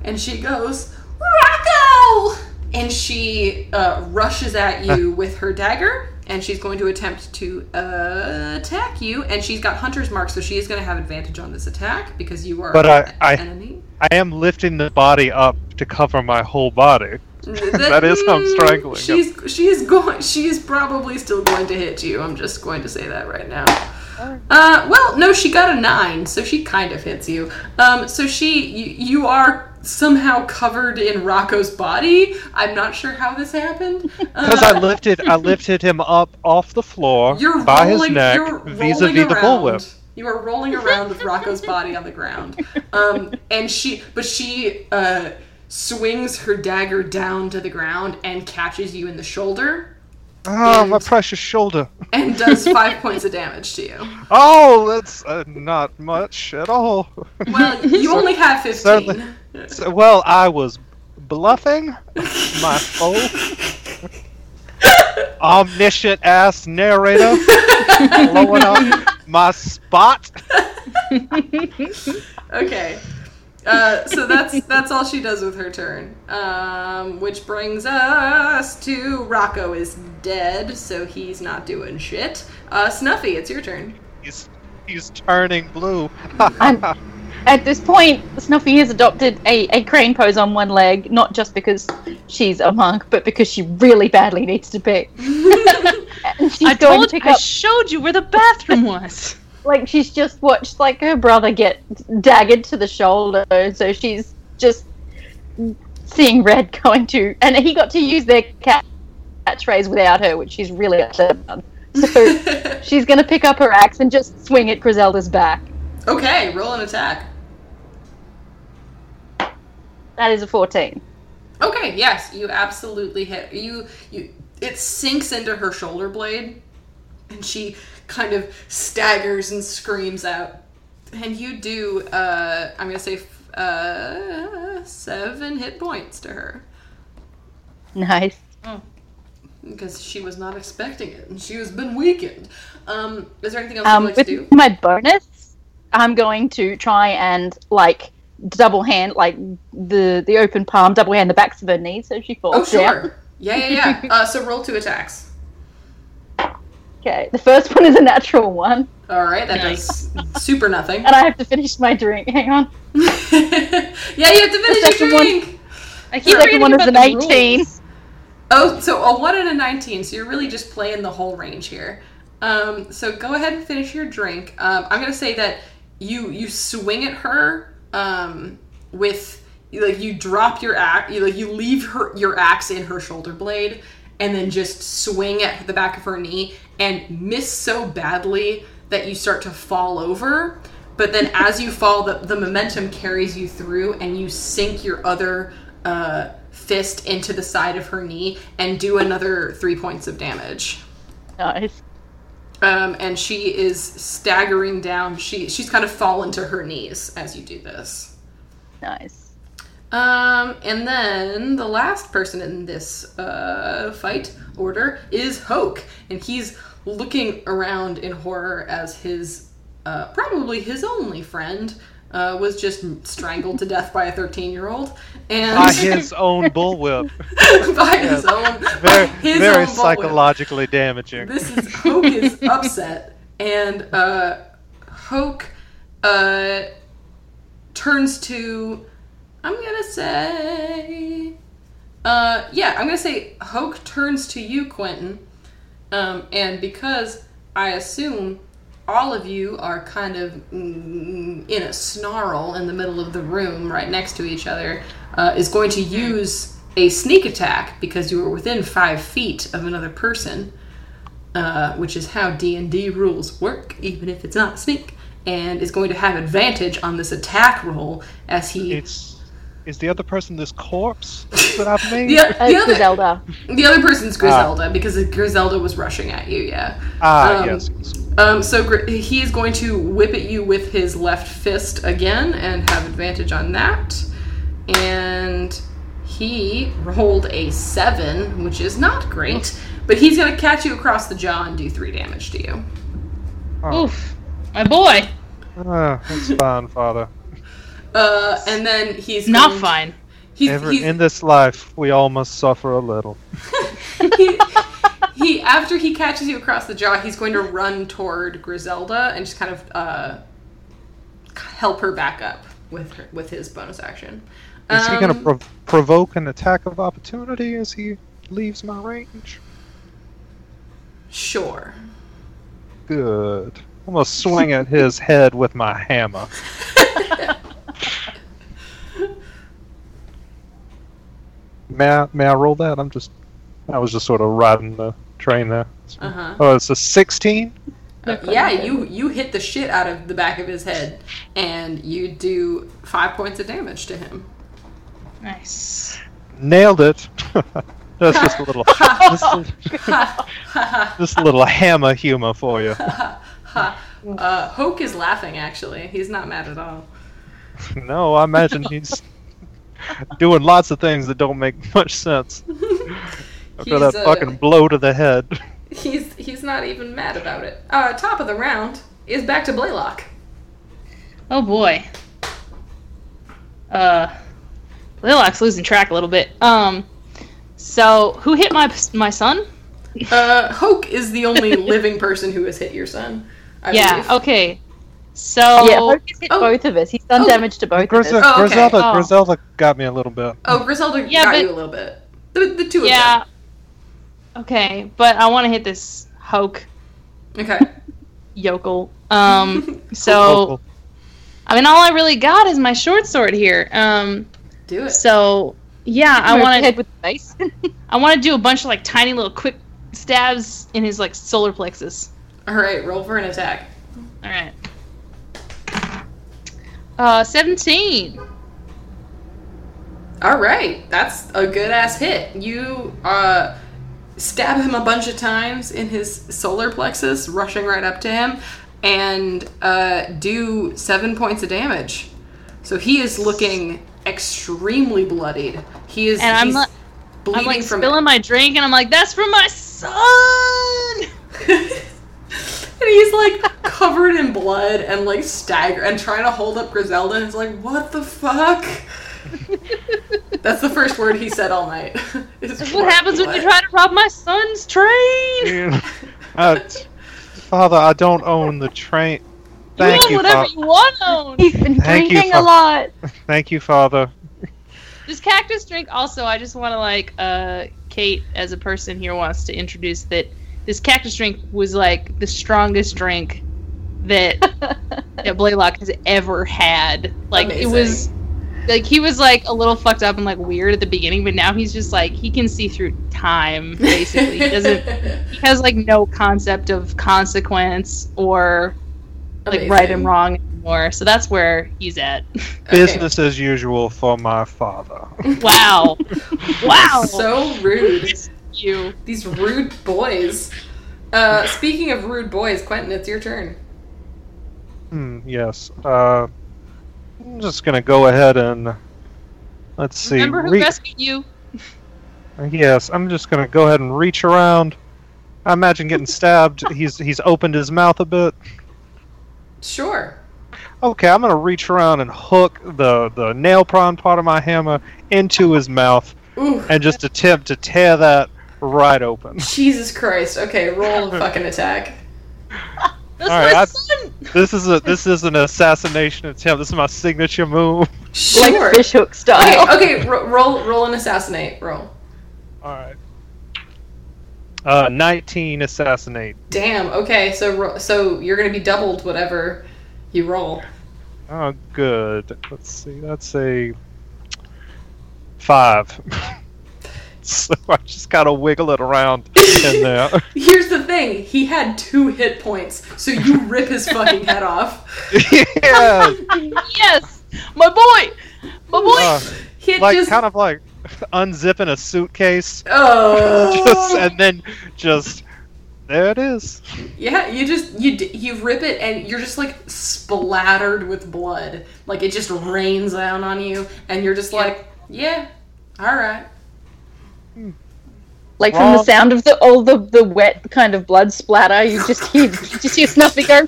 and she goes, Rocco! And she uh, rushes at you with her dagger, and she's going to attempt to uh, attack you. And she's got hunter's mark, so she is going to have advantage on this attack because you are But uh, I- an I- enemy. I am lifting the body up to cover my whole body. That is how I'm Mm, strangling him. She's she is going. She is probably still going to hit you. I'm just going to say that right now. Uh, well, no, she got a nine, so she kind of hits you. Um, so she you, you are somehow covered in Rocco's body. I'm not sure how this happened. Um, Because I lifted, I lifted him up off the floor You're by rolling, his neck, you're rolling vis-a-vis the around. bullwhip. You are rolling around with Rocco's body on the ground, um, and she, but she uh, swings her dagger down to the ground and catches you in the shoulder Oh, my And- precious shoulder. and does five points of damage to you. Oh, that's uh, not much at all. Well, you only have Certainly. fifteen. So- well, I was bluffing my fool. Omniscient ass narrator blowing up my spot. Okay. Uh, so that's that's all she does with her turn. Um, which brings us to Rocco is dead, so he's not doing shit. Uh, Snuffy, it's your turn. He's he's turning blue. I'm- At this point, Snuffy has adopted a, a crane pose on one leg, not just because she's a monk, but because she really badly needs to pick. and she's I going told to pick I up, showed you where the bathroom was. like, she's just watched, like, her brother get daggered to the shoulder, so she's just seeing red going to. And he got to use their cat- catchphrase without her, which she's really upset about. So she's going to pick up her axe and just swing at Griselda's back. okay, roll an attack. That is a 14. Okay, yes, you absolutely hit you you it sinks into her shoulder blade and she kind of staggers and screams out. And you do uh I'm going to say f- uh 7 hit points to her Nice. because she was not expecting it and she has been weakened. Um is there anything else um, you'd like with to do? my bonus, I'm going to try and like double hand, like the the open palm, double hand the backs of her knees so she falls Oh down. sure. Yeah, yeah, yeah. Uh, so roll two attacks. Okay, the first one is a natural one, All right, that does super nothing. and I have to finish my drink. Hang on, yeah, you have to finish your second one- drink. I the keep second reading one is about an the 18. rules. Oh, so a one and a nineteen. So you're really just playing the whole range here. Um, so go ahead and finish your drink. Um, I'm gonna say that you you swing at her um, with you, like you drop your axe, you, like you leave her your axe in her shoulder blade, and then just swing at the back of her knee and miss so badly that you start to fall over. But then as you fall, the, the momentum carries you through, and you sink your other uh, fist into the side of her knee and do another three points of damage. Nice. Um, and she is staggering down. She she's kind of fallen to her knees as you do this. Nice. Um, and then the last person in this uh, fight order is Hoke, and he's looking around in horror as his uh, probably his only friend uh, was just strangled to death by a thirteen-year-old, and By his own bullwhip. by his own Very, his very own bullwhip. psychologically damaging. This is Hoke is upset, and uh, Hoke uh, turns to. I'm gonna say. Uh, yeah, I'm gonna say Hoke turns to you, Quentin, um, and because I assume all of you are kind of mm, in a snarl in the middle of the room, right next to each other, uh, is going to use a sneak attack because you were within five feet of another person uh, which is how D&D rules work, even if it's not sneak, and is going to have advantage on this attack roll as he... It's is the other person this corpse that I've made? The, Uh, the, other, Griselda. the other person's Griselda, because Griselda was rushing at you, yeah. Ah, Um, yes. Um, so Gr- he is going to whip at you with his left fist again and have advantage on that. And he rolled a seven, which is not great, but he's going to catch you across the jaw and do three damage to you. Oof, my boy. Ah, that's fine, Father. Uh, and then he's Not going- fine. He's, Ever he's, in this life, we all must suffer a little. he, he after he catches you across the jaw, he's going to run toward Griselda and just kind of uh, help her back up with her, with his bonus action. Is he going to Um, prov provoke an attack of opportunity as he leaves my range? sure. Good. I'm going to swing at his head with my hammer. may, I, may I roll that? I'm just. I was just sort of riding the train there. Uh-huh. Oh, it's a 16? Uh, yeah, you you hit the shit out of the back of his head, and you do five points of damage to him. Nice. Nailed it. That's just a little, just, just a little hammer humor for you. Uh, Hoke is laughing. Actually, he's not mad at all. No, I imagine he's doing lots of things that don't make much sense. After He's, that uh, fucking blow to the head. He's he's not even mad about it. Uh, top of the round is back to Blaylock. Oh boy. Oh, Uh, Lilac's losing track a little bit. Um, so who hit my my son? Uh, Hoke is the only living person who has hit your son. I yeah. Oh. believe. Okay. So yeah, Focus hit oh. both of us. He's done Oh. damage to both of Grizel- us. Oh, okay. Griselda, Oh. Griselda got me a little bit. Oh, Griselda Yeah, got but- you a little bit. The, the two yeah. Okay, but I want to hit this Hoke of them. Okay. yokel. Um, so I mean, all I really got is my short sword here. Um, Do it. so yeah, I want to head with the face. I want to do a bunch of like tiny little quick stabs in his like solar plexus. All right, roll for an attack. All right. Uh, seventeen. All right, that's a good ass hit. You uh, stab him a bunch of times in his solar plexus, rushing right up to him, and uh, do seven points of damage. So he is looking extremely bloodied. He is. And I'm he's not- bleeding I'm like from spilling my drink, and I'm like, "That's for my son." and he's like covered in blood and like stagger and trying to hold up Griselda. And he's like, "What the fuck?" That's the first word he said all night. Is That's what happens when you blood. try to rob my son's train. Uh, Father, I don't own the train. Thank you you, own whatever Father. you want own. He's been Thank you drinking for- a lot. Thank you, Father. This cactus drink also I just wanna like uh Kate as a person here wants to introduce that this cactus drink was like the strongest drink that that Blaylock has ever had. Like it was like he was like a little fucked up and like weird at the beginning, but now he's just like he can see through time basically. he doesn't he has like no concept of consequence or like right and Amazing. wrong anymore. So that's where he's at. Okay. Business as usual for my father. wow. wow. So rude. you. These rude boys. Uh, speaking of rude boys, Quentin, it's your turn. Hmm, yes. Uh, I'm just gonna go ahead and let's see. Remember who re- rescued you? yes, I'm just gonna go ahead and reach around. I imagine getting stabbed. He's he's opened his mouth a bit. Sure. Okay, I'm gonna reach around and hook the the nail prong part of my hammer into his mouth Ooh, and just attempt to tear that right open. Jesus Christ. Okay, roll a fucking attack. That's All my right, I- son. This is a this is an assassination attempt. This is my signature move. Sure. Like fishhook Okay, style. okay, ro- roll, roll and assassinate. Roll. All right. Uh, 19 assassinate. Damn. Okay, so ro- so you're gonna be doubled whatever you roll. Oh, good. Let's see. That's a five. so I just gotta wiggle it around in there. Here's the thing. He had two hit points, so you rip his fucking head off. yeah. Yes, my boy, my boy. Uh, He had like just kind of like unzipping a suitcase, just, oh and then just there it is. yeah. You just you d- you rip it, and you're just like splattered with blood. Like it just rains down on you, and you're just like, yeah, all right. Like from the Wrong. sound of the all the, the wet kind of blood splatter, you just hear you just hear Snuffy go.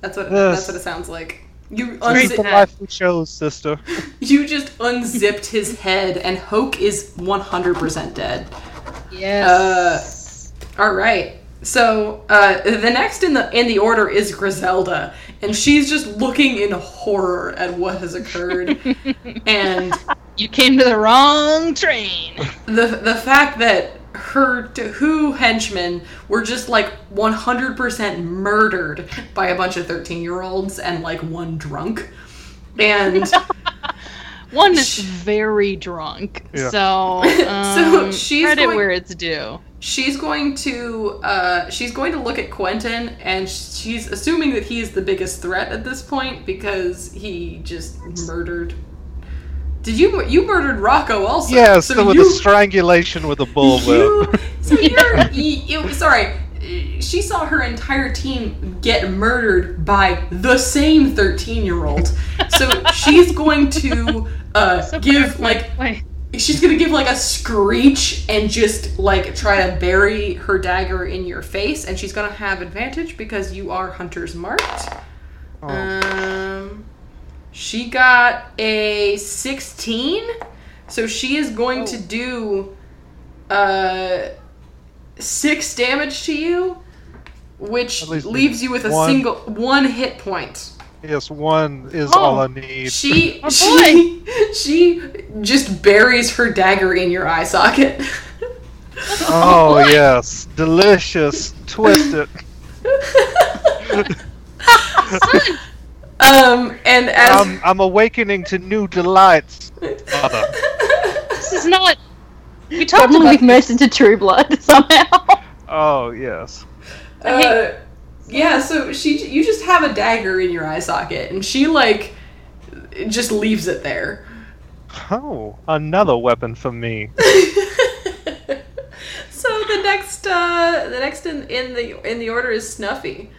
That's what that's Yes. what it sounds like. You This is unzi- the life we chose, sister. you just unzipped his head, and Hoke is 100% dead. yes. All right. So uh, the next in the in the order is Griselda, and she's just looking in horror at what has occurred, and you came to the wrong train. the the fact that her to who henchmen were just like 100% murdered by a bunch of 13 year olds and like one drunk, and One is very drunk, Yeah. so So um, she's credit going- where it's due. she's going to uh, she's going to look at Quentin, and she's assuming that he is the biggest threat at this point because he just murdered. Did you you murdered Rocco also? Yeah, so so with you, the strangulation with a bullwhip. you so you're you, you- sorry. She saw her entire team get murdered by the same thirteen-year-old. So she's going to uh, give like Wait, she's gonna give like a screech and just like try to bury her dagger in your face and she's Oh. gonna have advantage because you are hunter's marked um She got a 16, so she is going to do uh, six damage to you, which At least leaves you with a one. single one hit point. Yes, one is all I need. She she she just buries her dagger in your eye socket. Oh yes, delicious. Twist it. um, and as I'm, I'm awakening to new delights. Mother. This is not. We talked Suddenly about. we've merged into True Blood somehow. Oh yes. Uh, yeah, so she you just have a dagger in your eye socket, and she like just leaves it there. Oh, another weapon for me. So the next uh, the next in, in the in the order is Snuffy.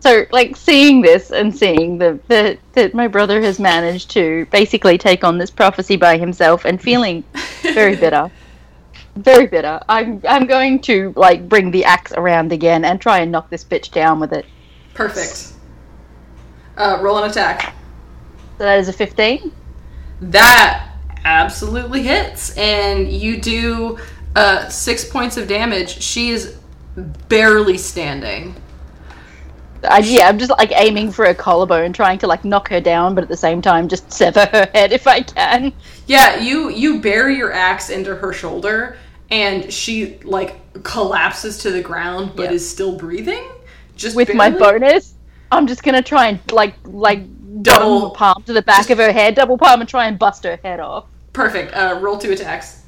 so like seeing this and seeing that that that my brother has managed to basically take on this prophecy by himself and feeling very bitter very bitter i'm i'm going to like bring the axe around again and try and knock this bitch down with it Perfect. Uh, roll an attack. so that is a 15 That absolutely hits, and you do uh, six points of damage. She is barely standing. I, yeah i'm just like aiming for a collarbone trying to like knock her down but at the same time just sever her head if i can Yeah, you you bury your axe into her shoulder, and she like collapses to the ground, but Yeah. is still breathing. Just with my barely. bonus i'm just gonna try and like like Double- double palm to the back of her head double palm and try and bust her head off Perfect. Uh, roll two attacks.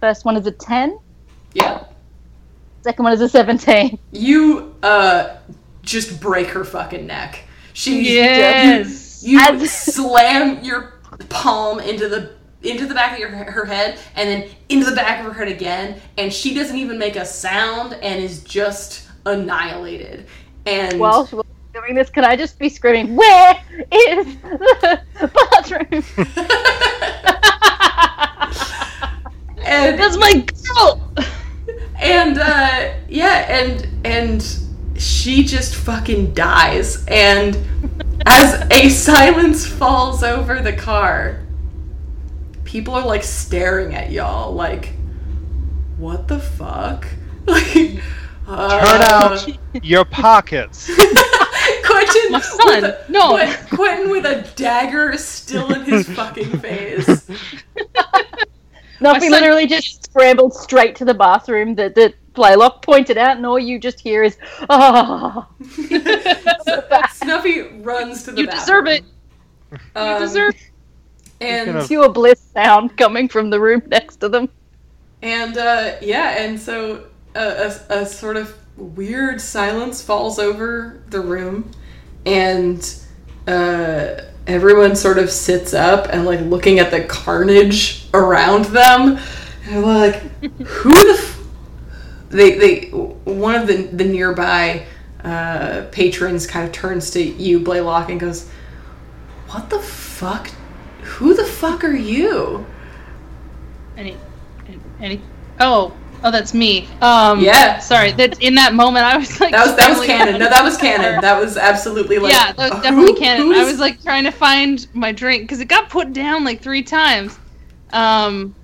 First one is a 10, Yeah, second one is a 17. you uh just break her fucking neck. She Yes. you, As- slam your palm into the into the back of your, her head and then into the back of her head again and she doesn't even make a sound and is just annihilated and While she was doing this, can I just be screaming, Where is the bathroom? and That's my girl. and uh, yeah, and and she just fucking dies. And as a silence falls over the car, people are like staring at y'all, like, "What the fuck?" Like, uh, Turn out your pockets. Quentin, My son, with a- no. Quen- Quentin with a dagger still in his fucking face. Not My we son- literally just scrambled straight to the bathroom that, that Blaylock pointed out, and all you just hear is, Oh, Snuffy runs to the Um, You deserve it. You deserve. and pure bliss sound coming from the room next to them. And uh, yeah, and so a, a, a sort of weird silence falls over the room, and uh, everyone sort of sits up and like looking at the carnage around them, and they're like, "Who the?" F-? They they one of the the nearby uh, patrons kind of turns to you, Blaylock, and goes, "What the fuck? Who the fuck are you?" Any, any. Oh, oh, that's me. Um. Yeah. Sorry. That in that moment, I was like. That was that was really- canon. No, that was canon. That was absolutely like yeah, that was definitely canon. I was like trying to find my drink because it got put down like three times. Um,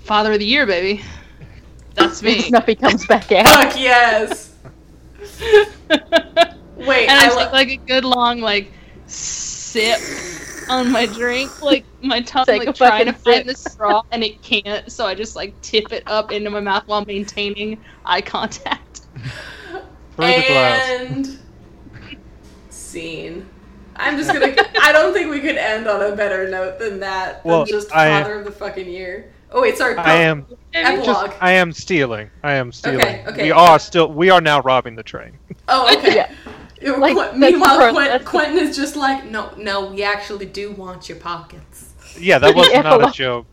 Father of the Year, baby. That's me. Snuffy comes back out. fuck yes. Wait, and I I lo- took like a good long like sip on my drink, like my tongue Take a like trying to fucking sip. find the straw and it can't, so I just like tip it up into my mouth while maintaining eye contact. Through the glass. and scene. I'm just gonna. I don't think we could end on a better note than that. Than Well, just I- father of the fucking year. Oh wait, sorry. I am. epilogue. I am stealing. I am stealing. Okay, okay. We are still. We are now robbing the train. oh okay. Yeah. It- Like, Qu- that's meanwhile, the Quentin, process. Quentin is just like, no, no, we actually do want your pockets. Yeah, that was Yeah, not a well- joke.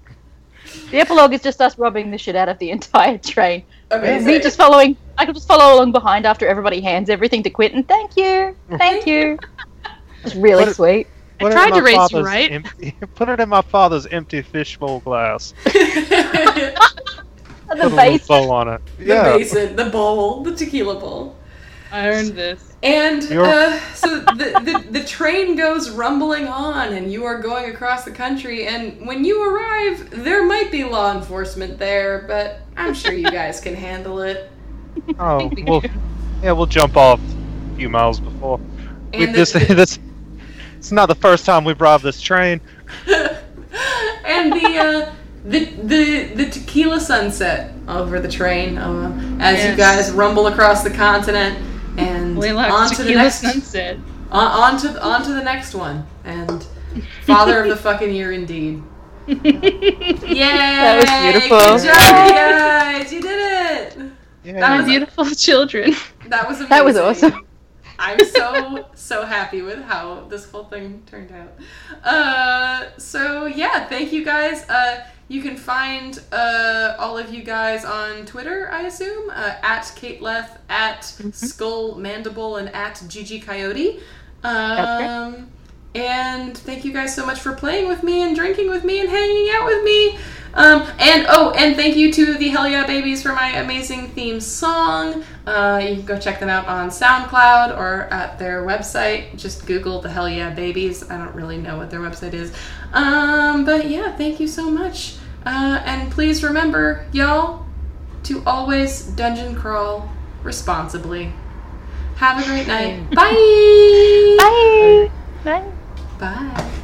The epilogue is just us robbing the shit out of the entire train. Amazing. Me just following, I could just follow along behind after everybody hands everything to Quentin. Thank you, thank you. It's really What- sweet. Put it tried in my to raise you, father's right? empty- put it in my father's empty fishbowl glass. At Put the a little base, bow on it. the Yeah. basin, the bowl, the tequila bowl. I earned this. And You're- uh, so the, the, the train goes rumbling on, and you are going across the country. And when you arrive, there might be law enforcement there, but I'm sure you guys can handle it. Oh, we we'll, yeah, we'll jump off a few miles before. We, And this, this, it's not the first time we've robbed this train. and the, uh, the the the tequila sunset over the train uh, as you Yes. guys rumble across the continent and We on left to the tequila next sunset. on, on to on to the next one and father of the fucking year indeed. Yay! That was beautiful. Good job, you guys. You did it. Yeah. That My was beautiful children. that was amazing. That was awesome. I'm so so happy with how this whole thing turned out. Uh, so yeah, thank you guys. Uh, you can find uh, all of you guys on Twitter, I assume, uh, at Kate Leth, at Skull Mandible, and at Gigi Coyote. Um, and thank you guys so much for playing with me and drinking with me and hanging out with me. Um, and oh, and thank you to the Hell Yeah Babies for my amazing theme song. Uh, you can go check them out on SoundCloud or at their website. Just Google the Hell Yeah Babies. I don't really know what their website is. Um, but yeah, thank you so much. Uh, and please remember, y'all, to always dungeon crawl responsibly. Have a great night. Bye. Bye. Bye. Bye.